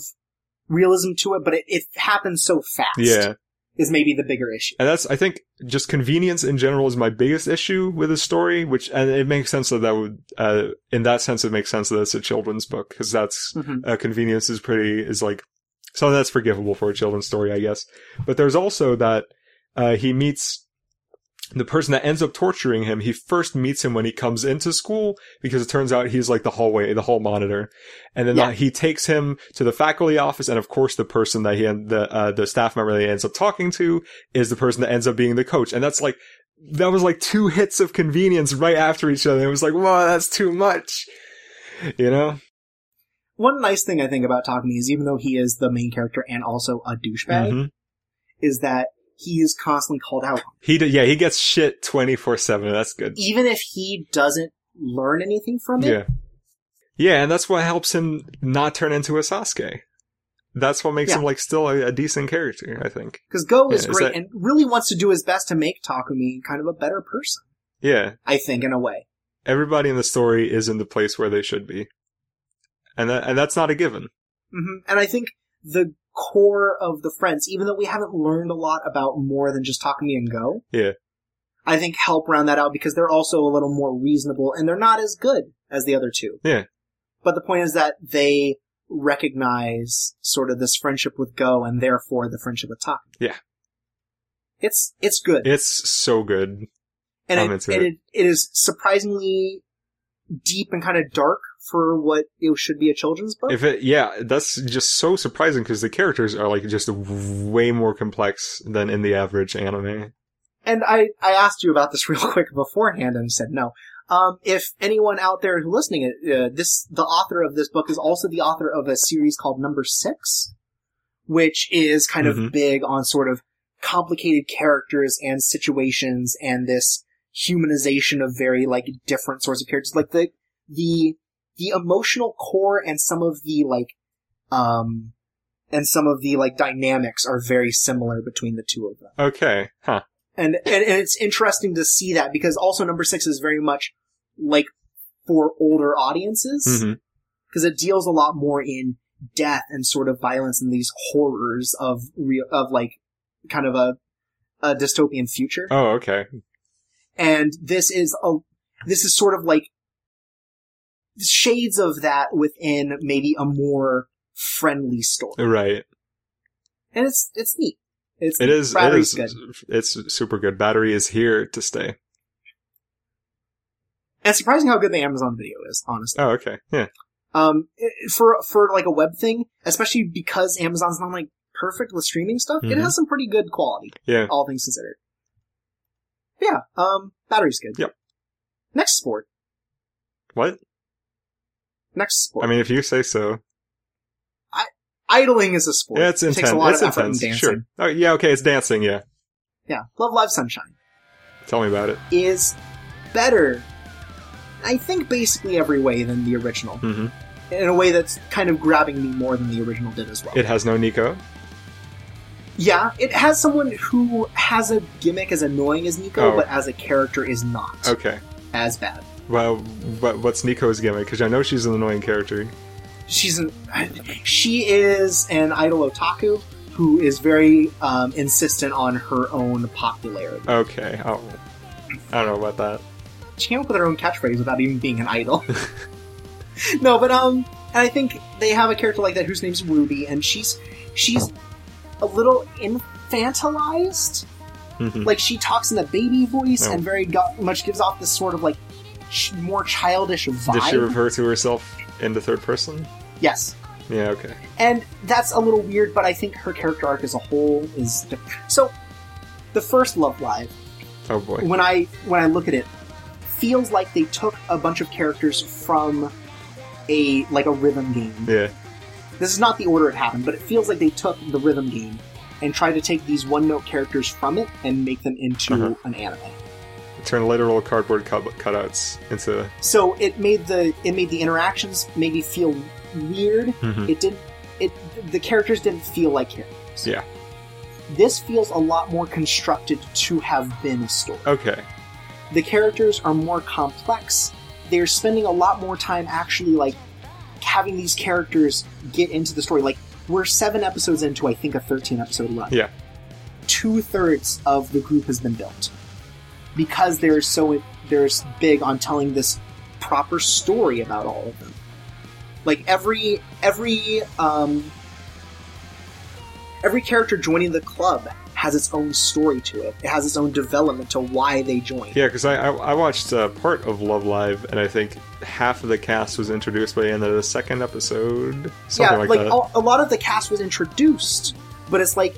realism to it, but it, it happens so fast.
Yeah.
Is maybe the bigger issue.
And that's, I think, just convenience in general is my biggest issue with the story, which, and it makes sense that that would, uh, in that sense, it makes sense that it's a children's book, because that's,
Mhm.
uh, convenience is pretty, is like, something that's forgivable for a children's story, I guess. But there's also that, uh, he meets the person that ends up torturing him. He first meets him when he comes into school, because it turns out he's like the hallway, the hall monitor. And then
Yeah.
uh, he takes him to the faculty office, and of course, the person that he, and the, uh, the staff member that he ends up talking to is the person that ends up being the coach. And that's like, that was like two hits of convenience right after each other. It was like, wow, that's too much. You know?
One nice thing I think about Takumi is even though he is the main character and also a douchebag,
Mhm.
is that he is constantly called out.
He did, yeah, he gets shit 24 7. That's good.
Even if he doesn't learn anything from it,
Yeah. Yeah, and that's what helps him not turn into a Sasuke. That's what makes
Yeah.
him like still a, a decent character, I think.
because Go is
Yeah, is
great
that-
and really wants to do his best to make Takumi kind of a better person,
Yeah.
I think, in a way.
Everybody in the story is in the place where they should be. And that, and that's not a given.
hmm And I think the core of the friends, even though we haven't learned a lot about more than just Takumi and Go,
Yeah.
I think help round that out because they're also a little more reasonable and they're not as good as the other two.
Yeah.
But the point is that they recognize sort of this friendship with Go and therefore the friendship with Takumi.
Yeah.
It's it's good.
It's so good.
and
I'm
it,
into
and
it.
it it is surprisingly deep and kind of dark for what it should be a children's book.
If it, yeah, that's just so surprising because the characters are like just way more complex than in the average anime.
and I I asked you about this real quick beforehand and you said no. Um, if anyone out there who's listening, uh, this the author of this book is also the author of a series called Number Six, which is kind
Mhm.
of big on sort of complicated characters and situations and this humanization of very like different sorts of characters, like the the the emotional core and some of the like um and some of the like dynamics are very similar between the two of them
Okay. Huh.
and, and and it's interesting to see that because also number six is very much like for older audiences
hmm
because it deals a lot more in death and sort of violence and these horrors of real of like kind of a a dystopian future
Oh, okay.
and this is a this is sort of like shades of that within maybe a more friendly story
Right.
and it's it's neat it's
It
neat.
is. It
Battery's
is.
good.
It's super good. Battery is here to stay.
and surprising how good the amazon video is honestly
Oh, okay. Yeah.
um it- for for like a web thing, especially because Amazon's not like perfect with streaming stuff. It
Mhm.
has some pretty good quality,
Yeah.
all things considered. Yeah, um, battery's good.
Yep.
Next sport.
What?
Next sport.
I mean, if you say so.
idling is a sport.
Yeah, it's
It
intense.
takes a lot
it's
of effort
intense.
in dancing.
Sure. Oh, yeah. Okay. It's dancing. Yeah.
Yeah, Love Live Sunshine
Tell me about it.
is better. I think basically every way than the original,
hmm
in a way that's kind of grabbing me more than the original did as well.
It has no Nico.
Yeah, it has someone who has a gimmick as annoying as Nico,
Oh.
but as a character is not
Okay.
as bad.
Well, but what's Nico's gimmick? Because I know she's an annoying character.
She's an, she is an idol otaku who is very um, insistent on her own popularity.
Okay. Oh, I don't know about that.
She came up with her own catchphrase without even being an idol. no, but um, and I think they have a character like that whose name's Ruby, and she's she's a little infantilized.
hmm
like she talks in a baby voice
No.
and very go- much gives off this sort of like sh- more childish
Did she
vibe.
refer to herself in the third person?
yes,
Yeah. Okay.
and that's a little weird, but I think her character arc as a whole is diff- so. The first Love Live,
Oh boy.
when I when I look at it, feels like they took a bunch of characters from a like a rhythm game.
Yeah.
This is not the order it happened, but it feels like they took the rhythm game and tried to take these one note characters from it and make them into
Uh-huh.
an anime.
Turn literal cardboard cut- cutouts into.
so it made the it made the interactions maybe feel weird
Mhm.
it didn't it the characters didn't feel like characters
Yeah.
this feels a lot more constructed to have been a story
Okay.
the characters are more complex they're spending a lot more time actually like having these characters get into the story like we're seven episodes into i think a 13 episode run
Yeah.
two-thirds of the group has been built because they're so they're big on telling this proper story about all of them like every every um every character joining the club has its own story to it it has its own development to why they joined
Yeah, because I, I I watched uh, part of Love Live, and I think half of the cast was introduced by the end of the second episode. Something
yeah,
like,
like,
that.
a, a lot of the cast was introduced, but it's like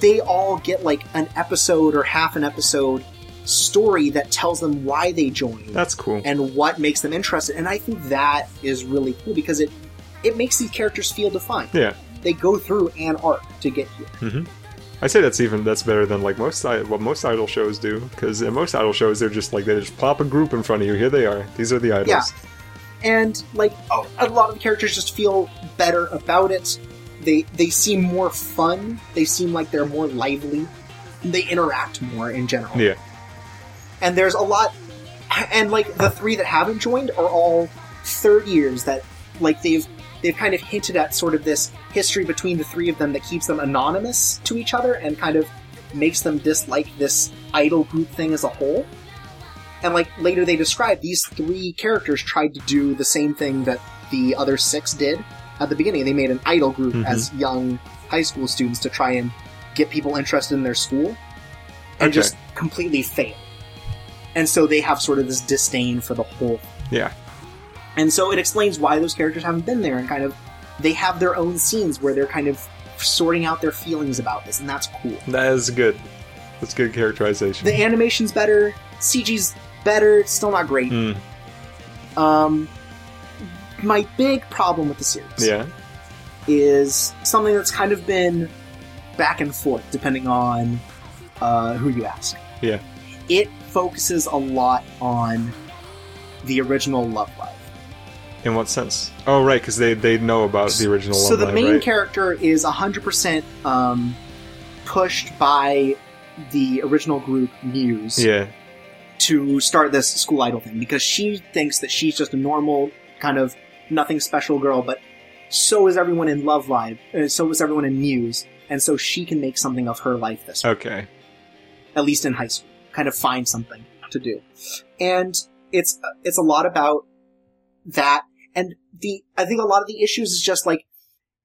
they all get like an episode or half an episode story that tells them why they joined
That's cool.
and what makes them interested. And I think that is really cool because it it makes these characters feel defined.
Yeah.
They go through an arc to get here.
I say that's even that's better than like most i- what most idol shows do because in most idol shows they're just like they just plop a group in front of you. Here they are. These are the idols.
Yeah. And like a a lot of the characters just feel better about it. They they seem more fun. They seem like they're more lively. They interact more in general.
Yeah.
and there's a lot and like the three that haven't joined are all third years that like they've they've kind of hinted at sort of this history between the three of them that keeps them anonymous to each other and kind of makes them dislike this idol group thing as a whole and like later they describe these three characters tried to do the same thing that the other six did at the beginning they made an idol group
Mhm.
as young high school students to try and get people interested in their school and
Okay.
just completely fail and so they have sort of this disdain for the whole
Yeah.
and so it explains why those characters haven't been there and kind of they have their own scenes where they're kind of sorting out their feelings about this and that's cool
That is good. That's good characterization.
the animation's better cg's better. It's still not great.
Hmm.
Um, my big problem with the series
Yeah.
is something that's kind of been back and forth depending on uh, who you ask.
Yeah.
It focuses a lot on the original love life.
In what sense? Oh, right, because they, they know about the original
so the
alumni,
main
right?
character is 100% um, pushed by the original group Muse
yeah.
to start this school idol thing because she thinks that she's just a normal kind of nothing special girl, but so is everyone in Love Live, uh, so is everyone in Muse, and so she can make something of her life this way,
Okay.
at least in high school, kind of find something to do, and it's it's a lot about that, and the I think a lot of the issues is just like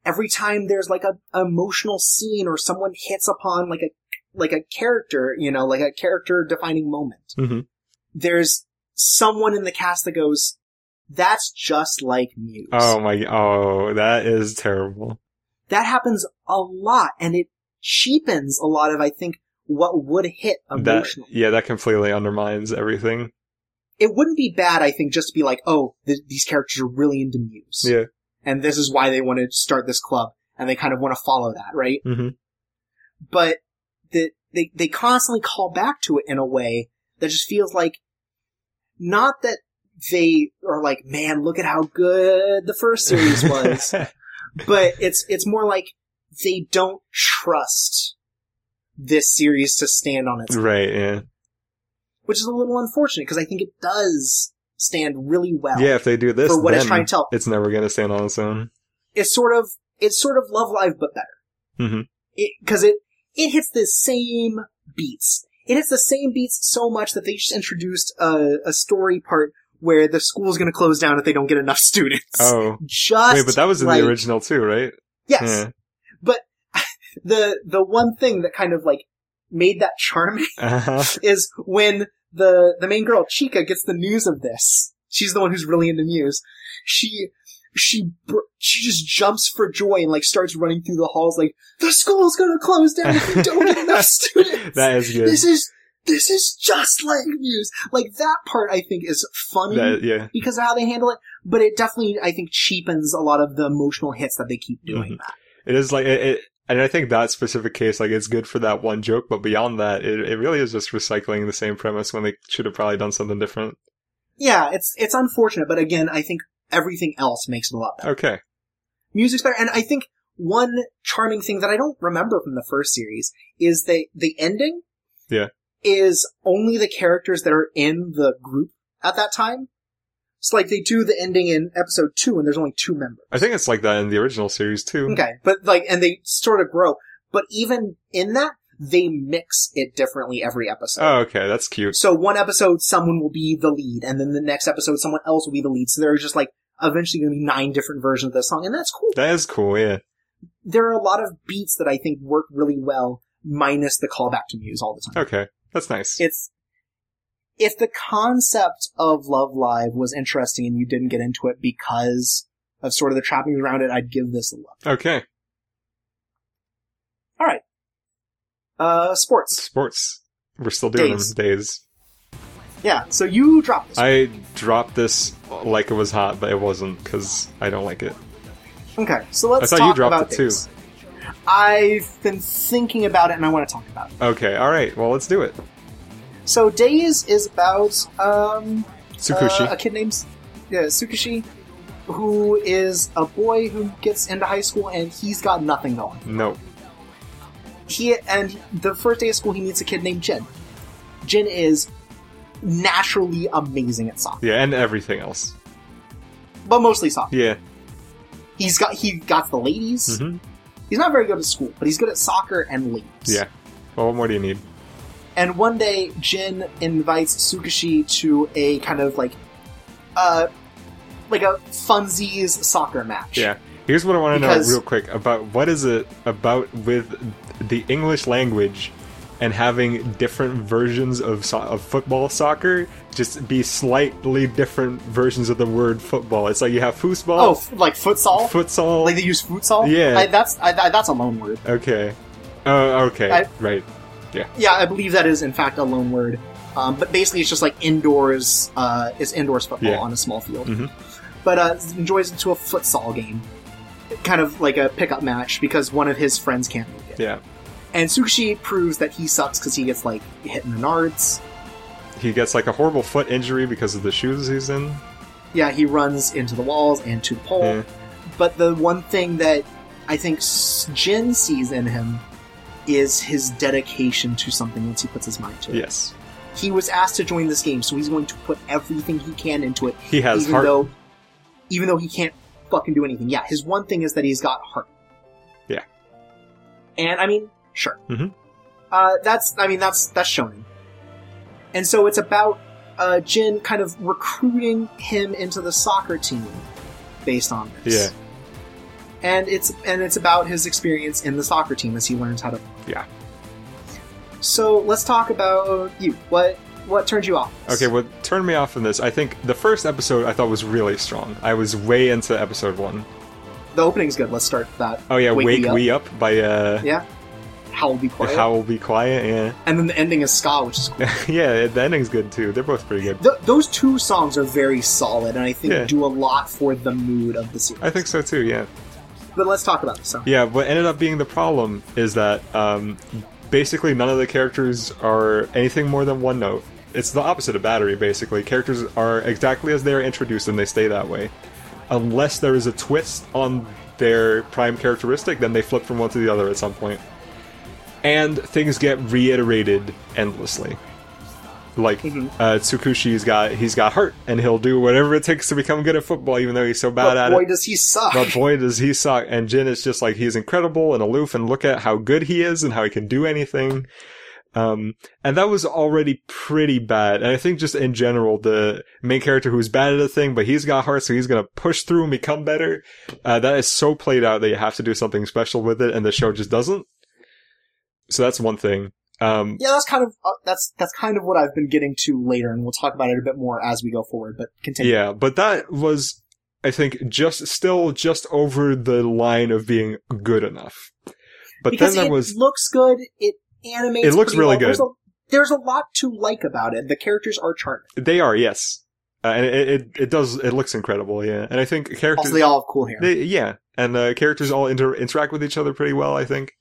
every time there's like a emotional scene or someone hits upon like a like a character, you know, like a character defining moment
hmm
there's someone in the cast that goes, that's just like Muse.
Oh my. Oh, that is terrible.
That happens a lot, and it cheapens a lot of, I think, what would hit
That
emotional.
yeah, that completely undermines everything.
It wouldn't be bad, I think, just to be like, oh, th- these characters are really into Muse.
Yeah.
And this is why they want to start this club, and they kind of want to follow that, right?
hmm
But the, they, they constantly call back to it in a way that just feels like, not that they are like, man, look at how good the first series was. but it's it's more like they don't trust this series to stand on its own,
right. Yeah.
which is a little unfortunate because I think it does stand really well.
Yeah. If they do this,
for what it's
then
trying to tell.
it's never gonna stand on its own.
It's sort of it's sort of Love Live but better.
Mhm.
Because it, it hits the same beats. It hits the same beats so much that they just introduced a, a story part where the school's going to close down if they don't get enough students.
Oh.
Just
Wait, but that was in
like-
the original too, right?
Yes. The the one thing that kind of like made that charming
Yeah. Uh-huh.
is when the the main girl Chica gets the news of this. She's the one who's really into Muse. She she br- she just jumps for joy and like starts running through the halls like the school's gonna close down if we don't get enough students.
That is good.
this is this is just like Muse. Like that part I think is funny
That- yeah.
because of how they handle it, but it definitely I think cheapens a lot of the emotional hits that they keep doing.
Mhm. It is like it, it, and I think that specific case, like, it's good for that one joke, but beyond that, it, it really is just recycling the same premise when they should have probably done something different.
Yeah, it's it's unfortunate, but again, I think everything else makes it a lot better.
Okay.
music's better. And I think one charming thing that I don't remember from the first series is they the ending.
Yeah.
Is only the characters that are in the group at that time. It's like they do the ending in episode two, and there's only two members.
I think it's like that in the original series too.
Okay, but like, and they sort of grow. But even in that, they mix it differently every episode.
Oh, okay, that's cute.
So one episode, someone will be the lead, and then the next episode, someone else will be the lead. So there's just like eventually going to be nine different versions of this song, and that's cool.
That is cool. Yeah.
there are a lot of beats that I think work really well, minus the callback to Muse all the time.
Okay, that's nice.
It's if the concept of Love Live was interesting and you didn't get into it because of sort of the trappings around it, I'd give this a look.
Okay,
Uh, sports.
sports. We're still doing
Days.
them days.
Yeah. So you dropped this.
I dropped this like it was hot, but it wasn't because I don't like it.
okay. So let's.
I thought you
talk
dropped
about
it too.
dates. I've been thinking about it and I want to talk about it.
Okay, all right. Well, let's do it.
So Days is about um
Tsukushi.
Uh, a kid named yeah, Tsukushi, who is a boy who gets into high school and he's got nothing going.
no.
He and the first day of school he meets a kid named Jin. Jin is naturally amazing at soccer,
Yeah, and everything else.
but mostly soccer.
Yeah.
He's got he got the ladies.
hmm
He's not very good at school, but he's good at soccer and ladies.
Yeah. Well, what more do you need?
And one day, Jin invites Tsukushi to a kind of like, uh, like a funsies soccer match.
Yeah. Here's what I want to know
Because-
real quick about what is it about with the English language and having different versions of so- of football soccer just be slightly different versions of the word football. It's like you have
Oh,
foosball,
f- like futsal.
futsal.
Like they use futsal.
Yeah.
I, that's I, I- that's a loan word.
okay. Oh, okay.
I-
right.
Yeah, I believe that is in fact a loan word. Um, but basically, it's just like indoors. Uh, it's indoors football
Yeah.
on a small field.
Mhm.
But uh, enjoys into a futsal game, kind of like a pickup match because one of his friends can't make it.
Yeah.
And Tsukushi proves that he sucks because he gets like hit in the nards.
He gets like a horrible foot injury because of the shoes he's in.
Yeah, he runs into the walls and to the pole.
Yeah.
But the one thing that I think S- Jin sees in him is his dedication to something once he puts his mind to it.
Yes.
He was asked to join this game, so he's going to put everything he can into it,
He has
even
heart.
though even though he can't fucking do anything. Yeah, his one thing is that he's got heart.
Yeah.
And I mean, sure.
Mhm.
Uh, that's I mean that's that's shonen. And so it's about uh, Jin kind of recruiting him into the soccer team based on this
yeah.
and it's and it's about his experience in the soccer team as he learns how to.
Yeah.
So let's talk about you. What what turned you off?
Okay, what turned me off from this, I think the first episode I thought was really strong. I was way into episode one.
the opening's good. Let's start with that.
Oh yeah,
Wake
Wake,
Me Up.
We Up by uh
How will be quiet.
How Will Be Quiet,
and then the ending is ska, which is cool.
yeah. yeah, the ending's good too. They're both pretty good.
Th- those two songs are very solid, and I think
Yeah.
do a lot for the mood of the series.
I think so too, yeah.
But let's talk about the song.
Yeah, what ended up being the problem is that um, basically none of the characters are anything more than one note. It's the opposite of battery, basically. Characters are exactly as they are introduced and they stay that way. Unless there is a twist on their prime characteristic, then they flip from one to the other at some point. And things get reiterated endlessly. Like
Mhm.
uh, Tsukushi's got he's got heart and he'll do whatever it takes to become good at football, even though he's so bad
But
at
boy,
it
does he suck!
but boy does he suck and jin is just like he's incredible and aloof and look at how good he is and how he can do anything um and that was already pretty bad and i think just in general the main character who's bad at a thing but he's got heart so he's gonna push through and become better uh, that is so played out that you have to do something special with it and the show just doesn't so that's one thing um
yeah, that's kind of uh, that's that's kind of what I've been getting to later, and we'll talk about it a bit more as we go forward. But continue.
Yeah, but that was, I think, just still just over the line of being good enough. But
because
then there
it
was,
looks good. It animates.
It looks
pretty
really
well. There's
good.
a, there's a lot to like about it. The characters are charming.
they are yes, uh, and it, it it does it looks incredible, yeah. And I think characters,
Also, they all have cool hair.
they, yeah, and uh, characters all inter- interact with each other pretty well, I think.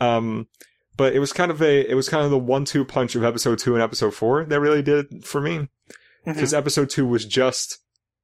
Um, but it was kind of a it was kind of the one two punch of episode two and episode four that really did it for me.
Mhm.
because episode two was just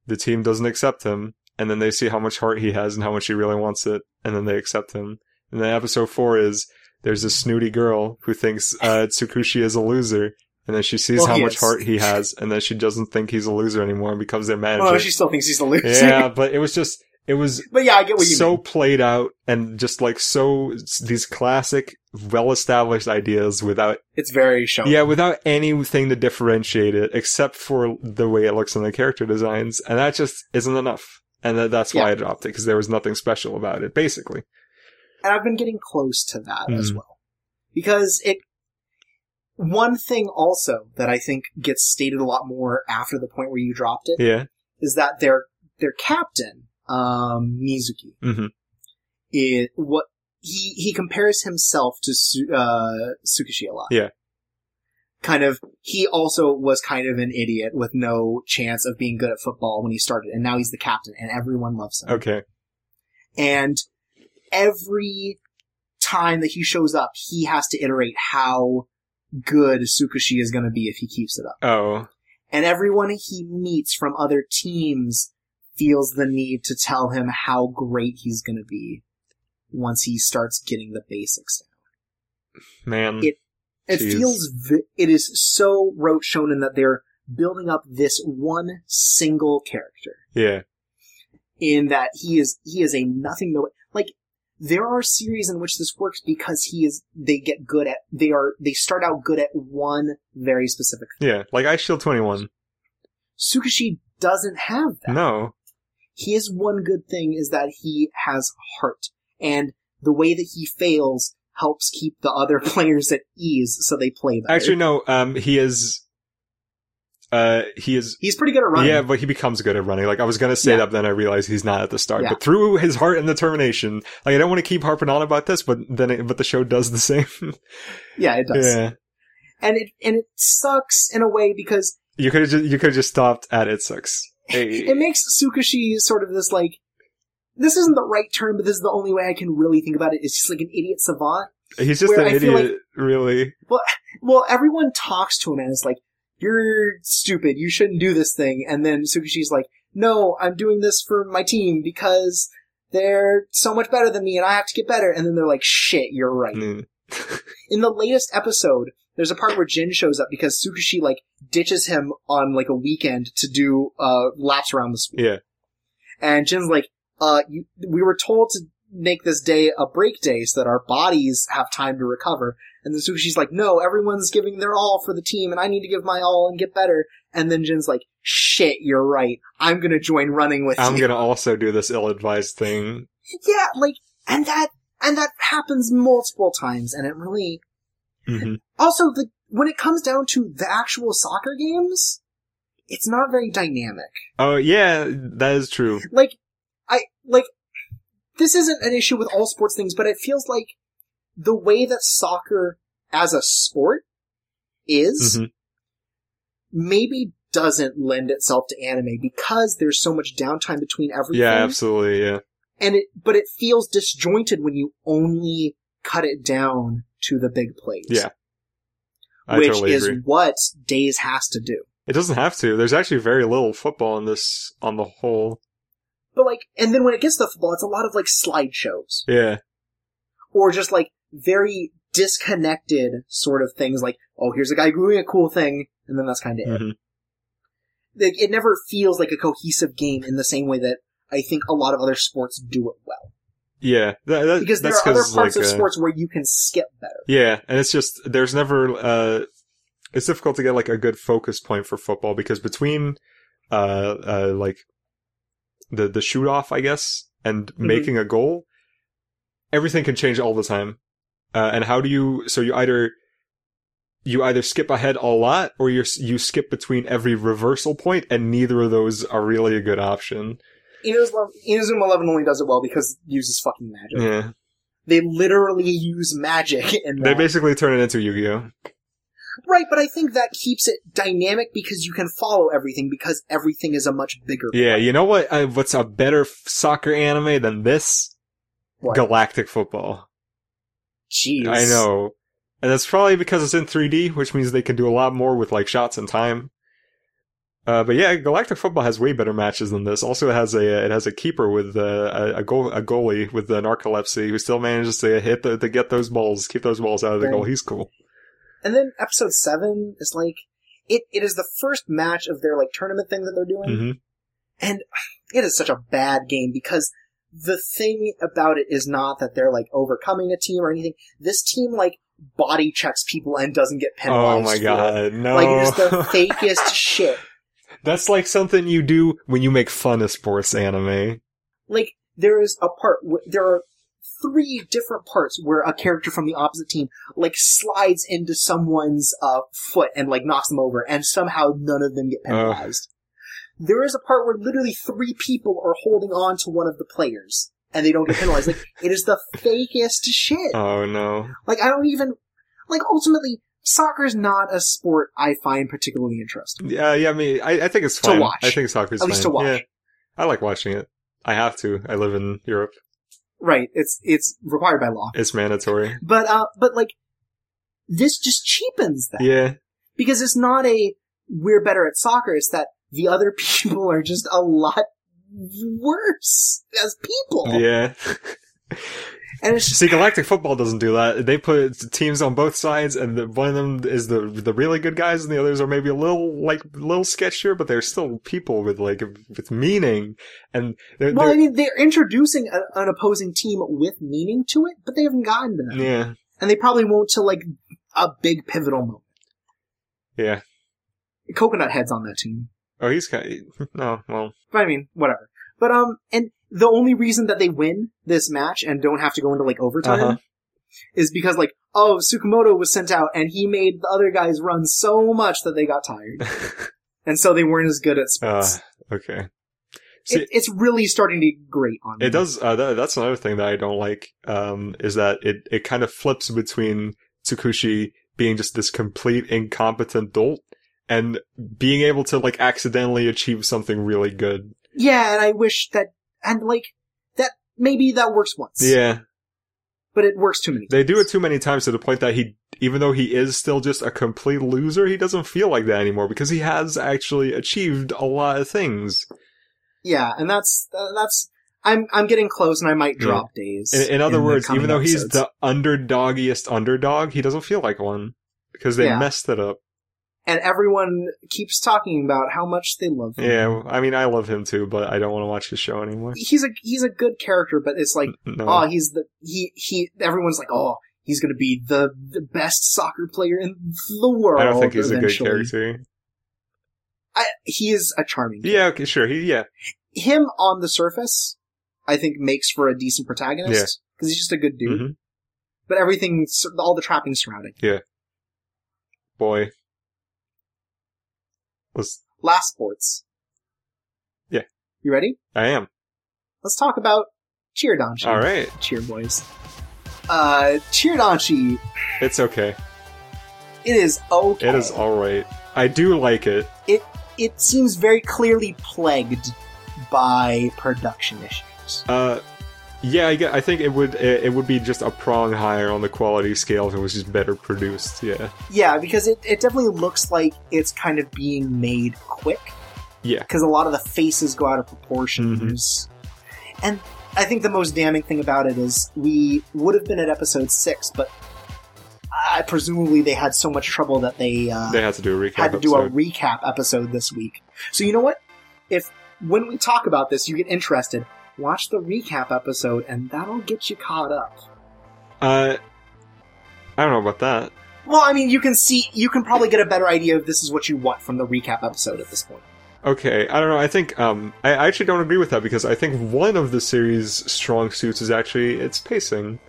the team doesn't accept him, and then they see how much heart he has and how much he really wants it, and then they accept him. And then episode four is there's this snooty girl who thinks uh, Tsukushi is a loser, and then she sees
Well,
how
he
much
is.
heart he has, and then she doesn't think he's a loser anymore and becomes their manager.
Well, she still thinks he's the loser.
yeah, but it was just it was
but yeah, I get what you
so
mean.
played out and just like so these classic, well established ideas without
It's very showy.
yeah, without anything to differentiate it except for the way it looks in the character designs, and that just isn't enough. And tha- that's why I dropped it because there was nothing special about it, basically.
and I've been getting close to that as
Mhm.
well because it. One thing also that I think gets stated a lot more after the point where you dropped it is
Yeah,
that their their captain, um, Mizuki,
Mhm.
it what he he compares himself to Su- uh, Tsukushi a lot.
Yeah.
Kind of, he also was kind of an idiot with no chance of being good at football when he started, and now he's the captain, and everyone loves him.
okay,
And every time that he shows up, he has to iterate how good Tsukushi is going to be if he keeps it up.
oh,
And everyone he meets from other teams feels the need to tell him how great he's going to be once he starts getting the basics down.
man,
It- It
Jeez.
feels vi- it is so rote shonen that they're building up this one single character
yeah,
in that he is he is a nothing no like there are series in which this works because he is they get good at they are they start out good at one very specific thing.
yeah, like Ice Shield Twenty One.
Tsukushi doesn't have that.
No,
his one good thing is that he has heart, and the way that he fails helps keep the other players at ease, so they play better.
actually, no. Um, he is, uh, he is.
he's pretty good at running.
Yeah, but he becomes good at running. Like I was gonna say
Yeah.
that, but then I realized he's not at the start.
Yeah.
But through his heart and determination, like I don't want to keep harping on about this, but then it, but the show does the same.
yeah, it does.
Yeah,
and it and it sucks in a way because
You could have just, you could have just stopped at it sucks. Hey.
it makes Tsukushi sort of this like this isn't the right term, but this is the only way I can really think about it. It's just like an idiot savant.
He's just
where
an
I feel
idiot, really.
Well, everyone talks to him and it's like, You're stupid, you shouldn't do this thing and then Tsukushi's like, No, I'm doing this for my team because they're so much better than me and I have to get better and then they're like, Shit, you're right.
Mm.
in the latest episode, there's a part where Jin shows up because Tsukushi like ditches him on like a weekend to do uh laps around the school.
Yeah.
And Jin's like, uh, you, we were told to make this day a break day so that our bodies have time to recover. And then Tsukushi's like, no, everyone's giving their all for the team and I need to give my all and get better. And then Jin's like, shit, you're right. I'm gonna join running with
I'm
you.
gonna also do this ill-advised thing.
yeah, like, and that, and that happens multiple times and it really, Mm-hmm.
hmm
Also, the when it comes down to the actual soccer games, it's not very dynamic.
Oh yeah, that is true.
Like, I like this isn't an issue with all sports things, but it feels like the way that soccer as a sport is
Mhm.
maybe doesn't lend itself to anime because there's so much downtime between everything.
Yeah, absolutely. Yeah.
and it but it feels disjointed when you only cut it down to the big plays.
Yeah, I
which
totally
is
agree.
what Days has to do.
It doesn't have to. There's actually very little football in this on the whole.
But like, and then when it gets to the football, it's a lot of like slideshows
Yeah.
or just like very disconnected sort of things. Like, oh, here's a guy doing a cool thing, and then that's kind of it.
Mhm.
Like, it never feels like a cohesive game in the same way that I think a lot of other sports do it well.
Yeah. That, that,
Because there
that's
are other
'cause,
parts
like,
of
uh,
sports where you can skip better.
Yeah, and it's just there's never uh it's difficult to get like a good focus point for football because between uh uh like the the shoot off, I guess, and making a goal, everything can change all the time. Uh and how do you so you either you either skip ahead a lot or you you skip between every reversal point and neither of those are really a good option.
Inu's Love, Inuzuma Eleven only does it well because it uses fucking magic.
Yeah.
They literally use magic in
They
that.
basically turn it into Yu-Gi-Oh.
right, but I think that keeps it dynamic because you can follow everything because everything is a much bigger.
Yeah, you know what? Uh, what's a better f- soccer anime than this?
What?
Galactic Football.
Jeez.
I know. And that's probably because it's in 3D, which means they can do a lot more with like shots and time. Uh, but yeah, Galactic Football has way better matches than this. Also, it has a it has a keeper with uh, a a, goal, a goalie with the narcolepsy who still manages to hit the, to get those balls, keep those balls out of the
Right.
goal. He's cool.
And then episode seven is like it. It is the first match of their like tournament thing that they're doing,
hmm
and it is such a bad game because the thing about it is not that they're like overcoming a team or anything. This team like body checks people and doesn't get penalized.
Oh my
for it.
god, no!
Like it is the fakest shit.
That's like something you do when you make fun of sports anime.
like there is a part w- there are three different parts where a character from the opposite team like slides into someone's uh, foot and like knocks them over and somehow none of them get penalized there is a part where literally three people are holding on to one of the players and they don't get penalized like it is the fakest shit
Oh no!
like i don't even like ultimately soccer is not a sport i find particularly interesting
Yeah, yeah. I mean, I, I think it's
To
fine.
watch.
I think soccer's
At
fine.
least to watch.
Yeah, I like watching it. I have to. I live in Europe.
right it's it's required by law
It's mandatory.
but uh but like this just cheapens that
Yeah,
because it's not a we're better at soccer. It's that the other people are just a lot worse as people,
yeah.
and it's just
See, Galactic Football doesn't do that. They put teams on both sides, and the, one of them is the the really good guys, and the others are maybe a little like little sketchier, but they're still people with like with meaning, and they're,
well, I
they're
mean, they're introducing a, an opposing team with meaning to it, but they haven't gotten to that,
yeah,
and they probably won't till like a big pivotal moment.
yeah.
Coconut Head's on that team,
Oh, he's kind. Of, no, well,
but I mean, whatever. But um, and the only reason that they win this match and don't have to go into like overtime
Uh-huh.
is because like, oh, Tsukamoto was sent out and he made the other guys run so much that they got tired. and so they weren't as good at
uh,
sports.
okay. see-
it, it's really starting to grate on me.
It does. Uh, that, that's another thing that I don't like um, is that it, it kind of flips between Tsukushi being just this complete incompetent dolt and being able to like accidentally achieve something really good.
Yeah, and I wish that and like that maybe that works once.
Yeah.
But it works too many
They do it too many times to the point that he even though he is still just a complete loser, he doesn't feel like that anymore because he has actually achieved a lot of things.
Yeah, and that's uh, that's I'm I'm getting close and I might drop days.
In, in other
the
words,
coming
even though he's
episodes.
the underdoggiest underdog, he doesn't feel like one because they
Yeah.
messed it up.
and everyone keeps talking about how much they love him.
Yeah, I mean, I love him too, but I don't want to watch his show anymore.
He's a he's a good character, but it's like
No,
oh, he's the he he. Everyone's like, oh, he's gonna be the the best soccer player in the world.
I don't think he's
eventually.
a good character.
I, he is a charming.
Yeah, okay, sure. He, yeah,
character. him on the surface, I think makes for a decent protagonist because he's just a good dude.
Mhm.
But everything, sur- all the trappings surrounding.
boy. Let's,
Last sports.
Yeah.
You ready?
I am.
Let's talk about Cheerdonchi.
All right.
Cheer boys. Uh, Cheerdonchi.
It's okay.
It is okay.
It is all right. I do like it.
it seems very clearly plagued by production issues.
Uh, yeah, I, get- I think it would it, it would be just a prong higher on the quality scale if it was just better produced. Yeah,
Yeah, because it, it definitely looks like it's kind of being made quick.
Yeah.
Because a lot of the faces go out of proportion.
Mhm.
There's-
Mm-hmm.
And I think the most damning thing about it is we would have been at episode six, but I presumably they had so much trouble that they uh,
they had to do a recap.
had to do a
episode.
recap episode this week. So you know what? If when we talk about this, you get interested, watch the recap episode, and that'll get you caught up.
Uh, I don't know about that.
Well, I mean, you can see, you can probably get a better idea of this is what you want from the recap episode at this point.
Okay, I don't know. I think um, I, I actually don't agree with that because I think one of the series' strong suits is actually its pacing.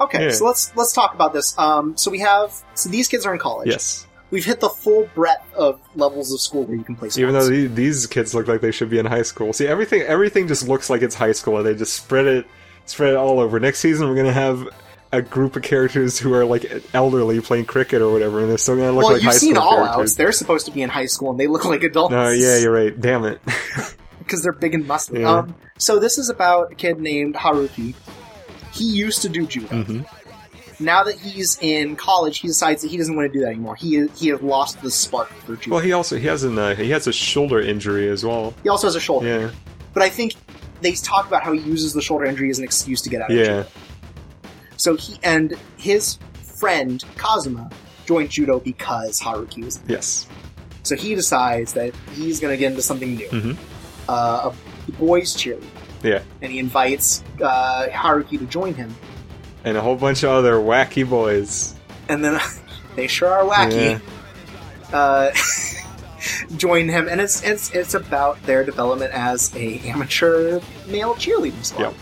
Okay,
Yeah.
so let's let's talk about this. Um, so we have so these kids are in college.
Yes,
we've hit the full breadth of levels of school where you can play. Sports.
even though the, these kids look like they should be in high school. See, everything everything just looks like it's high school, and they just spread it spread it all over. Next season, we're gonna have a group of characters who are like elderly playing cricket or whatever, and they're still gonna look
well,
like
you've
high
seen
school
all outs.
characters.
They're supposed to be in high school and they look like adults.
No, yeah, you're right. Damn it.
because they're big and muscly.
Yeah.
Um, so this is about a kid named Haruki. He used to do
Hmm.
judo. Now that he's in college, he decides that he doesn't want to do that anymore. He he has lost the spark for judo.
Well, he also he has an uh, he has a shoulder injury as well.
he also has a shoulder,
Yeah,
but I think they talk about how he uses the shoulder injury as an excuse to get out of judo.
yeah.
So he and his friend Kazuma joined judo because Haruki was.
Yes.
So he decides that he's going to get into something new.
Mhm.
Uh, a boys cheerleader.
Yeah.
And he invites uh, Haruki to join him.
and a whole bunch of other wacky boys.
and then they sure are wacky. Uh, join him, and it's it's it's about their development as a amateur male cheerleading squad.
Yep.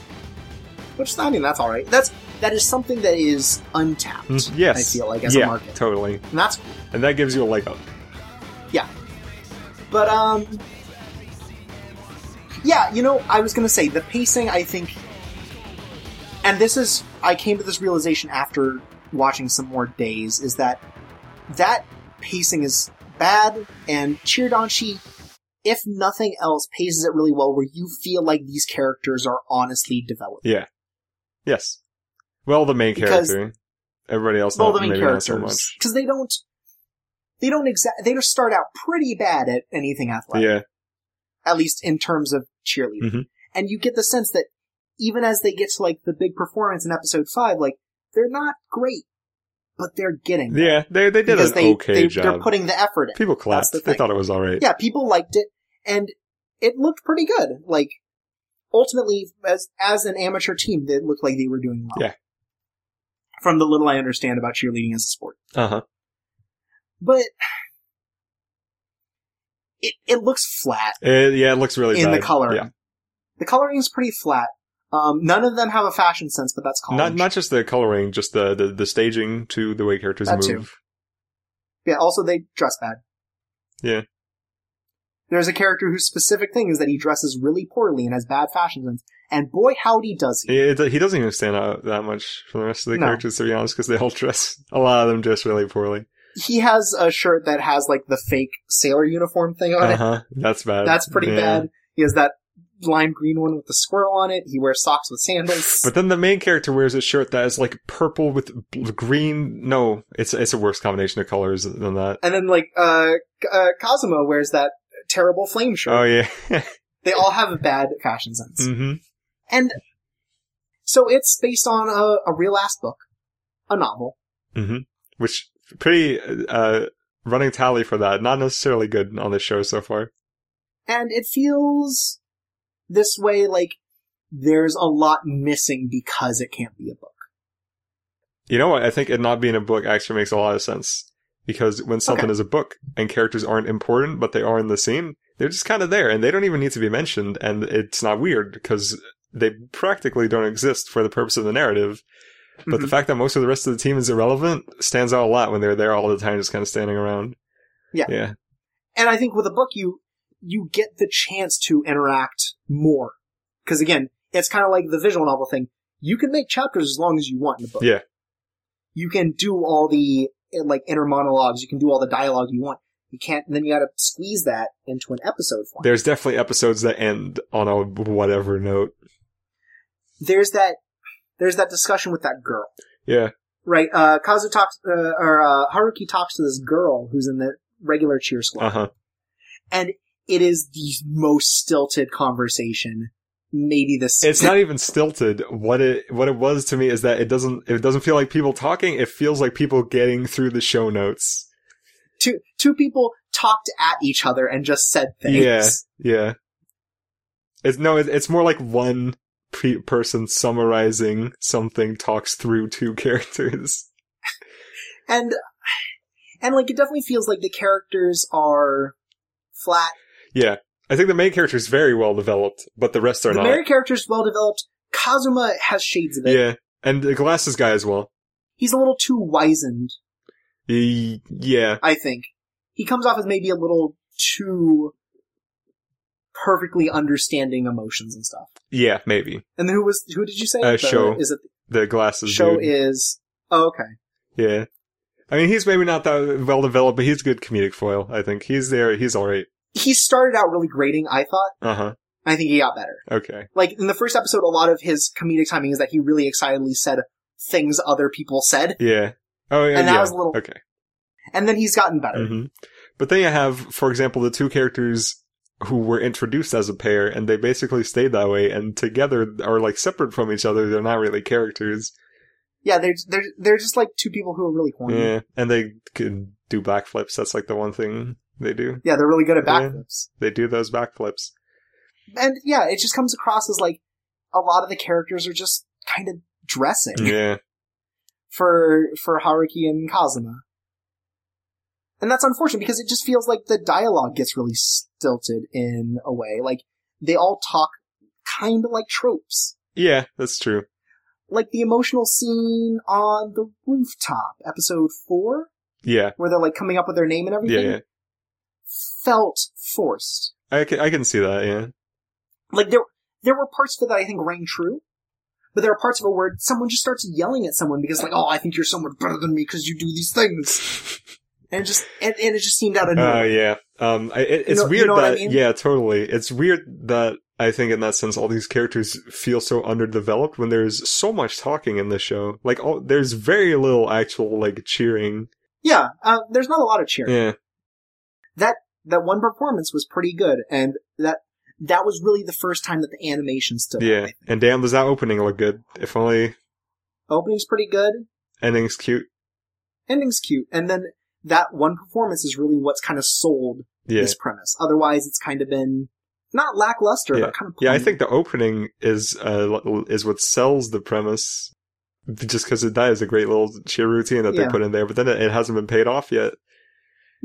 Which I mean, that's all right. That's that is something that is untapped.
Mm, yes.
I feel like as
yeah,
a market,
totally.
and that's
And that gives you a leg up.
but um, yeah, you know, I was gonna say the pacing. I think, and this is I came to this realization after watching some more days is that that pacing is bad, and Chiridanshi, if nothing else, paces it really well, where you feel like these characters are honestly developed.
Yes. Well, the main
Because-
character. Everybody else,
Well,
not,
the main
maybe
characters,
not so much.
because they don't. They don't exact. They just start out pretty bad at anything athletic.
Yeah,
at least in terms of cheerleading.
Mhm.
And you get the sense that even as they get to like the big performance in episode five, like they're not great, but they're getting there.
yeah. They they did
because
an
they,
okay
they
job.
they're putting the effort in.
People
That's
clapped.
the
they
thing.
thought it was all right.
Yeah, people liked it, and it looked pretty good. Like ultimately, as as an amateur team, it looked like they were doing well.
Yeah.
From the little I understand about cheerleading as a sport.
Uh huh.
But it, it looks flat.
Yeah, it looks really
in
bad.
the coloring.
Yeah.
The coloring is pretty flat. Um, none of them have a fashion sense, but that's college.
Not not just the coloring, just the the, the staging to the way characters
That too.
move.
yeah. Also, they dress bad.
Yeah.
There's a character whose specific thing is that he dresses really poorly and has bad fashion sense, and boy howdy does he.
It, he doesn't even stand out that much from the rest of the
No.
characters, to be honest, because they all dress. A lot of them dress really poorly.
He has a shirt that has like the fake sailor uniform thing on
Uh
it.
huh. That's bad.
That's pretty
Yeah.
bad. He has that lime green one with the squirrel on it. He wears socks with sandals.
But then the main character wears a shirt that is like purple with bl- green. No, it's it's a worse combination of colors than that.
and then like uh, K- uh Kazuma wears that terrible flame shirt.
Oh yeah.
They all have a bad fashion sense.
hmm
And so it's based on a, a real ass book, a novel.
Which pretty uh, running tally for that. Not necessarily good on this show so far.
And it feels this way like there's a lot missing because it can't be a book.
You know what? I think it not being a book actually makes a lot of sense because when something
Okay.
is a book and characters aren't important, but they are in the scene, they're just kind of there and they don't even need to be mentioned. And it's not weird because they practically don't exist for the purpose of the narrative. But the
Mhm.
fact that most of the rest of the team is irrelevant stands out a lot when they're there all the time, just kind of standing around.
Yeah.
Yeah.
And I think with a book you you get the chance to interact more. Cuz again, it's kind of like the visual novel thing. You can make chapters as long as you want in a book.
Yeah.
You can do all the eh, like inner monologues, you can do all the dialogue you want. You can't then you got to squeeze that into an episode form.
There's definitely episodes that end on a whatever note.
there's that there's that discussion with that girl,
Yeah.
right? Uh, Kazu talks, uh, or uh, Haruki talks to this girl who's in the regular cheer squad.
Uh huh.
It is the most stilted conversation, maybe this.
It's not even stilted. What it what it was to me is that it doesn't it doesn't feel like people talking. It feels like people getting through the show notes.
two two people talked at each other and just said things.
Yeah. Yeah. It's no. It, it's more like one pre- person summarizing something talks through two characters.
and and like it definitely feels like the characters are flat.
Yeah. I think the main character is very well developed, but the rest are
the
not.
Mary character is well developed. Kazuma has shades of it.
yeah, and the glasses guy as well.
He's a little too wizened
Y- yeah.
I think. He comes off as maybe a little too perfectly understanding emotions and stuff.
Yeah. Maybe
And then who was who did you say?
Uh,
The-
Sho.
Is it
the glasses.
show
dude.
is oh, okay.
Yeah. I mean, he's maybe not that well developed, but he's a good comedic foil. I think he's there. He's all right.
He started out really grating, I thought.
Uh huh.
I think he got better.
Okay.
Like in the first episode, a lot of his comedic timing is that he really excitedly said things other people said,
Yeah. Oh, yeah.
And that
yeah.
was a little-
Okay.
and then he's gotten better.
hmm But then you have, for example, the two characters who were introduced as a pair, and they basically stayed that way, and together are like separate from each other. They're not really characters.
Yeah, they're they're they're just like two people who are really corny.
Yeah. And they can do backflips. That's like the one thing they do.
Yeah, they're really good at
Yeah.
backflips.
They do those backflips.
And yeah, it just comes across as like a lot of the characters are just kind of dressing.
Yeah.
for for Haruki and Kazuma. And that's unfortunate because it just feels like the dialogue gets really stilted in a way. Like they all talk kind of like tropes.
Yeah. That's true.
Like the emotional scene on the rooftop, episode four,
Yeah.
where they're like coming up with their name and
Yeah.
everything,
Yeah.
felt forced.
I can, I can see that. Yeah.
Like there there were parts of it that I think rang true, but there are parts of it where someone just starts yelling at someone because like, oh, I think you're so much better than me because you do these things, and it just and, and it just seemed out of nowhere.
Oh yeah. Um, I- it, it's
know- you
weird
know what I
that
mean?
yeah, totally. It's weird that I think in that sense all these characters feel so underdeveloped when there's so much talking in this show. Like all, there's very little actual like cheering.
Yeah, uh, there's not a lot of cheering.
Yeah.
That one performance was pretty good, and that that was really the first time that the animation stood. out.
Yeah. And damn, does that opening look good? If only
Opening's pretty good,
ending's cute.
ending's cute, and then that one performance is really what's kind of sold
Yeah.
this premise. Otherwise, it's kind of been not lackluster,
Yeah.
but kind of
Yeah, I
plain.
think the opening is uh, l- is what sells the premise, just because that is a great little cheer routine that they
Yeah.
put in there. But then it, it hasn't been paid off yet.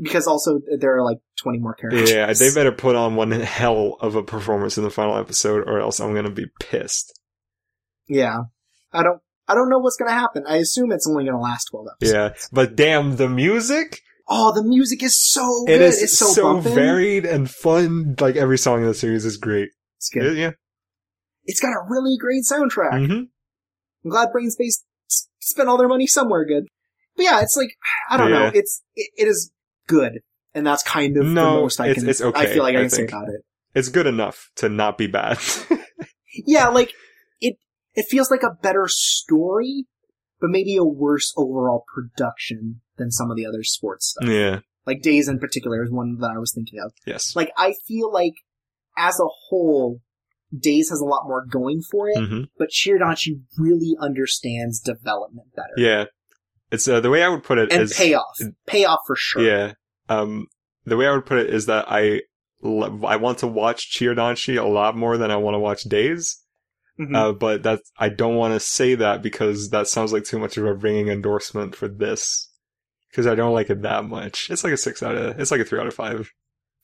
because also there are like 20 more characters.
Yeah, they better put on one hell of a performance in the final episode, or else I'm gonna be pissed.
yeah, I don't I don't know what's gonna happen. I assume it's only gonna last 12 episodes.
Yeah, but damn the music!
oh, the music is so
It
good.
is
it's
so,
so, bumping.
varied and fun. Like every song in the series is great. Uh,
It's
Yeah.
good. It's got a really great soundtrack.
hmm
I'm glad Brainspace s- spent all their money somewhere good. But yeah, it's like I don't know.
Yeah.
It's it, it is good, and that's kind of
No,
the most I
it's-
can.
it's
I
okay,
feel like I,
I
can say
think.
about it.
It's good enough to not be bad.
Yeah, like it. It feels like a better story, but maybe a worse overall production than some of the other sports stuff.
yeah.
Like Days in particular is one that I was thinking of.
Yes.
Like I feel like as a whole, Days has a lot more going for it,
hmm
but Shiridanshi really understands development better.
Yeah. It's uh, the way I would put it
And
is-
payoff. Payoff for sure.
Yeah. Um, the way I would put it is that I lo- I want to watch Chiyodanshi a lot more than I want to watch Days.
Mhm.
Uh, but that I don't want to say that because that sounds like too much of a ringing endorsement for this. Because I don't like it that much. It's like a six out of. It's like a three out of five.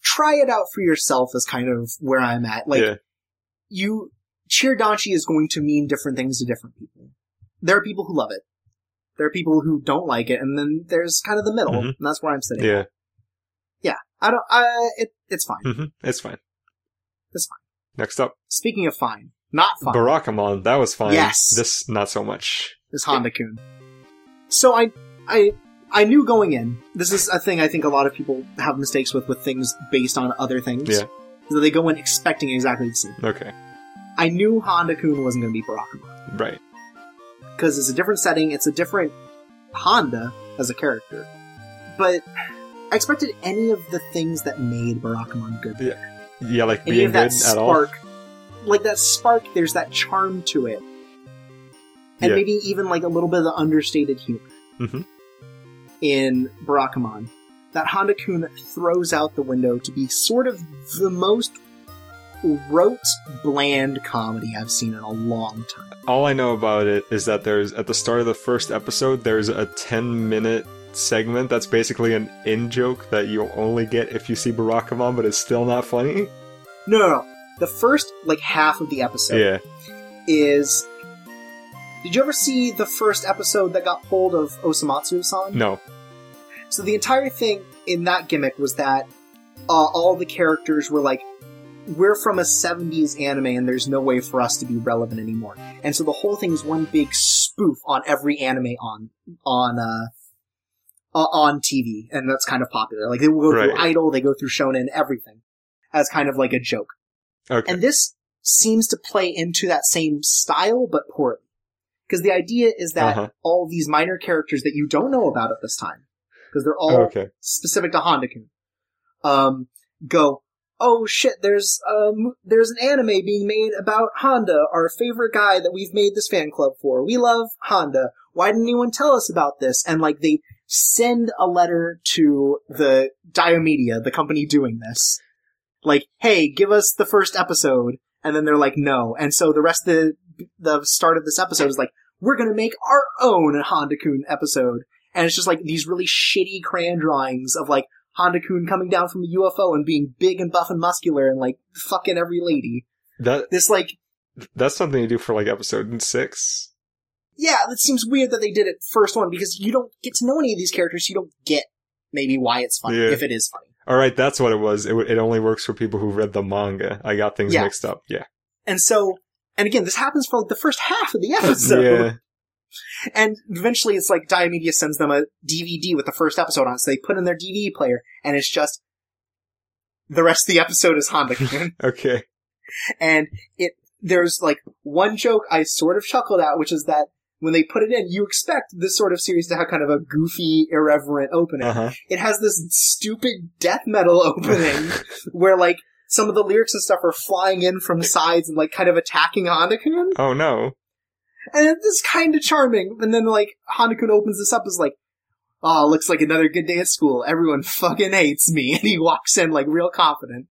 try it out for yourself is kind of where I'm at. Like
yeah.
you Chiridanshi is going to mean different things to different people. There are people who love it. There are people who don't like it, and then there's kind of the middle,
Mhm.
and that's where I'm sitting.
Yeah.
I don't. I it, it's fine.
hmm It's fine.
It's
fine. Next up,
Speaking of fine, not fine
Barakamon. That was fine.
Yes.
This not so much.
is Honda Kun. So I I I knew going in. This is a thing I think a lot of people have mistakes with with things based on other things.
Yeah.
So they go in expecting exactly the same.
Okay.
I knew Honda Kun wasn't going to be Barakamon.
Right.
because it's a different setting, it's a different Honda as a character. But I expected any of the things that made Barakamon good.
Yeah, Yeah. Like
Any
being
of that
good at all.
spark. Like that spark, there's that charm to it. And
Yeah.
maybe even like a little bit of the understated humor
Mhm.
in Barakamon that Honda Kun throws out the window to be sort of the most rote, bland comedy I've seen in a long time.
all I know about it is that there's at the start of the first episode there's a 10 minute segment that's basically an in joke that you'll only get if you see Barakamon but it's still not funny.
No, no, no. The first like half of the episode
Yeah.
is. Did you ever see the first episode that got pulled of Osamatsu-san?
No.
So the entire thing in that gimmick was that uh, all the characters were like, "We're from a '70s anime, and there's no way for us to be relevant anymore." And so the whole thing is one big spoof on every anime on on uh, uh on TV, and that's kind of popular. Like they will go through
Right.
Idol, they go through Shonen, everything as kind of like a joke.
Okay.
And this seems to play into that same style, but poorly. Because the idea is that
Uh-huh.
all these minor characters that you don't know about at this time, because they're all
okay.
specific to Honda-kun, um, go, oh shit, there's um, there's an anime being made about Honda, our favorite guy that we've made this fan club for. We love Honda. Why didn't anyone tell us about this? And like they send a letter to the Diomedia, the company doing this, like, hey, give us the first episode. And then they're like, no. And so the rest of the the start of this episode is like, we're gonna make our own Honda Kun episode. And it's just like these really shitty crayon drawings of like Honda Kun coming down from a UFO and being big and buff and muscular and like fucking every lady.
That
This like
that's something you do for like episode 6.
yeah, it seems weird that they did it first one because you don't get to know any of these characters. You don't get maybe why it's funny
Yeah.
if it is funny.
All right, that's what it was. It, w- it only works for people who read the manga. I got things
Yeah.
mixed up. Yeah.
And so, and again, this happens for like the first half of the episode.
yeah.
And eventually it's like Diomedia sends them a DVD with the first episode on, it, so they put in their DVD player, and it's just the rest of the episode is Honda Kun.
Okay.
and it there's like one joke I sort of chuckled at, which is that when they put it in, you expect this sort of series to have kind of a goofy, irreverent opening.
Uh-huh.
It has this stupid death metal opening where like some of the lyrics and stuff are flying in from sides and like kind of attacking Honda Kun.
oh no.
And it's kind of charming. And then, like, Hanakun opens this up is like, oh, looks like another good day at school. Everyone fucking hates me. And he walks in, like, real confident.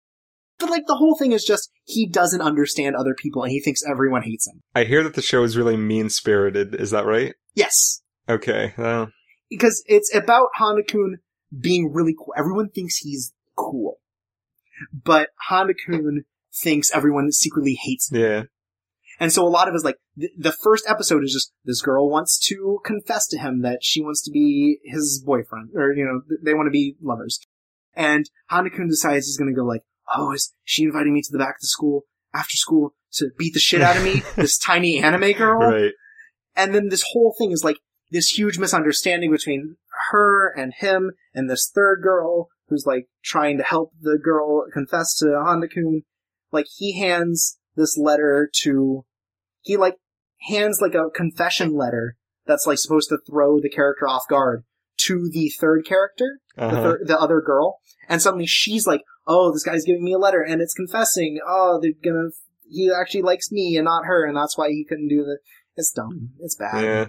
But, like, the whole thing is just he doesn't understand other people and he thinks everyone hates him.
I hear that the show is really mean-spirited. Is that right?
Yes.
Okay. Well,
Because it's about Hanakun being really cool. Everyone thinks he's cool. But Hanakun thinks everyone secretly hates him.
yeah.
And so a lot of it is like th- the first episode is just this girl wants to confess to him that she wants to be his boyfriend, or you know, th- they want to be lovers. And Hanakun decides he's going to go like, "Oh, is she inviting me to the back of the school after school to beat the shit out of me, this tiny anime girl?"
Right.
And then this whole thing is like this huge misunderstanding between her and him and this third girl who's like trying to help the girl confess to Honda Kun. Like he hands this letter to he like hands like a confession letter that's like supposed to throw the character off guard to the third character, the,
Uh-huh.
thir- the other girl, and suddenly she's like, "Oh, this guy's giving me a letter, and it's confessing. Oh, they're gonna. He actually likes me and not her, and that's why he couldn't do the. It's dumb. It's bad.
Yeah.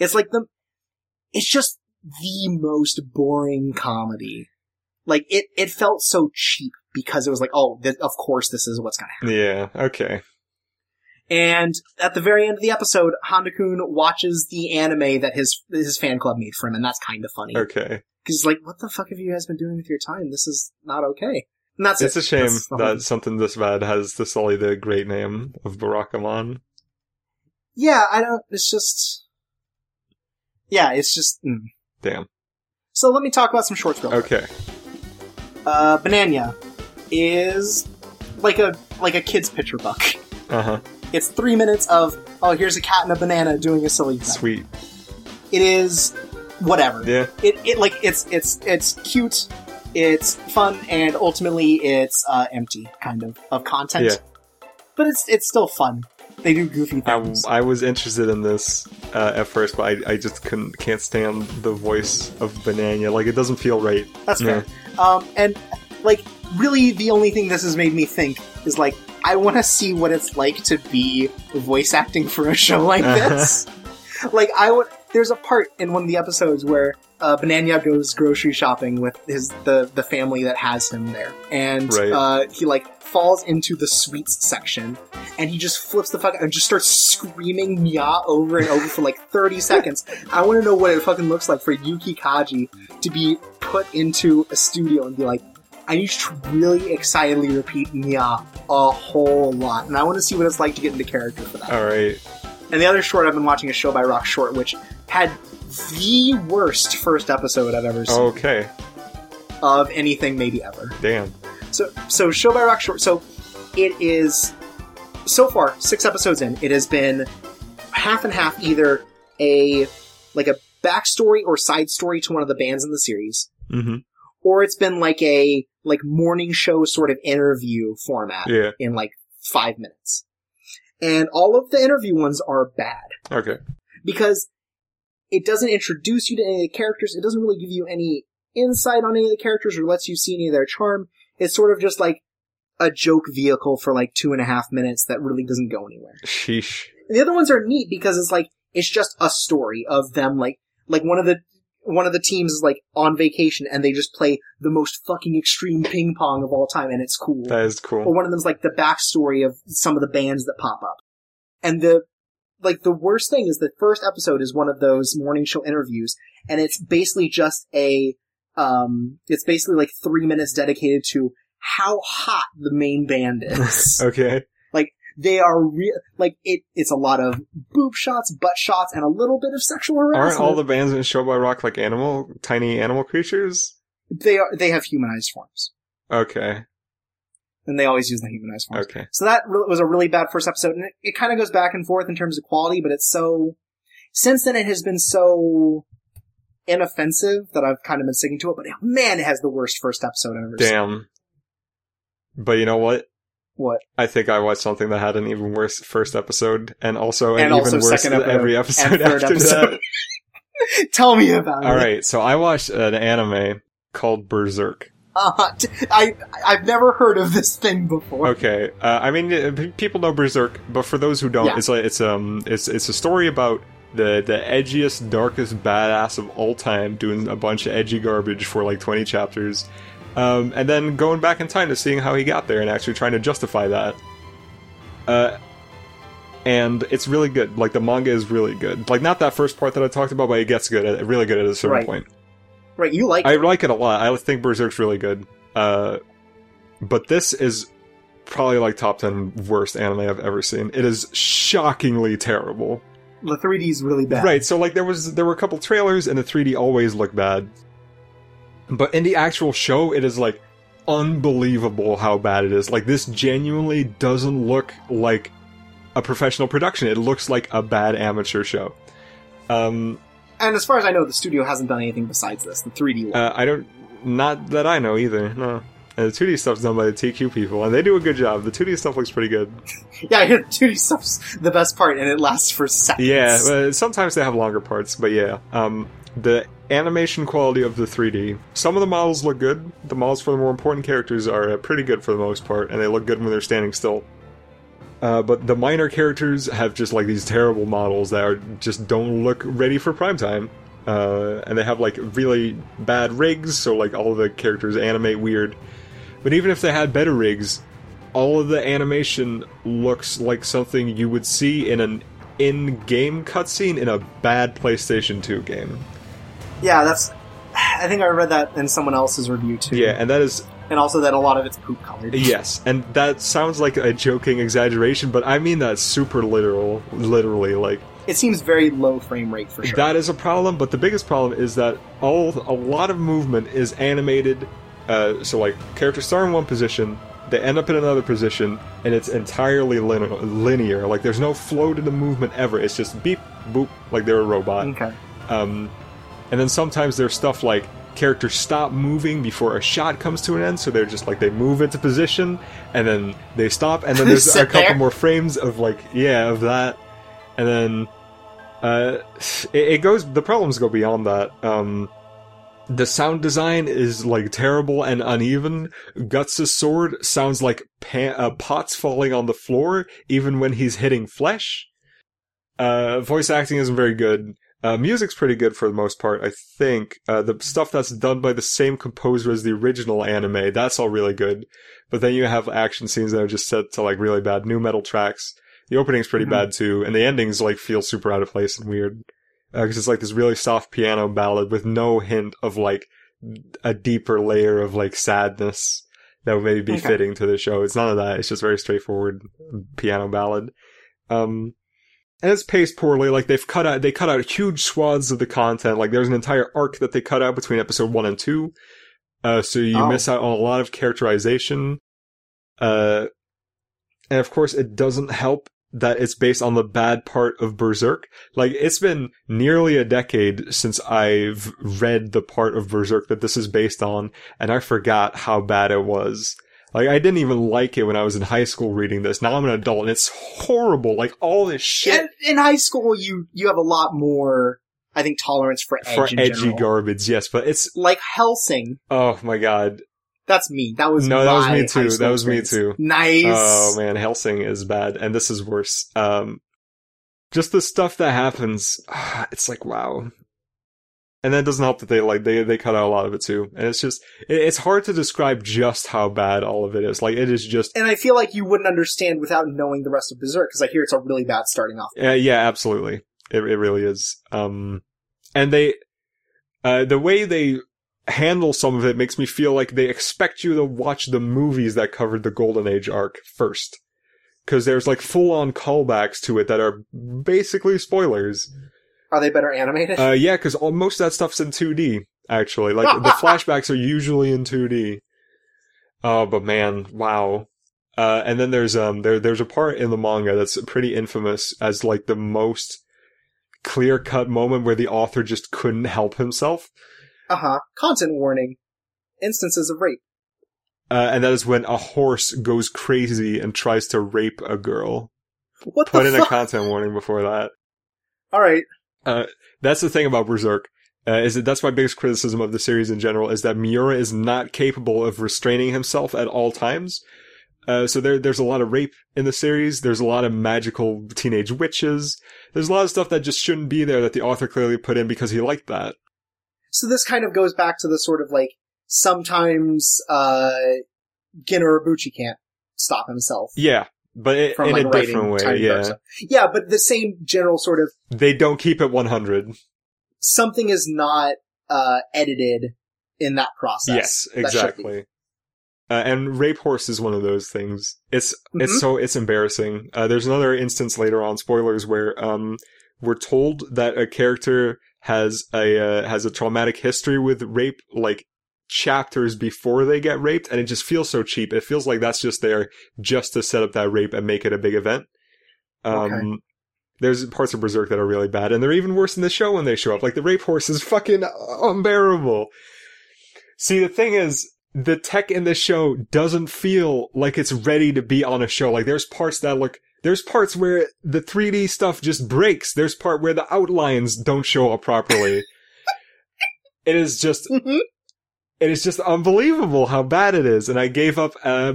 It's like the. It's just the most boring comedy. Like it, it felt so cheap because it was like, oh, th- of course this is what's gonna happen.
Yeah. Okay.
And at the very end of the episode, Honda Kun watches the anime that his his fan club made for him, and that's kind of funny.
Okay.
Because it's like, what the fuck have you guys been doing with your time? This is not okay. And that's
It's
it.
a shame
That's the whole-
that something this bad has to sully the great name of Barakamon.
yeah, I don't. It's just. Yeah, it's just.
Hmm.
Mm.
Damn.
So let me talk about some shorts real quick.
Okay.
Uh, Banania is like a like a kid's picture book.
Uh huh.
It's three minutes of oh, here's a cat and a banana doing a silly thing.
Sweet.
It is whatever.
Yeah.
It, it like it's it's it's cute, it's fun, and ultimately it's uh, empty kind of of content. But it's it's still fun. They do goofy
I,
things.
I was interested in this uh, at first, but I, I just couldn't can't stand the voice of Banana. Like it doesn't feel right.
That's
yeah.
fair. Um, and like really, the only thing this has made me think is like I want to see what it's like to be voice acting for a show like
Uh-huh.
this. like I would. There's a part in one of the episodes where uh, Banania goes grocery shopping with his the the family that has him there, and
Right.
uh, he like falls into the sweets section, and he just flips the fuck out and just starts screaming "Nya" over and over for like 30 seconds. I want to know what it fucking looks like for Yuki Kaji to be put into a studio and be like, I need you to really excitedly repeat Nya a whole lot. And I want to see what it's like to get into character for that.
All right.
And the other short I've been watching is Show by Rock Short, which had the worst first episode I've ever seen
Okay.
of anything maybe ever.
Damn.
So, so show by Rock Short. So, it is so far six episodes in. It has been half and half, either a like a backstory or side story to one of the bands in the series,
hmm
or it's been like a like morning show sort of interview format
Yeah.
in like five minutes. And all of the interview ones are bad
Okay.
because it doesn't introduce you to any of the characters. It doesn't really give you any insight on any of the characters or lets you see any of their charm. It's sort of just like a joke vehicle for like two and a half minutes that really doesn't go anywhere.
Sheesh.
The other ones are neat because it's like it's just a story of them like like one of the one of the teams is like on vacation and they just play the most fucking extreme ping pong of all time and it's cool
That is
or
cool.
one of them's like the backstory of some of the bands that pop up. And the like the worst thing is the first episode is one of those morning show interviews, and it's basically just a um it's basically like three minutes dedicated to how hot the main band is.
Okay.
They are real like it it's a lot of boob shots, butt shots, and a little bit of sexual harassment.
Aren't all the bands in Show by Rock like animal, tiny animal creatures?
they are they have humanized forms.
Okay.
And they always use the humanized forms.
Okay.
So that re- was a really bad first episode, and it, it kind of goes back and forth in terms of quality, but it's so. Since then, it has been so inoffensive that I've kind of been sticking to it, but man, it has the worst first episode I've ever seen.
Damn. But you know what?
What?
I think I watched something that had an even worse first episode, and also an
And also
even worse
second episode
every episode
and third
after
episode.
that.
Tell me about
All
it.
right, so I watched an anime called Berserk.
Uh, t- I, I've never heard of this thing before.
Okay, uh, I mean uh, p- people know Berserk, but for those who don't,
Yeah.
it's like it's um it's it's a story about the the edgiest, darkest badass of all time doing a bunch of edgy garbage for like twenty chapters, um, and then going back in time to seeing how he got there and actually trying to justify that. Uh, and it's really good. Like the manga is really good. Like not that first part that I talked about, but it gets good. At, really good at a certain
Right.
point.
Right, you like
I like it a lot. I think Berserk's really good. Uh, but this is probably like top 10 worst anime I've ever seen. It is shockingly terrible.
The 3D is really bad.
Right, so like there was there were a couple trailers and the 3D always looked bad. But in the actual show it is like unbelievable how bad it is. Like this genuinely doesn't look like a professional production. It looks like a bad amateur show. Um
And as far as I know, the studio hasn't done anything besides this. The 3D one.
uh, I don't not that I know either. No. And the 2D stuff's done by the TQ people, and they do a good job. The 2D stuff looks pretty good.
yeah, I hear the 2D stuff's the best part, and it lasts for seconds.
Yeah, uh, sometimes they have longer parts, but yeah. Um, the animation quality of the 3D. Some of the models look good. The models for the more important characters are uh, pretty good for the most part, and they look good when they're standing still. Uh, but the minor characters have just like these terrible models that are just don't look ready for prime time. Uh, and they have like really bad rigs, so like all the characters animate weird. But even if they had better rigs, all of the animation looks like something you would see in an in-game cutscene in a bad PlayStation 2 game.
yeah, that's. I think I read that in someone else's review too.
Yeah, and that is
and also that a lot of it's poop colored.
yes, and that sounds like a joking exaggeration, but I mean that super literal, literally. Like
It seems very low frame rate for sure.
that is a problem, but the biggest problem is that all a lot of movement is animated. Uh, so like characters start in one position, they end up in another position, and it's entirely linear. linear. Like there's no flow to the movement ever. It's just beep boop, like they're a robot.
okay.
Um, and then sometimes there's stuff like characters stop moving before a shot comes to an end, so they're just like they move into position and then they stop, and then there's a
Sit
couple
there.
more frames of like yeah of that, and then uh, it, it goes. The problems go beyond that. Um, the sound design is like terrible and uneven. Guts' sword sounds like pa- uh, pots falling on the floor, even when he's hitting flesh. Uh, voice acting isn't very good. Uh, music's pretty good for the most part, I think. Uh, the stuff that's done by the same composer as the original anime, that's all really good. But then you have action scenes that are just set to like really bad new metal tracks. The opening's pretty
Mhm.
bad too, and the endings like feel super out of place and weird because it's like this really soft piano ballad with no hint of like a deeper layer of like sadness that would maybe be
Okay.
fitting to the show. It's none of that. It's just very straightforward piano ballad. Um, and it's paced poorly. Like they've cut out, they cut out huge swaths of the content. Like there's an entire arc that they cut out between episode one and two. Uh, so you
Oh.
miss out on a lot of characterization. Uh, and of course it doesn't help that it's based on the bad part of Berserk. Like it's been nearly a decade since I've read the part of Berserk that this is based on, and I forgot how bad it was. Like I didn't even like it when I was in high school reading this. Now I'm an adult and it's horrible. Like all this shit
In, in high school, you you have a lot more, I think, tolerance for edge
for
in
edgy
general.
garbage. Yes, but it's
like Helsing,
oh my god.
that's me. That was
No, that was
my
me
high
too.
school
That was me
experience.
too.
Nice.
Oh man, Helsing is bad, and this is worse. Um, just the stuff that happens, it's like wow. And that doesn't help that they like they they cut out a lot of it too, and it's just it, it's hard to describe just how bad all of it is. Like it is just
And I feel like you wouldn't understand without knowing the rest of Berserk because I hear it's a really bad starting off.
Uh, yeah, absolutely. It it really is. Um, and they, uh, the way they handle some of it makes me feel like they expect you to watch the movies that covered the Golden Age arc first, because there's like full on callbacks to it that are basically spoilers.
Are they better animated?
Uh, yeah, because most of that stuff's in 2D. Actually, like the flashbacks are usually in 2D. Oh, but man, wow. Uh, and then there's um there there's a part in the manga that's pretty infamous as like the most clear cut moment where the author just couldn't help himself.
Uh huh. Content warning. Instances of rape.
Uh, and that is when a horse goes crazy and tries to rape a girl.
What
Put
the
in a
fuck?
content warning before that.
All right.
That's the thing about Berserk. Uh, is that that's my biggest criticism of the series in general is that Miura is not capable of restraining himself at all times. Uh, so there, there's a lot of rape in the series. There's a lot of magical teenage witches. There's a lot of stuff that just shouldn't be there that the author clearly put in because he liked that.
So this kind of goes back to the sort of like sometimes uh Ginorobuchi can't stop himself
Yeah, but it,
from
in
like
a
writing
different way.
tiny
Yeah,
versa. Yeah, but the same general sort of
they don't keep it 100.
something is not uh edited in that process.
Yes,
That should be.
exactly. Uh, and rape horse is one of those things. It's
Mhm.
it's so it's embarrassing. Uh, there's another instance later on spoilers where um we're told that a character has a uh, has a traumatic history with rape like chapters before they get raped and it just feels so cheap. It feels like that's just there just to set up that rape and make it a big event. Um
Okay.
There's parts of Berserk that are really bad, and they're even worse in the show when they show up. Like the rape horse is fucking unbearable. See, the thing is, the tech in the show doesn't feel like it's ready to be on a show. Like there's parts that look there's parts where the 3D stuff just breaks. There's part where the outlines don't show up properly. it is just
Mhm.
it is just unbelievable how bad it is. And I gave up uh,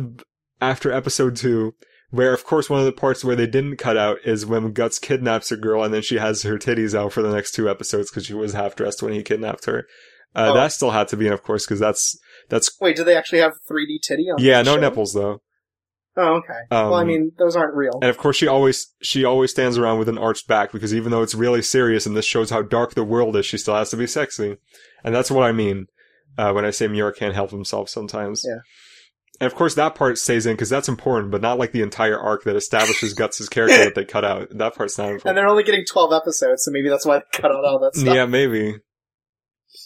after episode two, where of course one of the parts where they didn't cut out is when Guts kidnaps a girl and then she has her titties out for the next two episodes because she was half dressed when he kidnapped her. Uh,
Oh.
That still had to be in, of course, because that's that's
Wait, do they actually have 3D titty on?
yeah,
this
no
show?
nipples though.
Oh, okay. well, I
Um,
mean, those aren't real.
And of course, she always she always stands around with an arched back because even though it's really serious and this shows how dark the world is, she still has to be sexy, and that's what I mean uh, when I say Muir can't help himself sometimes.
Yeah.
And of course, that part stays in because that's important, but not like the entire arc that establishes Guts' character that they cut out. That part's not
And
important.
they're only getting 12 episodes, so maybe that's why they cut out all that stuff.
Yeah, maybe.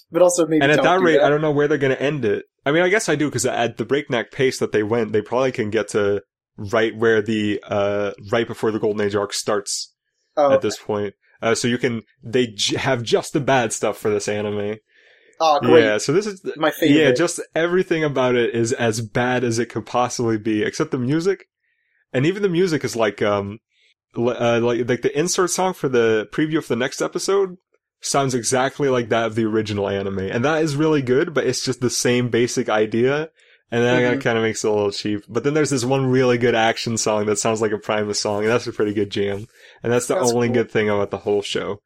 But also, maybe
and at
don't
that
do
rate,
that.
I don't know where they're going to end it. I mean, I guess I do because at the breakneck pace that they went, they probably can get to right where the uh right before the Golden Age arc starts.
oh,
at this point. Uh, so you can they j- have just the bad stuff for this anime.
oh, great.
Yeah, so this is
My favorite.
yeah, just everything about it is as bad as it could possibly be, except the music. And even the music is like um l- uh, like like the insert song for the preview of the next episode sounds exactly like that of the original anime. And that is really good, but it's just the same basic idea. And that
Mhm.
kind of makes it a little cheap. But then there's this one really good action song that sounds like a Primus song, and that's a pretty good jam. And that's the
That's
only
cool.
good thing about the whole show.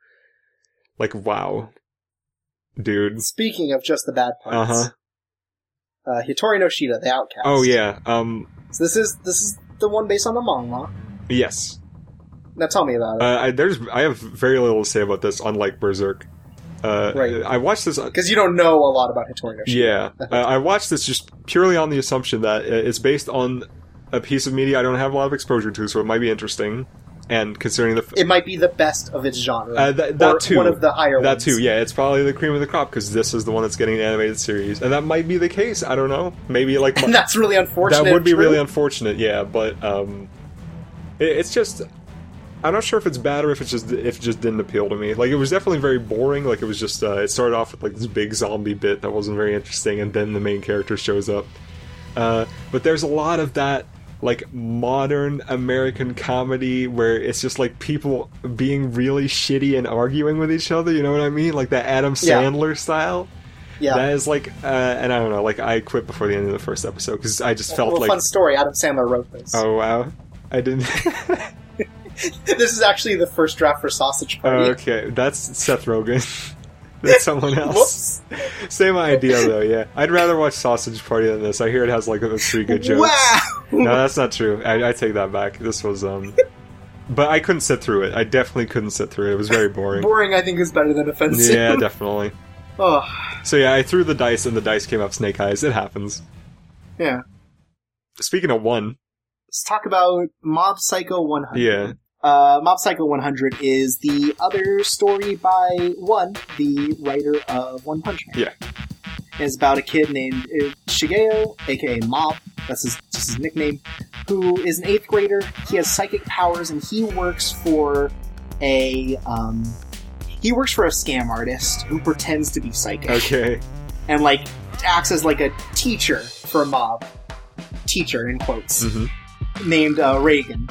Like, wow. Dude.
Speaking of just the bad
Uh
parts,
huh.
uh, Hitori no Shida, the Outcast.
Oh, yeah. Um,
So this is this is the one based on the manga.
Yes.
Now tell me about it,
Uh, I, there's I have very little to say about this, unlike Berserk. Uh,
Right.
I watched this.
because you don't know a lot about Hitori no Shida.
Yeah, uh, I watched this just purely on the assumption that uh, it's based on a piece of media I don't have a lot of exposure to, so it might be interesting. And considering the f-
It might be the best of its genre.
uh, that, that
or
too,
One of the higher
that
ones.
too, yeah, it's probably the cream of the crop because this is the one that's getting an animated series, and that might be the case. I don't know. Maybe like
And that's really unfortunate.
That would be
true.
really unfortunate, yeah. But um, it, it's just I'm not sure if it's bad or if it's just if it just didn't appeal to me. Like it was definitely very boring. Like it was just uh, it started off with like this big zombie bit that wasn't very interesting, and then the main character shows up. Uh, but there's a lot of that like modern American comedy where it's just like people being really shitty and arguing with each other. You know what I mean? Like that Adam
Yeah.
Sandler style.
yeah.
That is like, uh, and I don't know, like I quit before the end of the first episode because I just felt
well,
like,
fun story. Adam Sandler wrote this.
oh wow, I didn't.
this is actually the first draft for Sausage
Oh,
Party.
okay, that's Seth Rogen. that's someone else.
Whoops.
Same idea though. Yeah, I'd rather watch Sausage Party than this. I hear it has like three good jokes.
Wow.
No, that's not true. I, I take that back. This was um, but I couldn't sit through it. I definitely couldn't sit through it. It was very boring.
Boring, I think, is better than offensive.
yeah, definitely.
Oh,
So yeah, I threw the dice and the dice came up snake eyes. It happens.
yeah.
Speaking of one,
Let's talk about Mob Psycho 100.
yeah,
Uh, Mob Psycho 100 is the other story by One, the writer of One Punch Man.
Yeah.
It's about a kid named uh, Shigeo, aka Mob, that's his, just his nickname, who is an eighth grader. He has psychic powers and he works for a. Um, he works for a scam artist who pretends to be psychic
okay.
and like acts as like a teacher for Mob. Teacher, in quotes
hmm
named uh, Reagan,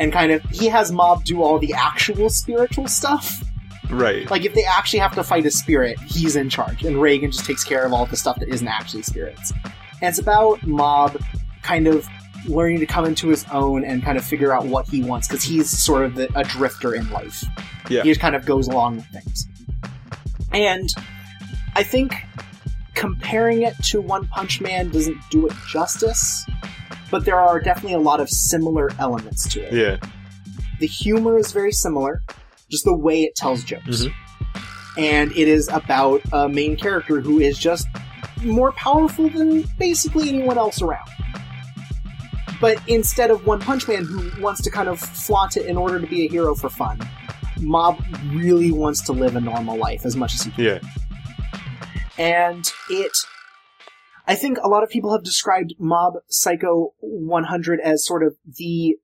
and kind of he has Mob do all the actual spiritual stuff.
Right.
Like if they actually have to fight a spirit, he's in charge, and Reagan just takes care of all the stuff that isn't actually spirits. And it's about Mob kind of learning to come into his own and kind of figure out what he wants because he's sort of the, a drifter in life.
Yeah.
he just kind of goes along with things. And I think comparing it to One Punch Man doesn't do it justice, but there are definitely a lot of similar elements to it
Yeah.
the humor is very similar, just the way it tells jokes. And it is about a main character who is just more powerful than basically anyone else around. But instead of One Punch Man, who wants to kind of flaunt it in order to be a hero for fun, Mob really wants to live a normal life as much as he can.
Yeah.
And it. I think a lot of people have described Mob Psycho 100 as sort of the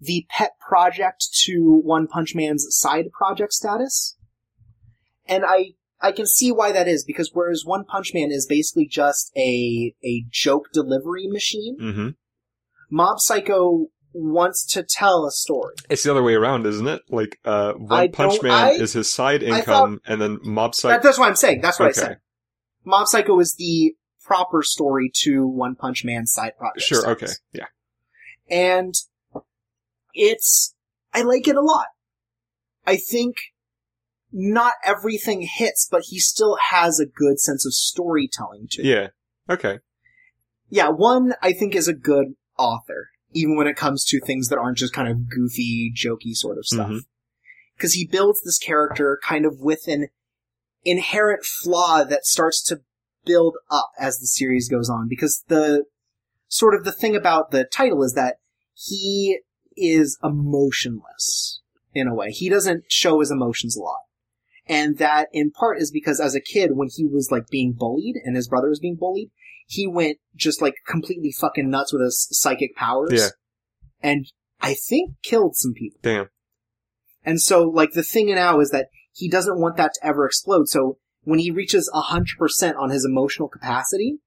the pet project to One Punch Man's side project status. And I I can see why that is because whereas One Punch Man is basically just a a joke delivery machine,
Mm-hmm.
Mob Psycho wants to tell a story.
It's the other way around, isn't it? Like, uh, One
I
Punch
don't-
Man
I-
is his side
I
income, and then Mob Psycho.
That- that's what I'm saying. That's what
Okay.
I said. Mob Psycho is the proper story to One Punch Man's side project.
Sure,
status.
okay. Yeah.
and it's I like it a lot. I think not everything hits, but he still has a good sense of storytelling to it.
Yeah. Okay.
Yeah, one I think is a good author, even when it comes to things that aren't just kind of goofy, jokey sort of stuff.
Mhm.
Because he builds this character kind of with an inherent flaw that starts to build up as the series goes on. Because the sort of the thing about the title is that he is emotionless in a way. He doesn't show his emotions a lot. And that in part is because as a kid, when he was like being bullied and his brother was being bullied, he went just like completely fucking nuts with his psychic powers.
Yeah.
And I think killed some people.
Damn.
And so, like, the thing now is that he doesn't want that to ever explode. So when he reaches 100% on his emotional capacity,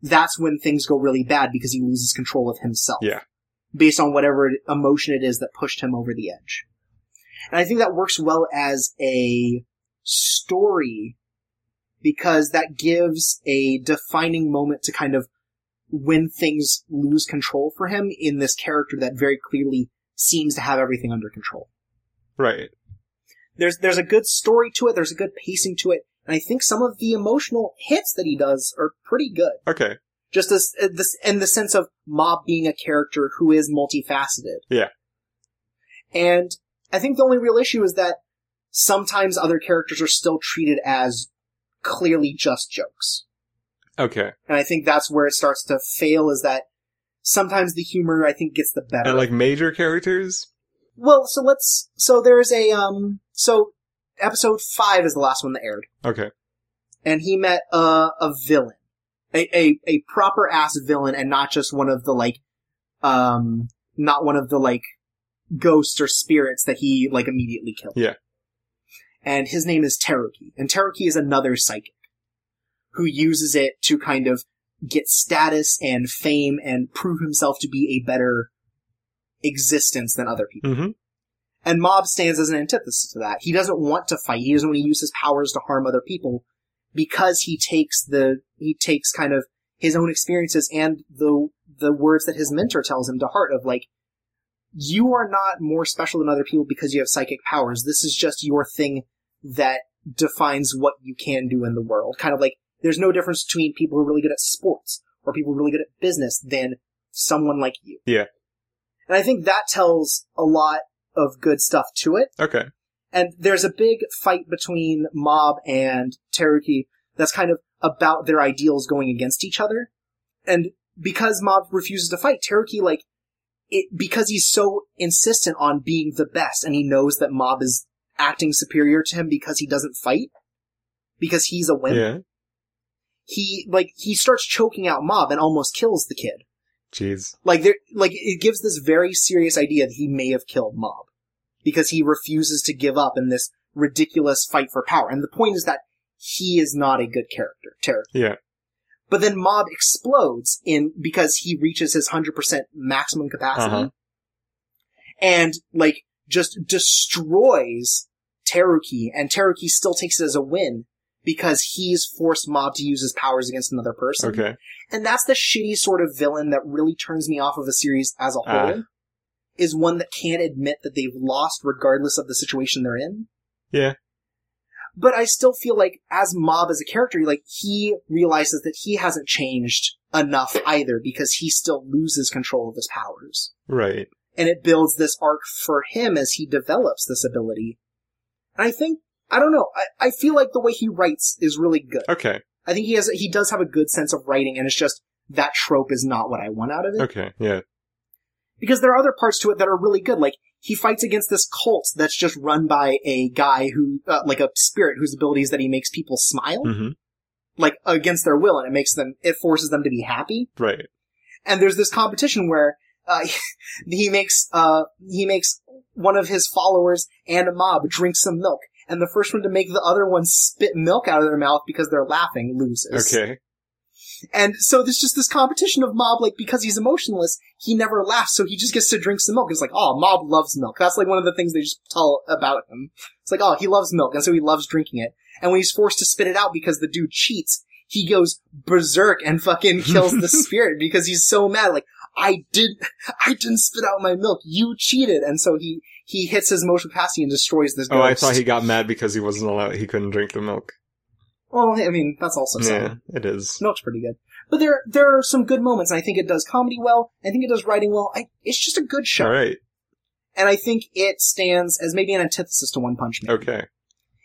that's when things go really bad because he loses control of himself.
Yeah.
Based on whatever emotion it is that pushed him over the edge. And I think that works well as a story because that gives a defining moment to kind of when things lose control for him in this character that very clearly seems to have everything under control
Right.
there's there's a good story to it. There's a good pacing to it, and I think some of the emotional hits that he does are pretty good.
Okay.
Just as uh, this in the sense of Mob being a character who is multifaceted.
Yeah.
And I think the only real issue is that sometimes other characters are still treated as clearly just jokes.
Okay.
And I think that's where it starts to fail is that sometimes the humor I think gets the better.
And like major characters?
well, so let's so there's a um so episode 5 is the last one that aired.
Okay.
and he met a, a villain, a, a a proper ass villain, and not just one of the like, um, not one of the like ghosts or spirits that he like immediately killed.
Yeah.
And his name is Teruki, and Teruki is another psychic who uses it to kind of get status and fame and prove himself to be a better existence than other people.
Mm-hmm.
And Mob stands as an antithesis to that. He doesn't want to fight. He doesn't want to use his powers to harm other people because he takes the he takes kind of his own experiences and the the words that his mentor tells him to heart of like you are not more special than other people because you have psychic powers. This is just your thing that defines what you can do in the world. Kind of like there's no difference between people who are really good at sports or people who are really good at business than someone like you.
Yeah.
And I think that tells a lot of good stuff to it.
Okay.
And there's a big fight between Mob and Teruki that's kind of about their ideals going against each other. And because Mob refuses to fight, Teruki, like, it, because he's so insistent on being the best and he knows that Mob is acting superior to him because he doesn't fight, because he's a wimp,
Yeah.
he, like, he starts choking out Mob and almost kills the kid.
Jeez.
Like there, like it gives this very serious idea that he may have killed Mob because he refuses to give up in this ridiculous fight for power. And the point is that he is not a good character, Terror.
Yeah.
But then Mob explodes in because he reaches his hundred percent maximum capacity,
Uh-huh.
and like just destroys Teruki, and Teruki still takes it as a win because he's forced Mob to use his powers against another person.
Okay.
And that's the shitty sort of villain that really turns me off of a series as a
Ah.
whole. Is one that can't admit that they've lost regardless of the situation they're in.
Yeah.
But I still feel like as Mob as a character, like he realizes that he hasn't changed enough either because he still loses control of his powers.
Right.
And it builds this arc for him as he develops this ability. And I think I don't know, I, I feel like the way he writes is really good.
Okay.
I think he has he does have a good sense of writing, and it's just that trope is not what I want out of it.
Okay, yeah.
Because there are other parts to it that are really good. Like he fights against this cult that's just run by a guy who, uh, like a spirit whose ability is that he makes people smile,
hmm
like against their will, and it makes them it forces them to be happy
Right.
and there's this competition where uh, he makes uh, he makes one of his followers and a mob drink some milk, and the first one to make the other one spit milk out of their mouth because they're laughing loses.
Okay.
And so there's just this competition of mob, like because he's emotionless, he never laughs, so he just gets to drink some milk. It's like, oh, mob loves milk. That's like one of the things they just tell about him. It's like, oh, he loves milk, and so he loves drinking it. And when he's forced to spit it out because the dude cheats, he goes berserk and fucking kills the spirit because he's so mad. Like, I did, I didn't spit out my milk. You cheated, and so he he hits his emotional capacity and destroys this.
Oh, I
ghost.
thought he got mad because he wasn't allowed. He couldn't drink the milk.
Well, I mean, that's also sad.
Yeah, it is.
Milk's pretty good. But there there are some good moments, and I think it does comedy well. I think it does writing well. I, it's just a good show,
All right.
and I think it stands as maybe an antithesis to One Punch Man.
Okay.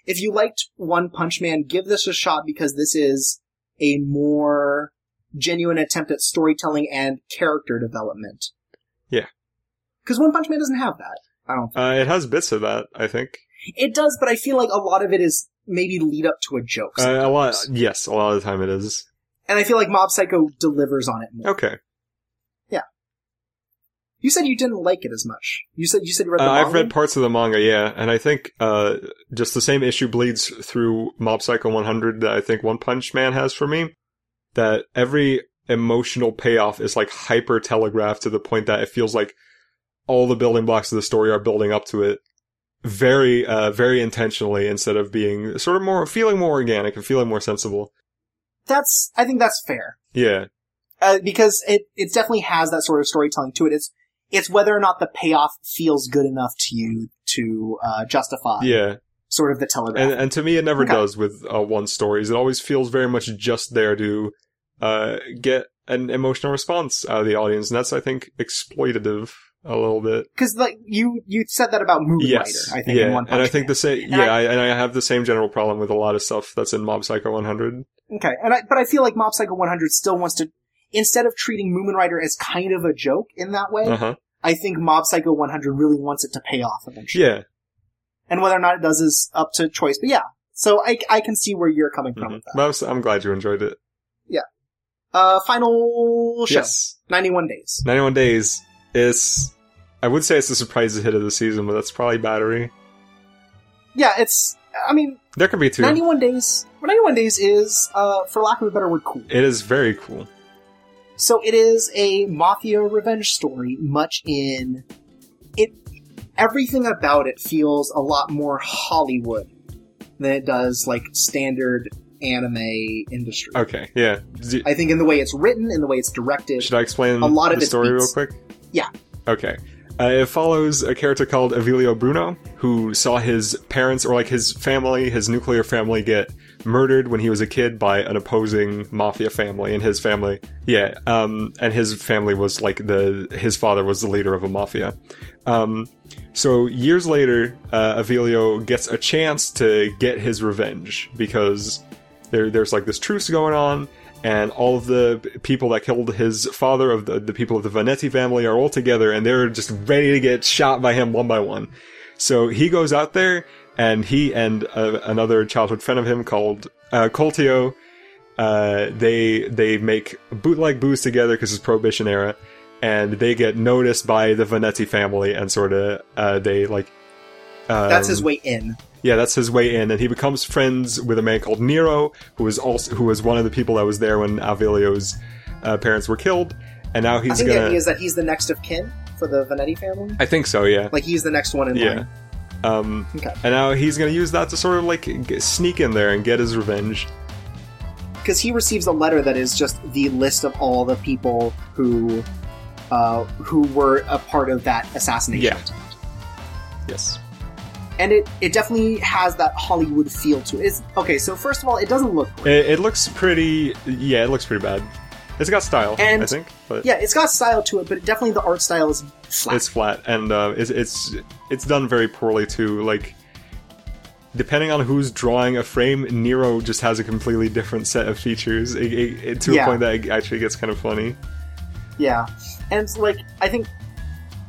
If you liked One Punch Man, give this a shot because this is a more genuine attempt at storytelling and character development.
Yeah.
because One Punch Man doesn't have that. I don't. Think.
Uh, it has bits of that, I think.
It does, but I feel like a lot of it is maybe lead up to a joke,
Uh, a lot.
sometimes.
Yes, a lot of the time it is.
and I feel like Mob Psycho delivers on it more.
Okay.
You said you didn't like it as much. You said you said you read the
Uh, I've
manga?
read parts of the manga, yeah, and I think uh, just the same issue bleeds through Mob Psycho 100 that I think One Punch Man has for me. That every emotional payoff is like hyper telegraphed to the point that it feels like all the building blocks of the story are building up to it very, uh, very intentionally instead of being sort of more feeling more organic and feeling more sensible.
that's I think that's fair
Yeah,
uh, because it it definitely has that sort of storytelling to it. It's it's whether or not the payoff feels good enough to you to uh, justify
yeah,
sort of the telegraph.
and and to me it never
Okay.
does with uh, one stories. It always feels very much just there to uh, get an emotional response out of the audience, and that's I think exploitative a little bit.
Because like you you said that about Moon
yes,
Rider, I think
yeah,
in One Punch
and I think
Man.
the same.
And I-
Yeah, I, and I have the same general problem with a lot of stuff that's in Mob Psycho 100.
Okay, and I, but I feel like Mob Psycho 100 still wants to instead of treating Moomin Rider as kind of a joke in that way.
Uh huh.
I think Mob Psycho 100 really wants it to pay off eventually.
Yeah,
And whether or not it does is up to choice. But yeah, so I I can see where you're coming from
mhm.
with that.
but I'm, s- I'm glad you enjoyed it.
Uh, final show.
Yes,
91 days.
91 Days is. I would say it's the surprise hit of the season, but that's probably Battery.
Yeah, it's, I mean,
There could be two.
91 days, well, 91 days is, uh, for lack of a better word, cool.
It is very cool.
So it is a mafia revenge story, much in, it, everything about it feels a lot more Hollywood than it does, like, standard anime industry.
Okay, yeah. Do-
I think in the way it's written, in the way it's directed.
Should I explain
A lot of
the
its
story real
beats.
quick?
Yeah.
Okay. Uh, it follows a character called Avilio Bruno, who saw his parents, or like his family, his nuclear family, get murdered when he was a kid by an opposing mafia family. And his family, yeah, um, and his family was like the his father was the leader of a mafia. Um, so years later, uh, Avilio gets a chance to get his revenge because there, there's like this truce going on, and all of the p- people that killed his father, of the, the people of the Vanetti family, are all together, and they're just ready to get shot by him one by one. So he goes out there, and he and uh, another childhood friend of him called uh, Coltio, uh, they they make bootleg booze together because it's Prohibition era, and they get noticed by the Vanetti family, and sort of uh, they like. Um,
That's his way in.
yeah, that's his way in, and he becomes friends with a man called Nero, who was also who was one of the people that was there when Avilio's uh, parents were killed, and now
I
he's
think the
gonna.
idea is that he's the next of kin for the Vanetti family.
I think so. Yeah.
Like, he's the next one in line.
Yeah. Um,
Okay.
And now he's gonna use that to sort of like g sneak in there and get his revenge.
because he receives a letter that is just the list of all the people who uh, who were a part of that assassination
Yeah.
attempt.
Yes.
And it, it definitely has that Hollywood feel to it. It's, okay, so first of all, it doesn't look great.
It, it looks pretty. Yeah, it looks pretty bad. It's got style, I
And-
think, but
yeah, it's got style to it, but definitely the art style is flat.
it's flat and uh, it's it's it's done very poorly too. Like depending on who's drawing a frame, Nero just has a completely different set of features it, it, it- to
Yeah.
a point that it actually gets kind of funny.
Yeah, and like I think,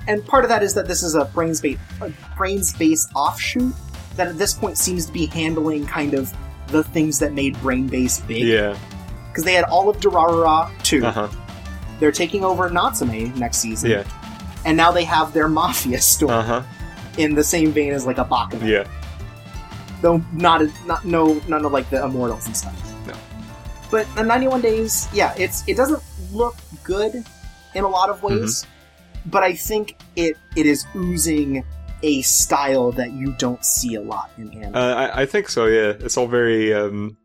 and part of that is that this is a brain space, a brain space offshoot that at this point seems to be handling kind of the things that made brain base big.
Yeah.
because they had all of Durarara too.
Uh huh.
They're taking over Natsume next season.
Yeah.
and now they have their mafia store
Uh huh.
in the same vein as like a Bakuman,
Yeah.
though not not no none of like the immortals and stuff.
No.
But the 91 days, yeah, it's it doesn't look good in a lot of
Mm-hmm.
ways, but I think it it is oozing a style that you don't see a lot in anime.
Uh, I, I think so. Yeah, it's all very, um,